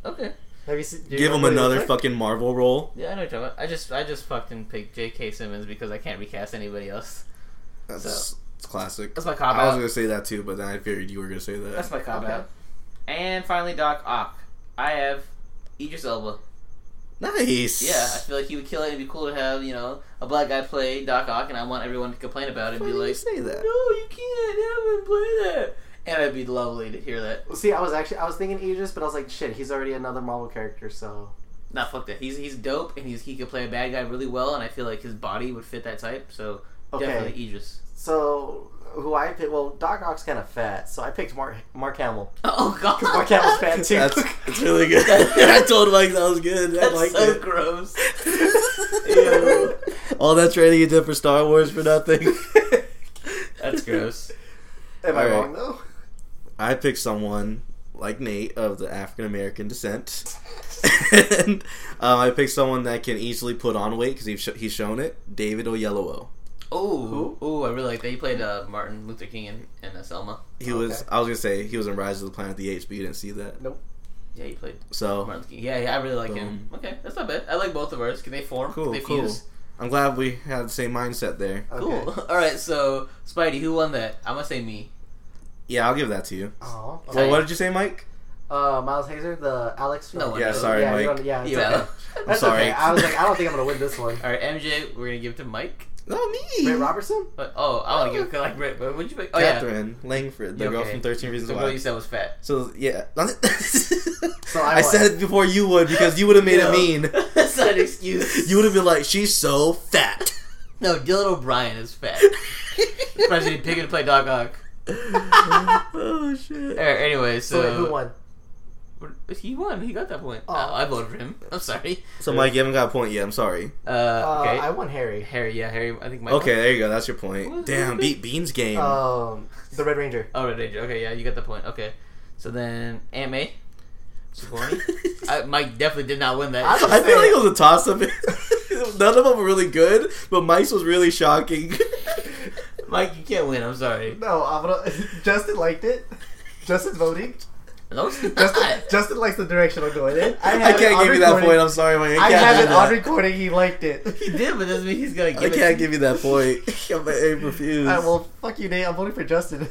Okay.
Have you seen? do you
Give him
remember what he
another
looked like?
fucking Marvel role.
Yeah, I know what you're talking about. I just, I just fucking picked J.K. Simmons because I can't recast anybody else.
That's
So-
it's classic.
That's my cop
I was
out.
gonna say that too, but then I figured you were gonna say that.
That's my cop
Okay.
out. And finally, Doc Ock. I have Idris Elba.
nice.
Yeah, I feel like he would kill it. It'd be cool to have, you know, a black guy play Doc Ock, and I want everyone to complain about it and
Why
be
did you
like,
say that?
"No, you can't have him play that." And it'd be lovely to hear that.
See, I was actually I was thinking Aegis, but I was like, shit, he's already another Marvel character, so
Nah, fuck that. He's he's dope, and he's he could play a bad guy really well, and I feel like his body would fit that type. So
Okay.
definitely Idris.
so who I picked? Well, Doc Ock's kind of fat, so I picked Mark Mark Hamill.
Oh god,
Mark Hamill's fat too.
That's it's really good. I told Mike that was good. I
That's
like
so
it.
gross.
All that training you did for Star Wars for nothing.
That's gross.
Am I
All right.
wrong though?
I picked someone like Nate of the African American descent, and um, I picked someone that can easily put on weight because he's sh- he's shown it. David Oyelowo.
Oh, oh, I really like that. He played uh, Martin Luther King and, and uh, Selma.
He was I was gonna say he was in Rise of the Planet of the Apes, but you didn't see that.
Yeah, he played
So
Martin Luther King. Yeah, yeah, I really like him. Okay, that's not bad. I like both of ours. Can they form?
cool,
they
cool.
fuse?
I'm glad we had the same mindset there.
Cool. All right, so Spidey, who won that? I'm gonna say me.
Yeah, I'll give that to you.
Oh.
Well, what did you say, Mike?
Uh, Miles Hazer, the Alex.
No one
Yeah,
knows.
sorry,
yeah,
Mike.
you don't- yeah, it's
You know.
okay. That's
sorry.
okay. I was like, I don't think I'm gonna win this one.
All right, MJ, we're gonna give it to Mike.
No, me.
Ray Robertson?
But, oh, I want to give it to like Brett. But would you? Pick? Oh
Catherine Langford, the
Yeah,
girl
okay.
from Thirteen
yeah,
Reasons
the
Why.
girl you said was fat.
So yeah, so
I
I, said it before you would because you would have made
No.
it mean.
that's not an excuse.
You would have been like, "She's so fat."
No, Dylan O'Brien is fat. President Piggin to play Dog Ock.
oh shit!
All right, anyway, so
So wait, who won?
he won. He got that point.
Oh.
Oh, I voted for him. I'm sorry.
So Mike, you haven't got a point yet. I'm sorry.
Uh,
Uh,
okay.
I won Harry.
Harry, yeah, Harry. I think Mike.
Okay, there you go. That's your
What was
point. Damn,
it?
beat Bean's game.
Um, the Red Ranger.
Oh, Red Ranger. Okay, yeah, you got the point. Okay, so then Aunt May. Sigourney. I, Mike definitely did not win that.
I was
I feel like it was a toss up. None of them were really good, but Mike's was really shocking.
Mike, you can't win. I'm sorry.
No, I'm gonna. Justin liked it. Justin's voting.
No, it's not.
Justin, Justin likes the direction I'm going in. I,
I
have it
can't
on
give you that
recording.
point. I'm sorry, Mike. I
I
can't,
have
do
it on
that.
recording. He liked it.
he did, but doesn't mean he's gonna give
I
it.
can't
to-
give you that point. I'm, I refuse.
Alright, well, fuck you, Nate. I'm voting for Justin.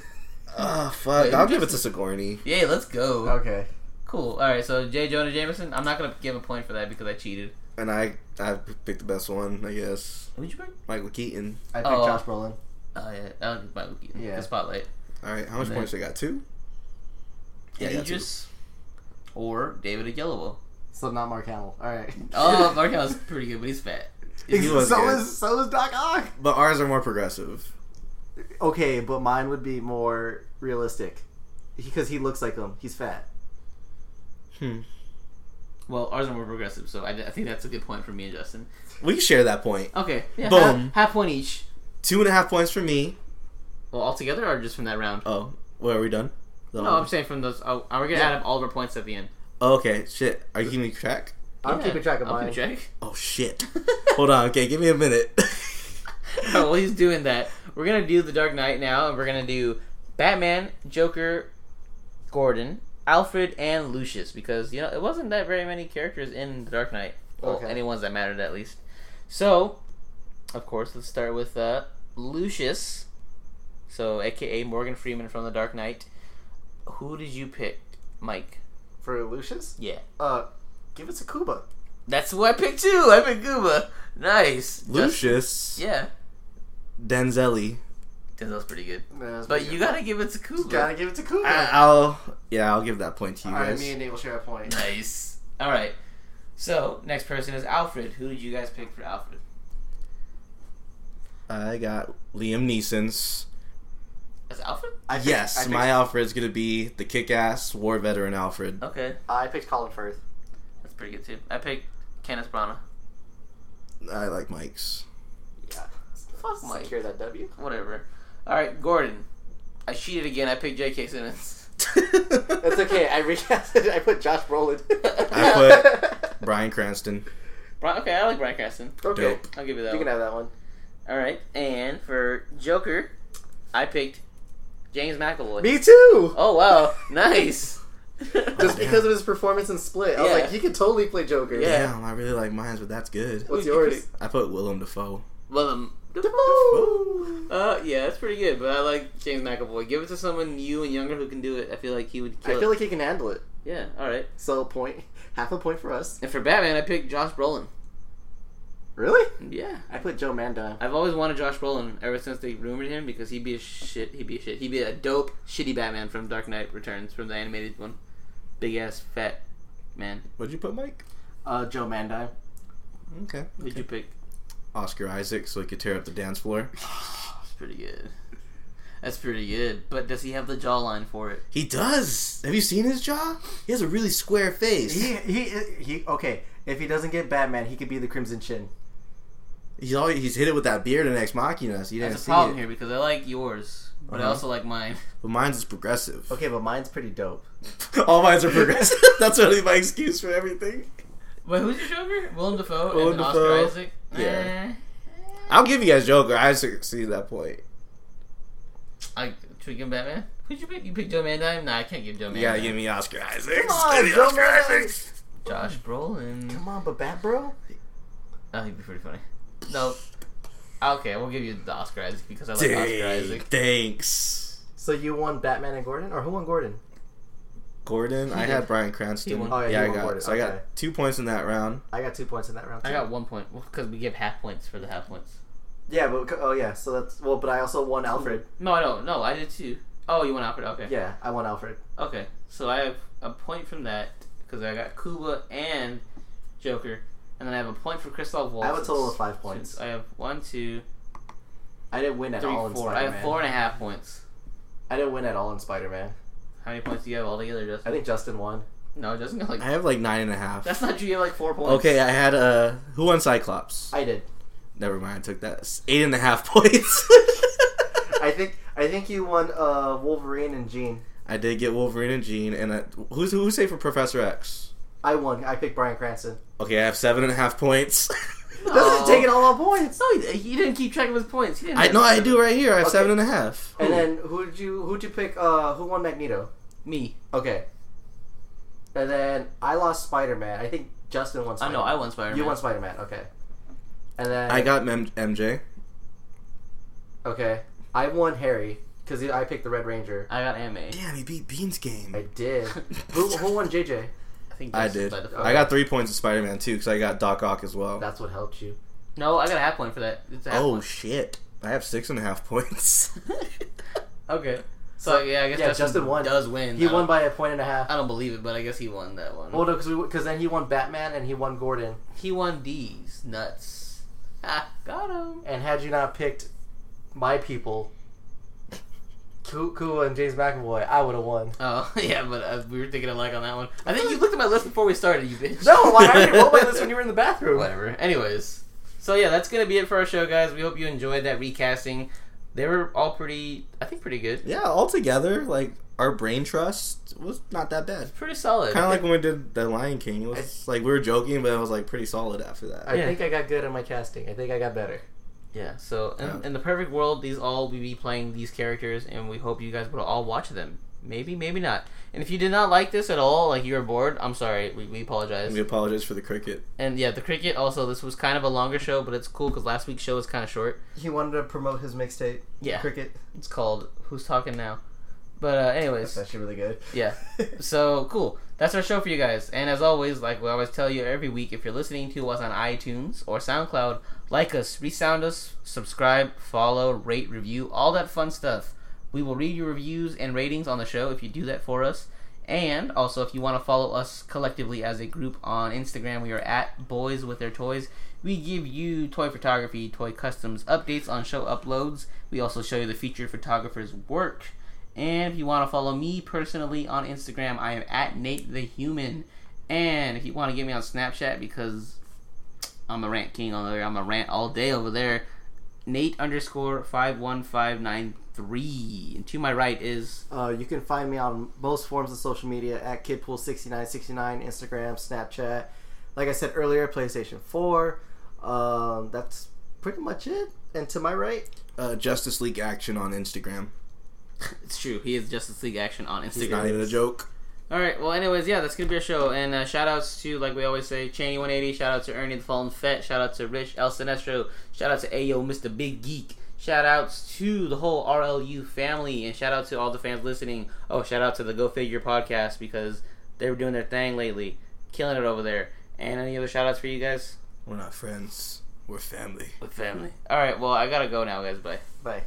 Oh, fuck.
Wait,
I'll
who
give it to Sigourney.
Yay, let's go.
Okay.
Cool. All right, so J. Jonah Jameson. I'm not gonna give a point for that because I cheated.
And I, I picked the best one, I guess.
Who'd you pick?
Michael Keaton.
I picked
Oh.
Josh Brolin.
Oh yeah, I'll give Michael Keaton.
Yeah.
The spotlight.
All right, how much
Man.
points I got? Two? Yeah, I
Yeah,
got two.
Idris or David Oyelowo.
So not Mark Hamill. All right.
Oh, Mark Hamill's pretty good, but he's fat.
He was
so
good.
is so is Doc Ock.
But ours are more progressive.
Okay, but mine would be more realistic because he looks like him. He's fat.
Well, ours are more progressive, so I, I think that's a good point for me and Justin.
We can share that point.
Okay, yeah,
Boom.
Half, half point each.
Two and a half points for me.
Well, all together or just from that round?
Oh, well, are we done? The-
No, I'm saying from those. Oh, we're gonna add up all of our points at the end.
Oh, okay, shit. Are you keeping track?
I'm
Yeah,
keeping track of
I'll
mine.
keep track.
Oh, shit. Hold on, okay, give me a minute.
Oh, well, he's doing that. We're gonna do the Dark Knight now, and we're gonna do Batman, Joker, Gordon, Alfred, and Lucius because you know it wasn't that very many characters in the Dark Knight. Well,
Okay.
any ones that mattered at least. So, of course, let's start with uh, Lucius. So, aka Morgan Freeman from the Dark Knight. Who did you pick, Mike?
For Lucius,
Yeah,
uh, give it to Cuba.
that's who I picked too. I picked Gooba. Nice,
Lucius.
Yeah,
Denzelli.
Denzel's pretty good.
Nah, that's
But
pretty
you
good.
gotta give it to Kuba.
gotta give it to Cuba.
I, I'll. Yeah, I'll give that point to you
All right,
guys.
me and Nate will share a point.
Nice. All right. So next person is Alfred. Who did you guys pick for Alfred?
I got Liam Neeson's.
That's Alfred.
I picked- I
Yes,
picked-
my Alfred's gonna be the kick ass war veteran Alfred.
Okay,
I picked Colin Firth.
that's pretty good too. I picked Kenneth Branagh.
I like Mike's.
Yeah.
Fuck Mike.
Secure that W.
Whatever. All right, Gordon. I cheated again. I picked J.K. Simmons.
That's okay. I recast it. I put Josh Brolin.
I Brian Cranston.
Bra- okay, I like Brian Cranston.
okay.
Dope.
I'll give you that.
You
One.
can have that one.
All right, and for Joker, I picked James McAvoy.
Me too.
Oh wow, nice.
Just
Oh, damn.
because of his performance in Split, I was
Yeah.
like, he could totally play Joker.
Yeah.
Damn, I really like mine's, but that's good.
Who'd
What's
you
yours?
I put Willem Dafoe.
well, um,
Dafoe.
Uh, yeah, that's pretty good, but I like James McAvoy. Give it to someone new and younger who can do it. I feel like he would
I
kill
feel
it.
like he can handle it.
Yeah, alright.
So a point, half a point for us.
And for Batman, I picked Josh Brolin.
Really?
Yeah.
I put Joe Manda.
I've always wanted Josh Brolin ever since they rumored him because he'd be a shit. He'd be a shit. He'd be a dope, shitty Batman from Dark Knight Returns, from the animated one. Big ass, fat man.
What'd you put, Mike?
Uh, Joe Manda.
Okay.
Who'd you pick?
Oscar Isaac, so he could tear up the dance floor.
That's pretty good. That's pretty good. But does he have the jawline for it?
He does. Have you seen his jaw? He has a really square face.
he he. Okay, if he doesn't get Batman, he could be the Crimson Chin.
He's always, he's hit it with that beard in Ex Machina. So you didn't
That's a
see
problem
it.
here because I like yours, but I
Uh-huh.
also like mine.
But mine's is progressive.
Okay, but mine's pretty dope.
All mines are progressive. That's really my excuse for everything.
But who's your Joker? Willem Dafoe
Willem
and then Oscar
Dafoe.
Isaac.
Yeah.
Eh.
I'll give you guys Joker. I see that point.
I should we give him Batman? Who'd you pick? You picked Joe Mandine? Nah, I can't give Joe
You
Mandine.
gotta give me Oscar Isaacs.
Come on,
Give me
Joker.
Oscar Isaacs.
Josh Brolin.
Come on, but Bat Bro?
Oh, he'd be pretty funny. No. Okay, we'll give you the Oscar Isaac because I like Oscar
Dang,
Isaac.
thanks.
So you won Batman and Gordon? Or who won Gordon?
Gordon, I had Brian Cranston.
won.
Oh, yeah,
yeah,
he
I
won
got
Gordon.
so I
Okay.
got two points in that round.
I got two points in that round.
I
too.
got one point because we give half points for the half points.
Yeah, but oh yeah, so that's well, but I also won Alfred.
No, I don't. No, I did too. Oh, you went Alfred. Okay.
Yeah, I won Alfred.
Okay. So I have a point from that because I got Kuba and Joker, and then I have a point for Christoph Waltz.
I have a total of five points.
I have one, two,
I didn't win at
three,
all in
four.
Spider
I
Man.
have four and a half points.
I didn't win at all in Spider Man.
How many points do you have altogether, Justin?
I think Justin won.
no, Justin got like.
I have like nine and a half.
That's not true. You have like four points.
Okay, I had uh who won Cyclops?
I did.
Never mind, I took that. It's Eight and a half points.
I think I think you won uh, Wolverine and Jean.
I did get Wolverine and Jean, and I, who's who's safe for Professor X?
I won. I picked Brian Cranston.
Okay, I have seven and a half points.
Oh.
Doesn't take it all on points.
No, he, he didn't keep track of his points. He didn't
I
have
know I
seven.
do right here. I have
Okay.
seven and a half.
And then who did you who did you pick? Uh, who won Magneto?
Me.
Okay. And then I lost Spider Man. I think Justin won.
I
Spider-Man.
know. I won Spider-Man.
You won Spider Man. Okay. And then
I got Mem- MJ.
okay. I won Harry because I picked the Red Ranger.
I got Anime.
Damn, he beat Bean's game.
I did. who, who won JJ?
I think
I
Justin
did.
by default.
I got three points of Spider Man too because I got Doc Ock as well.
That's what helped you.
No, I got a half point for that. It's a half
Oh
point.
shit! I have six and a half points.
Okay. So yeah, I guess
yeah,
Justin,
Justin won.
Does win.
He
I
won
don't-
by a point and a half.
I don't believe it, but I guess he won that one.
Well, no, because then he won Batman and he won Gordon.
He won D's nuts. Ah, got him.
And had you not picked my people, Ku Ku and James McAvoy, I would have won.
Oh yeah, but uh, we were thinking alike on that one. I think you looked at my list before we started, you bitch.
No, why I didn't roll my list when you were in the bathroom.
Whatever. Anyways, so yeah, that's gonna be it for our show, guys. We hope you enjoyed that recasting. They were all pretty, I think, pretty good.
yeah, altogether, like our brain trust was not that bad.
Pretty solid.
Kind of like when we did the Lion King. It was like we were joking, but it was like pretty solid after that.
I
Yeah.
think I got good at my casting. I think I got better.
Yeah. So in,
Yeah.
in the perfect world, these all will be playing these characters, and we hope you guys would all watch them. Maybe, maybe not. And if you did not like this at all, like you were bored, I'm sorry. We, we apologize.
We apologize for the cricket.
And yeah, the cricket. Also, this was kind of a longer show, but it's cool because last week's show was kind of short.
He wanted to promote his mixtape,
Yeah,
Cricket.
it's called "Who's Talking Now." But uh, anyways,
actually really good.
yeah. So cool. That's our show for you guys. And as always, like we always tell you every week, if you're listening to us on iTunes or SoundCloud, like us, resound us, subscribe, follow, rate, review, all that fun stuff. We will read your reviews and ratings on the show if you do that for us. And also, if you want to follow us collectively as a group on Instagram, we are at Boys With Their Toys. We give you toy photography, toy customs, updates on show uploads. We also show you the featured photographer's work. And if you want to follow me personally on Instagram, I am at Nate the Human. And if you want to get me on Snapchat, because I'm a rant king over there, I'm a rant all day over there. Nate underscore five one five nine three. And to my right is
Uh, you can find me on most forms of social media at Kidpool6969, Instagram, Snapchat. Like I said earlier, PlayStation 4. Um, that's pretty much it. And to my right,
Uh, Justice League action on Instagram.
it's true. He is Justice League Action on Instagram.
Not even a joke.
All right. Well, anyways, yeah, that's gonna be our show. And uh, shout outs to like we always say, Cheney One Eighty. Shout out to Ernie the Fallen Fett. Shout out to Rich El Sinestro. Shout out to Ayo Mr Big Geek. Shout outs to the whole RLU family, and shout out to all the fans listening. Oh, shout out to the Go Figure podcast because they were doing their thing lately, killing it over there. And any other shout outs for you guys?
We're not friends. We're family.
With family. All right. Well, I gotta go now, guys. Bye.
bye.